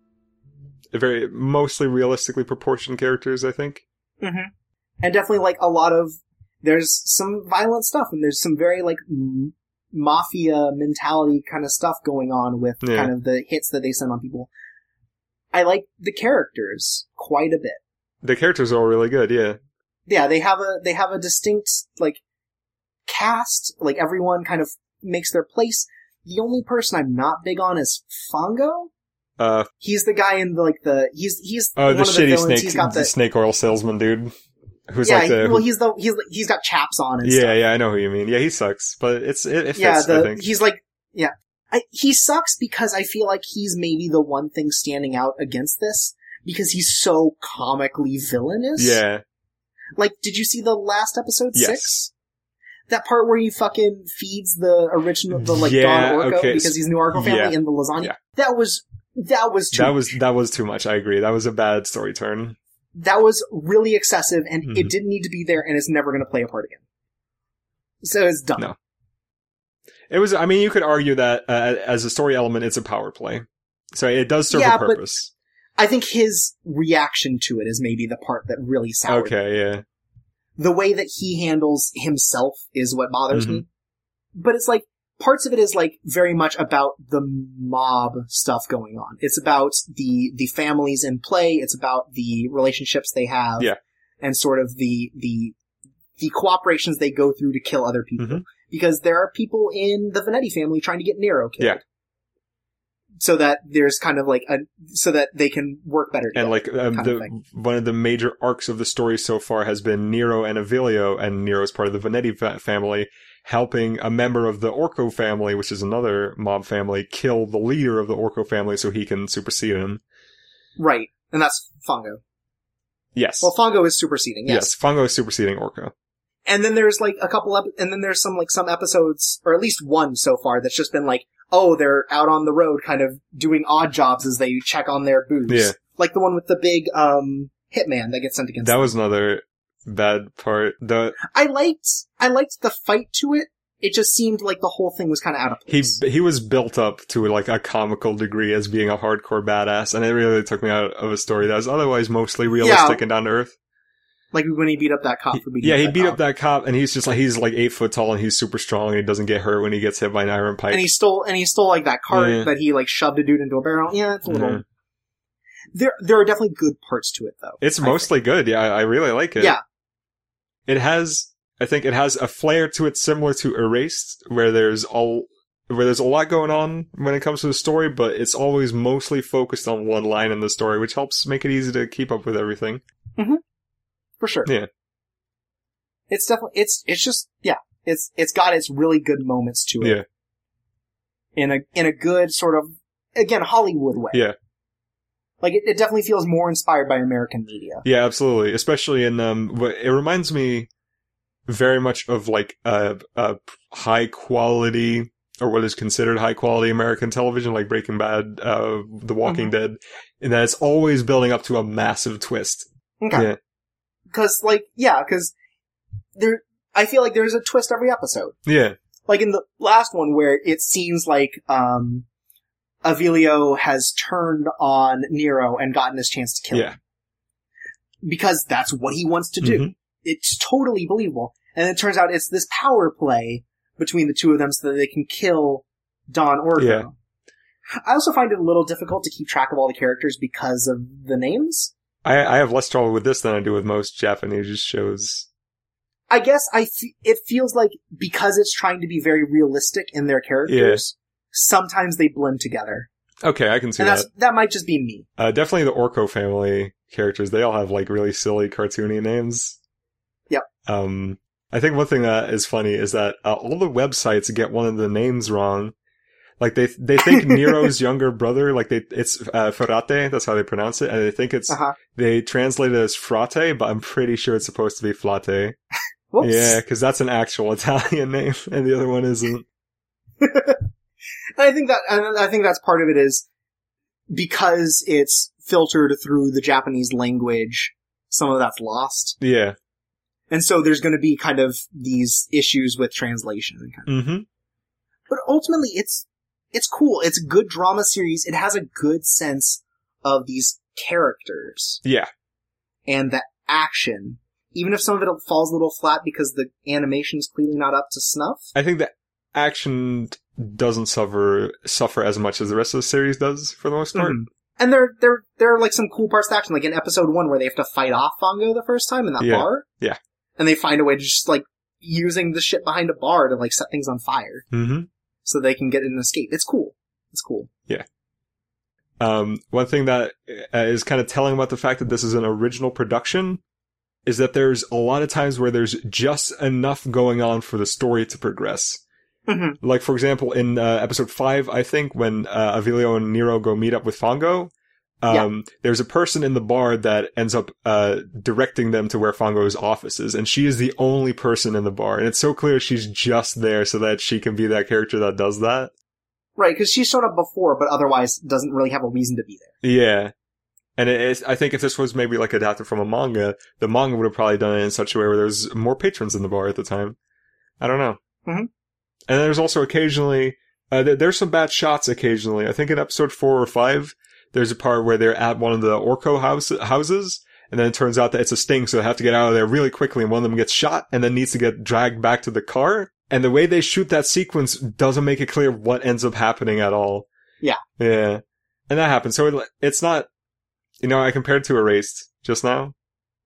very mostly realistically proportioned characters. I think.
and definitely like a lot of there's some violent stuff and there's some very like m- mafia mentality kind of stuff going on with
Yeah.
kind of the hits that they send on people. I like the characters quite a bit.
The characters are all really good. Yeah.
Yeah, they have a they have a distinct like cast. Like everyone kind of makes their place. The only person I'm not big on is Fongo.
Uh,
He's the guy in the, like the he's he's
oh,
one
the
of the
shitty
villains.
snake,
he's got
the
the
snake oil salesman dude, who's
yeah.
like the
he- well, he's the he's he's got chaps on and
yeah,
stuff.
yeah. I know who you mean. Yeah, he sucks, but it's it, it fits.
yeah,
I
the,
think.
he's like, yeah, I, he sucks because I feel like he's maybe the one thing standing out against this because he's so comically villainous.
yeah.
like, did you see the last episode
Yes.
six? That part where he fucking feeds the original, the like
Yeah,
Don Orco
okay,
because he's in the Orco family
yeah,
and the lasagna.
yeah.
That was that was too,
That was that was too much. I agree. That was a bad story turn.
that was really excessive and it
Mhm.
didn't need to be there and it's never going to play a part again. So it's done.
No. It was. I mean, you could argue that uh, as a story element, it's a power play. So it does serve
Yeah,
a
but-
purpose.
I think his reaction to it is maybe the part that really soured
okay. Yeah.
the way that he handles himself is what bothers me.
Mm-hmm.
But it's like parts of it is like very much about the mob stuff going on. It's about the the families in play. It's about the relationships they have,
Yeah.
and sort of the the the cooperations they go through to kill other people.
Mhm.
Because there are people in the Venetti family trying to get Nero killed.
Yeah.
So that there's kind of like a so that they can work better.
and
together.
like um,
kind of
the
thing.
one of the major arcs of the story so far has been Nero and Avilio, and Nero's part of the Venetti fa- family, helping a member of the Orco family, which is another mob family, kill the leader of the Orco family so he can supersede him.
right, and that's Fongo.
Yes,
Well, Fongo is superseding.
yes,
yes.
Fungo is superseding Orco.
and then there's like a couple ep- and then there's some like some episodes or at least one so far that's just been like oh they're out on the road kind of doing odd jobs as they check on their booze
Yeah.
like the one with the big um hitman that gets sent against
That
them.
was another bad part. The
i liked i liked the fight to it it just seemed like the whole thing was kind of out of
he
place
he was built up to like a comical degree as being a hardcore badass, and it really took me out of a story that was otherwise mostly realistic and down to earth.
like when he beat up that cop
He-
for beating
yeah,
up
he
that
beat
cop.
up that cop, and he's just like he's like eight foot tall, and he's super strong, and he doesn't get hurt when he gets hit by an iron pipe.
and he stole and he stole like that cart
Yeah.
that he like shoved a dude into a barrel yeah it's a little
Mhm.
there there are definitely good parts to it though
it's
I
mostly good. Yeah, I, I really like it.
Yeah.
it has. I think it has a flair to it similar to Erased, where there's all where there's a lot going on when it comes to the story, but it's always mostly focused on one line in the story, which helps make it easy to keep up with everything.
for sure.
Yeah.
It's definitely it's it's just yeah it's it's got its really good moments to it
Yeah,
in a in a good sort of again Hollywood way.
Yeah.
Like it, it definitely feels more inspired by American media.
yeah, absolutely. Especially in um, wh- it reminds me very much of like a, a high quality or what is considered high quality American television, like Breaking Bad, uh, The Walking
Mhm.
Dead, and that it's always building up to a massive twist.
Okay.
Yeah.
Because like yeah, because there I feel like there's a twist every episode.
Yeah,
Like in the last one where it seems like um Avilio has turned on Nero and gotten his chance to kill
yeah,
him because that's what he wants to do.
Mhm.
it's totally believable. And it turns out it's this power play between the two of them so that they can kill Don Orgo.
Yeah.
I also find it a little difficult to keep track of all the characters because of the names.
I, I have less trouble with this than I do with most Japanese shows.
I guess I f- it feels like because it's trying to be very realistic in their characters, sometimes they blend together.
Okay, I can see
and
that.
that's that might just be me.
Uh, definitely the Orko family characters. They all have like really silly cartoony names.
Yep.
Um, I think one thing that is funny is that uh, all the websites get one of the names wrong. Like they they think Nero's younger brother, like they it's uh, Ferrate. That's how they pronounce it, and they think it's
Uh-huh.
they translate it as Frate, but I'm pretty sure it's supposed to be Flate.
Whoops.
Yeah, because that's an actual Italian name, and the other one isn't.
And I think that and I think that's part of it is because it's filtered through the Japanese language, some of that's lost.
Yeah.
And so there's going to be kind of these issues with translation. and kind of-
Mm-hmm.
But ultimately it's it's cool. It's a good drama series. It has a good sense of these characters
Yeah.
and the action. Even if some of it falls a little flat because the animation's clearly not up to snuff.
I think the action doesn't suffer suffer as much as the rest of the series does for the most part.
Mhm. And there, there, there are like some cool parts to action, like in episode one where they have to fight off Fongo the first time in that
Yeah.
bar.
Yeah.
And they find a way to just like using the shit behind a bar to like set things on fire
Mm-hmm.
so they can get an escape. It's cool. It's cool.
Um, one thing that uh, is kind of telling about the fact that this is an original production is that there's a lot of times where there's just enough going on for the story to progress.
Mhm.
Like for example, in uh, episode five, I think when uh, Avilio and Nero go meet up with Fongo, um, there's a person in the bar that ends up uh, directing them to where Fongo's office is, and she is the only person in the bar, and it's so clear she's just there so that she can be that character that does that.
Right, because she's shown up before, but otherwise doesn't really have a reason to be there.
Yeah. And it is, I think if this was maybe like adapted from a manga, the manga would have probably done it in such a way where there's more patrons in the bar at the time. I don't know.
Mhm.
And there's also occasionally, uh, there, there's some bad shots occasionally. I think in episode four or five, there's a part where they're at one of the Orco house, houses, and then it turns out that it's a sting, so they have to get out of there really quickly, and one of them gets shot and then needs to get dragged back to the car. And the way they shoot that sequence doesn't make it clear what ends up happening at all.
Yeah.
Yeah. And that happens. So it, it's not, you know, I compared to Erased just now.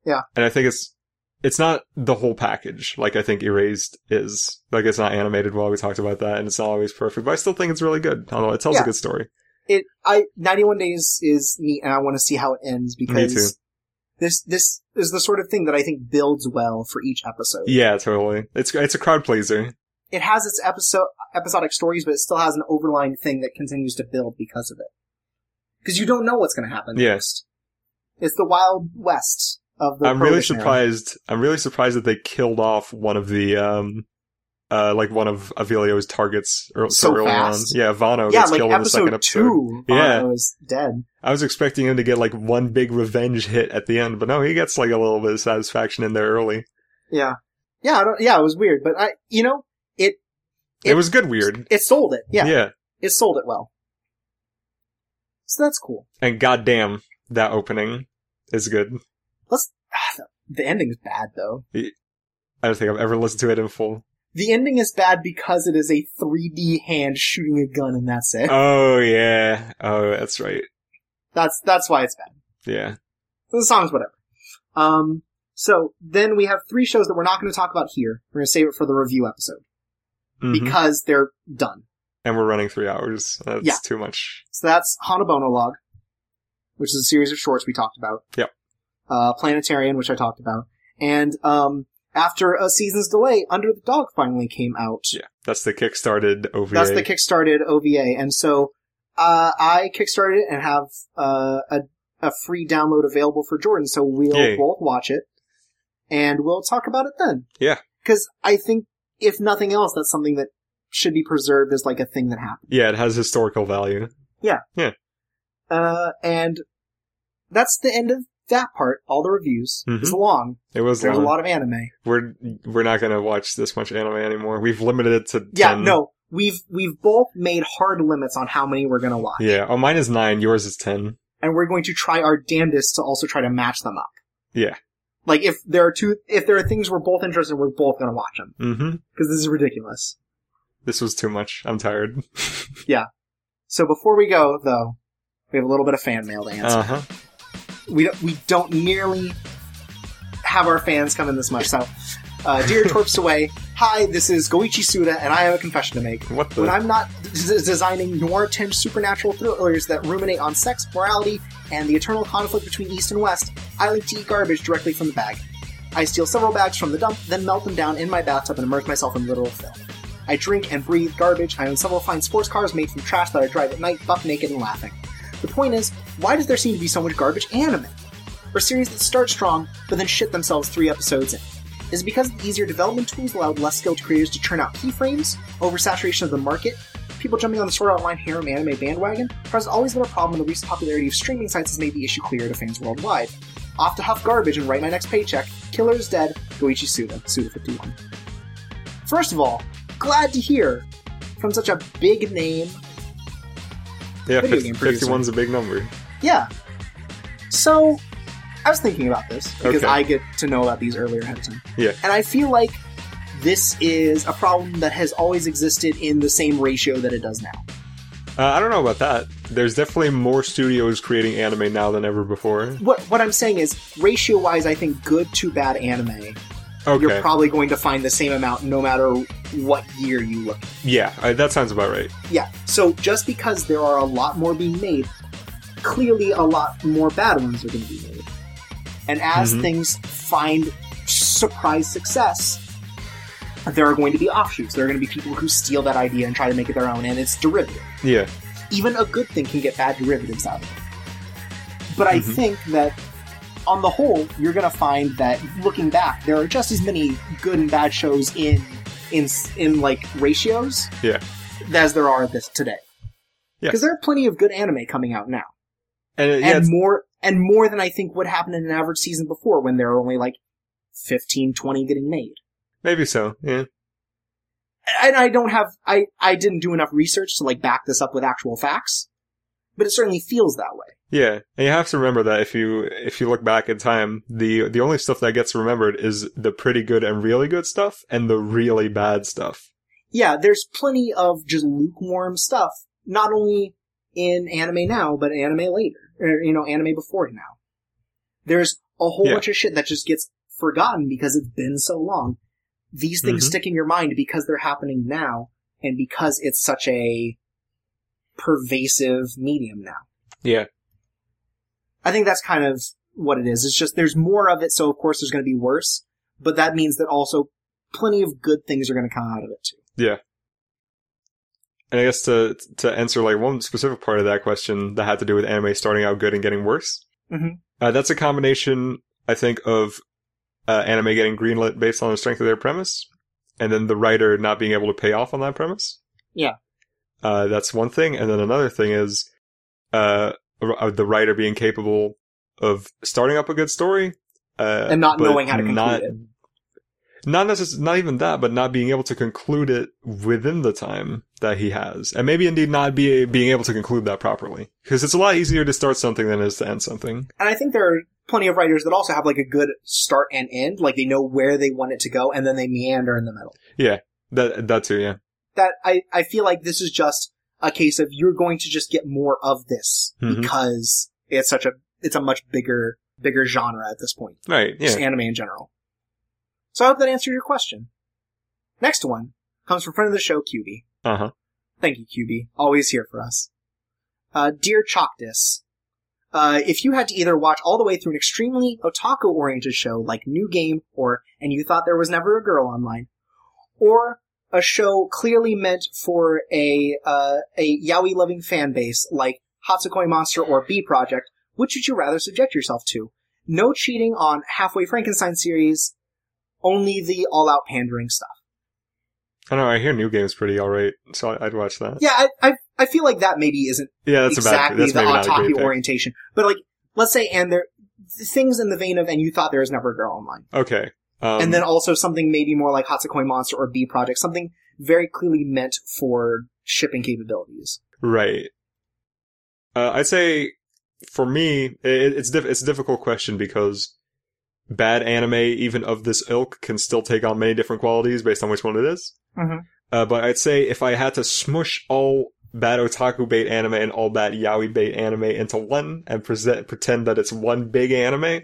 Yeah.
And I think it's, it's not the whole package. Like I think Erased is. Like it's not animated well. We talked about that and it's not always perfect, but I still think it's really good. I don't know. It tells a
Yeah.
good story.
It, I ninety one days is neat, and I want to see how it ends because
too.
this this is the sort of thing that I think builds well for each episode.
Yeah, totally. It's, it's a crowd pleaser.
it has its episode episodic stories, but it still has an overlying thing that continues to build because of it. Because you don't know what's going to happen
Yeah.
next. It's the Wild West of the.
I'm really
Prohibition era.
surprised. I'm really surprised that they killed off one of the, um, uh, like one of Avilio's targets ear- so,
So
early
fast.
on. Yeah, Vano
Yeah,
gets
like
killed in the second
episode two,
episode. Yeah.
Bono is dead.
I was expecting him to get like one big revenge hit at the end, but no, he gets like a little bit of satisfaction in there early.
Yeah, yeah, I don't, yeah. It was weird, but I, you know,
It,
It-
was good weird.
it sold it. Yeah,
yeah.
it sold it well. So that's cool.
And goddamn, that opening is good.
The ending's bad though.
I don't think I've ever listened to it in full.
The ending is bad because it is a 3D hand shooting a gun, and that's it.
Oh yeah. Oh, that's right.
That's that's why it's bad.
Yeah.
the song's whatever. Um, so then we have three shows that we're not going to talk about here. We're going to save it for the review episode
Mhm.
because they're done.
and we're running three hours. That's
Yeah.
too much.
So that's Hanabonologue, which is a series of shorts we talked about.
Yep.
Uh, Planetarian, which I talked about, and um, after a season's delay, Under the Dog finally came out.
Yeah. That's the kickstarted OVA.
That's the kickstarted OVA, and so uh, I kickstarted it and have uh, a a free download available for Jordan, so we'll
Yay.
both watch it and we'll talk about it then.
Yeah.
because I think if nothing else, that's something that should be preserved as like a thing that happened.
yeah, it has historical value.
Uh, and that's the end of that part. All the reviews.
Mhm.
It's long.
It was
There's
long.
a lot of anime.
We're we're not gonna watch this much anime anymore. We've limited it to
Yeah,
10.
no, we've we've both made hard limits on how many we're gonna watch,
Yeah. Oh, mine is nine. Yours is ten.
and we're going to try our damnedest to also try to match them up.
Yeah.
Like if there are two, if there are things we're both interested in, we're both going to watch them
Mm-hmm.
because this is ridiculous.
This was too much. I'm tired.
So before we go, though, we have a little bit of fan mail to answer.
Uh huh.
we don't, we don't nearly have our fans come in this much. So, uh, dear Torps Away, hi, this is Goichi Suda, and I have a confession to make.
What the?
When I'm not d- designing noir-tinged supernatural thrillers that ruminate on sex, morality, and the eternal conflict between East and West, I like to eat garbage directly from the bag. I steal several bags from the dump, then melt them down in my bathtub and immerse myself in literal filth. I drink and breathe garbage. I own several fine sports cars made from trash that I drive at night, buck naked and laughing. The point is, why does there seem to be so much garbage anime? Or series that start strong, but then shit themselves three episodes in? Is it because the easier development tools allowed less skilled creators to churn out keyframes, oversaturation of the market, people jumping on the sort of online harem anime bandwagon, or has it always been a problem in the recent popularity of streaming sites has made the issue clear to fans worldwide? Off to huff garbage and write my next paycheck. Killer's dead. Goichi Suda. Suda51. First of all, glad to hear from such a big name.
Yeah,
Video
50,
game producer.
51's a big number.
Yeah. So, I was thinking about this because
Okay.
I get to know about these earlier ahead of time.
Yeah.
And I feel like this is a problem that has always existed in the same ratio that it does now.
Uh, I don't know about that. There's definitely more studios creating anime now than ever before.
What what I'm saying is, ratio wise, I think good to bad anime, you're
Okay,
probably going to find the same amount no matter what year you look
yeah, I, that sounds about right.
Yeah. So just because there are a lot more being made, clearly a lot more bad ones are going to be made. And as
Mhm.
things find surprise success, there are going to be offshoots. There are going to be people who steal that idea and try to make it their own, and it's derivative.
Yeah,
Even a good thing can get bad derivatives out of it. But I
Mhm.
think that on the whole, you're going to find that looking back, there are just as many good and bad shows in in in like ratios
Yeah.
as there are this today.
Yeah.
Because there are plenty of good anime coming out now,
and it, yeah,
and
it's-
more and more than I think would happen in an average season before, when there are only like 15, 20 getting made.
maybe so. Yeah,
And I don't have I I didn't do enough research to like back this up with actual facts, but it certainly feels that way.
yeah, and you have to remember that if you if you look back in time, the the only stuff that gets remembered is the pretty good and really good stuff, and the really bad stuff.
yeah, there's plenty of just lukewarm stuff, not only in anime now, but anime later, or, you know, anime before now. There's a whole
Yeah.
bunch of shit that just gets forgotten because it's been so long. These things
Mhm.
stick in your mind because they're happening now, and because it's such a pervasive medium now.
Yeah,
I think that's kind of what it is. It's just there's more of it, so of course there's going to be worse, but that means that also plenty of good things are going to come out of it too.
and I guess to to answer like one specific part of that question that had to do with anime starting out good and getting worse.
Mhm.
Uh, that's a combination, I think, of uh, anime getting greenlit based on the strength of their premise, and then the writer not being able to pay off on that premise.
Yeah.
uh, that's one thing, and then another thing is uh, r- the writer being capable of starting up a good story uh,
And not
but
knowing how to conclude
not,
it.
Not necess- not even that, but not being able to conclude it within the time that he has, and maybe indeed not be being able to conclude that properly, because it's a lot easier to start something than it is to end something.
and I think there are plenty of writers that also have like a good start and end, like they know where they want it to go, and then they meander in the middle.
That that too, yeah,
That I I feel like this is just a case of you're going to just get more of this
Mhm.
because it's such a it's a much bigger bigger genre at this point,
right, yeah.
just anime in general. So I hope that answers your question. Next one comes from friend of the show QB.
Uh-huh.
Thank you, QB. Always here for us. Uh, dear Choctis, uh, if you had to either watch all the way through an extremely otaku-oriented show like New Game or And You Thought There Was Never a Girl Online, or a show clearly meant for a uh, a yaoi-loving fan base like Hatsukoi Monster or B Project, which would you rather subject yourself to? No cheating on halfway Frankenstein series, only the all-out pandering stuff.
I don't know. I hear new games pretty all right, so I- I'd watch that.
Yeah, I, I I feel like that maybe isn't
Yeah, that's about
exactly
that's maybe not
the
a great
otaku
pick.
orientation. But like, let's say, and there things in the vein of, and you thought there was never a girl online,
Okay, um,
and then also something maybe more like Hatsukoi Monster or B Project, something very clearly meant for shipping capabilities.
Right. Uh, I'd say for me, it, it's diff- it's a difficult question because bad anime, even of this ilk, can still take on many different qualities based on which one it is.
Mhm.
Uh, but I'd say if I had to smush all bad otaku bait anime and all bad yaoi bait anime into one and present pretend that it's one big anime,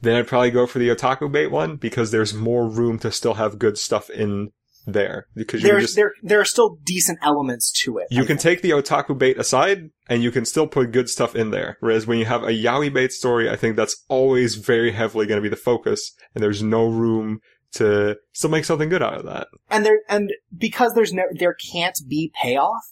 then I'd probably go for the otaku bait one because there's more room to still have good stuff in there because you can
There's
just
there there are still decent elements to it.
you
I
can
think.
take the otaku bait aside and you can still put good stuff in there. Whereas when you have a yaoi bait story, I think that's always very heavily going to be the focus, and there's no room to still make something good out of that.
and there and because there's no there can't be payoff.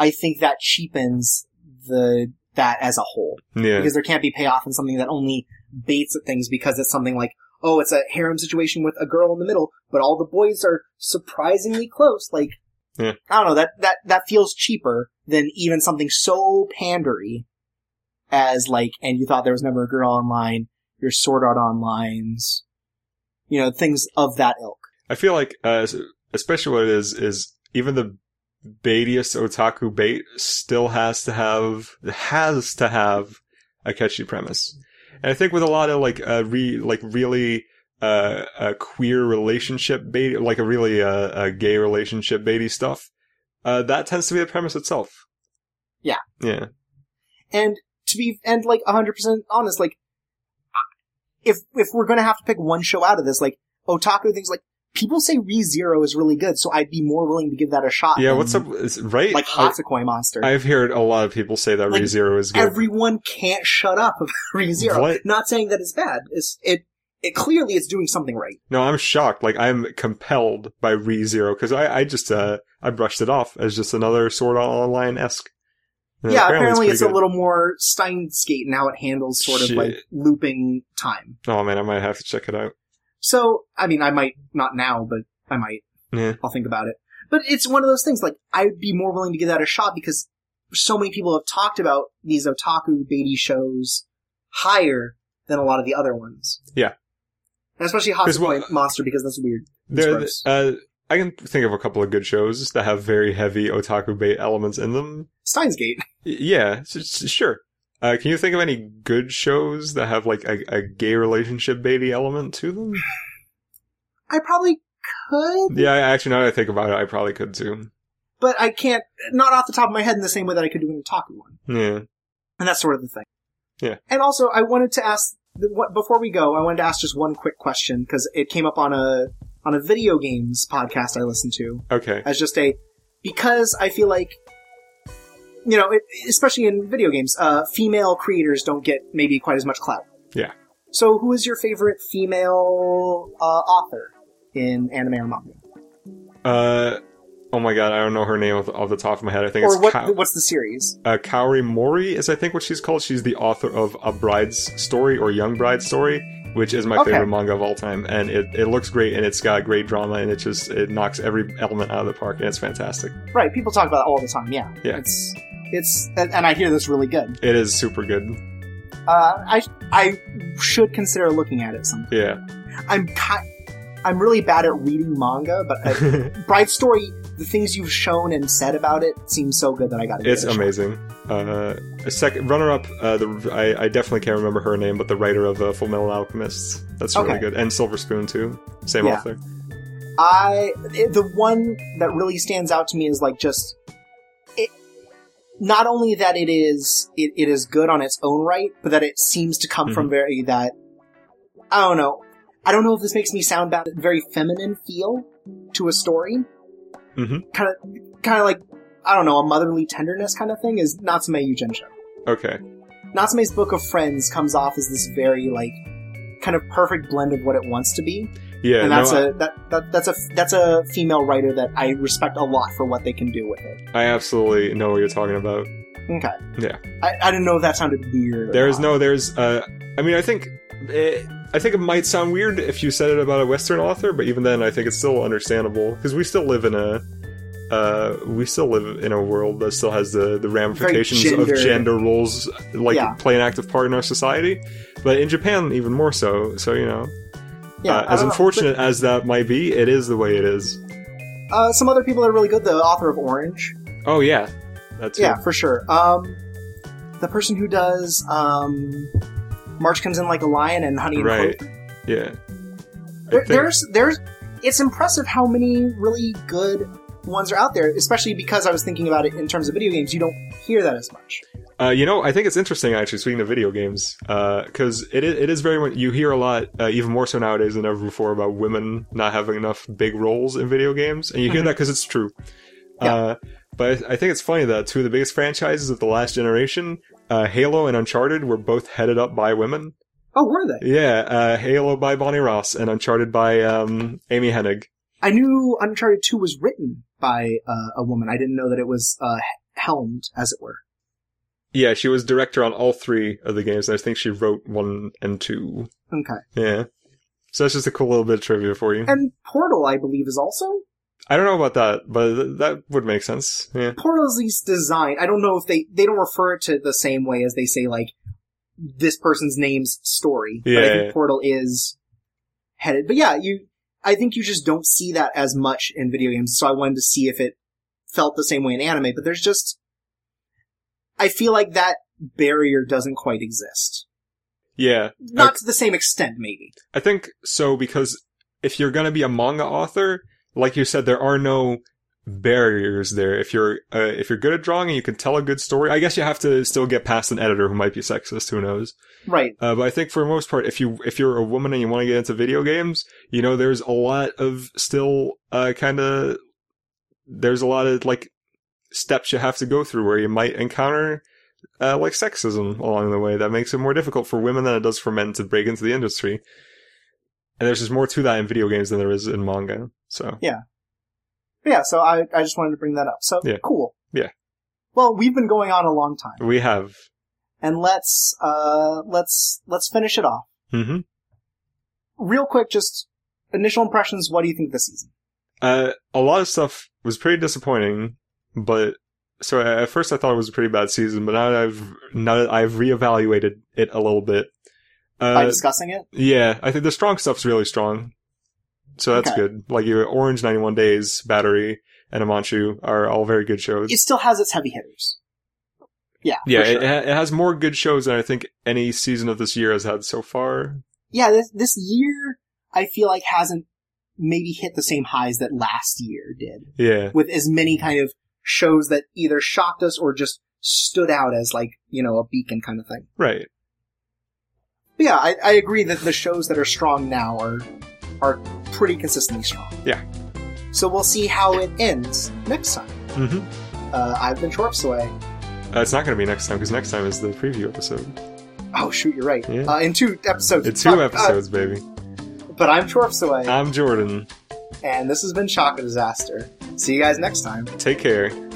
I think that cheapens the that as a whole.
Yeah.
because there can't be payoff in something that only baits at things because it's something like oh it's a harem situation with a girl in the middle but all the boys are surprisingly close like
Yeah.
i don't know that that that feels cheaper than even something so pandery as like and you thought there was never a girl online your sword art online's you know things of that ilk
I feel like, uh, s- especially what it is, is even the baitiest otaku bait still has to have has to have a catchy premise, and I think with a lot of like uh, re like really uh, uh queer relationship bait, like a really uh, uh gay relationship baity stuff, uh, that tends to be the premise itself.
Yeah.
Yeah.
and to be and like 100% honest like if if we're gonna have to pick one show out of this like otaku things like people say re zero is really good so i'd be more willing to give that a shot
Yeah.
than,
What's up? Is, right.
Um, like
I,
hatsukoi monster
I've heard a lot of people say that
Like,
ReZero is good.
everyone can't shut up about re zero
What?
not saying that it's bad it's it it clearly it's doing something right
No, I'm shocked. Like I'm compelled by ReZero because I, I just uh I brushed it off as just another Sword Art Online esque.
yeah apparently, it's, a little more steins gate in how it handles sort of
Shit.
like looping time
Oh man, I might have to check it out.
So, I mean, I might not now, but I might.
Yeah.
I'll think about it. But it's one of those things. Like, I'd be more willing to give that a shot because so many people have talked about these otaku baby shows higher than a lot of the other ones.
Yeah.
And especially
'Cause
Hot
what-
Monster because that's weird. It's
There,
gross.
uh, I can think of a couple of good shows that have very heavy otaku bait elements in them.
Steins Gate.
Y- Yeah, s- s- sure. Uh, can you think of any good shows that have like a, a gay relationship baity element to them?
I probably could,
yeah, I- actually, now that I think about it, I probably could too.
but I can't. Not off the top of my head in the same way that I could do an otaku one.
Yeah,
and that's sort of the thing.
Yeah.
And also, I wanted to ask the- what before we go. I wanted to ask just one quick question because it came up on a on a video games podcast I listened to
okay.
as just a because I feel like you know, it, especially in video games, uh, female creators don't get maybe quite as much clout.
Yeah.
So, who is your favorite female uh, author in anime or manga,
Uh, oh my god, I don't know her name off, off the top of my head. I think
or
it's
what?
Ka-
what's the series?
uh, Kaori Mori is I think what she's called. She's the author of A Bride's Story or Young Bride's Story, which is my
Okay.
favorite manga of all time, and it, it looks great and it's got great drama and it just it knocks every element out of the park and it's fantastic.
Right, people talk about it all the time. Yeah.
Yeah.
It's it's and, and I hear this really good.
It is super good.
Uh, I I should consider looking at it sometime.
Yeah,
I'm ki- I'm really bad at reading manga, but uh, Bright Story, the things you've shown and said about it seem so good that I got to.
it's
it a shot.
amazing. Uh, a second runner up, uh, the I, I definitely can't remember her name, but the writer of uh, Full Metal Alchemist. That's really
Okay.
good, and Silver Spoon too. Same
Yeah.
author.
I it- the one that really stands out to me is like just it. Not only that it is it, it is good on its own right, but that it seems to come from very that I don't know. I don't know if this makes me sound bad. Very feminine feel to a story.
Mhm.
Kind of kind of like I don't know a motherly tenderness kind of thing is Natsume Yujensho.
Okay.
Natsume's Book of Friends comes off as this very like kind of perfect blend of what it wants to be
Yeah,
and
no,
that's a that, that that's a that's a female writer that I respect a lot for what they can do with it.
I absolutely know what you're talking about.
Okay.
Yeah.
I, I don't know if that sounded weird. or
There is
not.
no, there's. Uh, I mean, I think, it, I think it might sound weird if you said it about a Western author, but even then, I think it's still understandable because we still live in a, uh, we still live in a world that still has the the ramifications
gender-
of gender roles like
Yeah.
play an active part in our society, but in Japan even more so. So you know,
yeah,
uh,
I
as
don't know.
unfortunate as that might be, it is the way it is.
But, uh, some other people that are really good. The author of Orange,
Oh yeah, that's
yeah, for sure. Um, the person who does um, March comes in like a lion and Honey and
Right.
Clover.
yeah. I
There,
think-
there's there's it's impressive how many really good ones are out there, especially because I was thinking about it in terms of video games. You don't hear that as much.
Uh, you know, I think it's interesting actually. Speaking of video games, because it is, it is very much you hear a lot, uh, even more so nowadays than ever before, about women not having enough big roles in video games, and you hear that 'cause that because it's true.
Yeah.
Uh, but I think it's funny that two of the biggest franchises of the last generation, uh, Halo and Uncharted, were both headed up by women.
Oh, were they?
Yeah, uh, Halo by Bonnie Ross and Uncharted by um, Amy Hennig.
I knew Uncharted 2 was written by uh, a woman. I didn't know that it was uh, helmed, as it were.
Yeah, she was director on all three of the games, and I think she wrote one and two.
Okay.
Yeah. So that's just a cool little bit of trivia for you.
And Portal, I believe, is also?
I don't know about that, but th- that would make sense. Yeah.
Portal is at least designed. I don't know if they, they don't refer it to the same way as they say, like, this person's name's story. But I
Yeah,
think
yeah.
Portal is headed. But yeah, you, I think you just don't see that as much in video games, so I wanted to see if it felt the same way in anime, but there's just, I feel like that barrier doesn't quite exist.
Yeah.
Not to the same extent, maybe.
I think so because if you're going to be a manga author, like you said, there are no barriers there. If you're uh, if you're good at drawing and you can tell a good story, I guess you have to still get past an editor who might be sexist. Who knows?
Right.
Uh, but I think for the most part, if you if you're a woman and you want to get into video games, you know there's a lot of still uh, kind of there's a lot of like steps you have to go through where you might encounter uh, like sexism along the way that makes it more difficult for women than it does for men to break into the industry. And there's just more to that in video games than there is in manga. So
But yeah, so I, I just wanted to bring that up. So
Yeah.
cool.
Yeah.
Well, we've been going on a long time,
we have.
and let's uh let's let's finish it off
hmm
real quick. Just initial impressions. What do you think of the season?
Uh, a lot of stuff was pretty disappointing, but so a- at first I thought it was a pretty bad season, but now that I've now that I've reevaluated it a little bit.
By
Uh,
discussing it,
yeah, I think the strong stuff's really strong, so that's
Okay.
good. Like your Orange Ninety One Days, Battery, and Amanchu are all very good shows.
it still has its heavy hitters. Yeah.
yeah,
for sure.
it, it ha- it has more good shows than I think any season of this year has had so far.
yeah. This this year, I feel like hasn't maybe hit the same highs that last year did,
Yeah,
with as many kind of shows that either shocked us or just stood out as like you know a beacon kind of thing.
right.
But yeah, I, I agree that the shows that are strong now are are pretty consistently strong.
Yeah.
So we'll see how it ends next time.
hmm
Uh, I've been Schwarpsaway.
Uh, it's not going to be next time because next time is the preview episode.
Oh shoot, you're right.
Yeah.
Uh, in two episodes.
It's two
Fuck, uh,
episodes, Uh. baby.
but I'm Schwarpsaway,
I'm Jordan.
and this has been Shock a Disaster. See you guys next time.
Take care.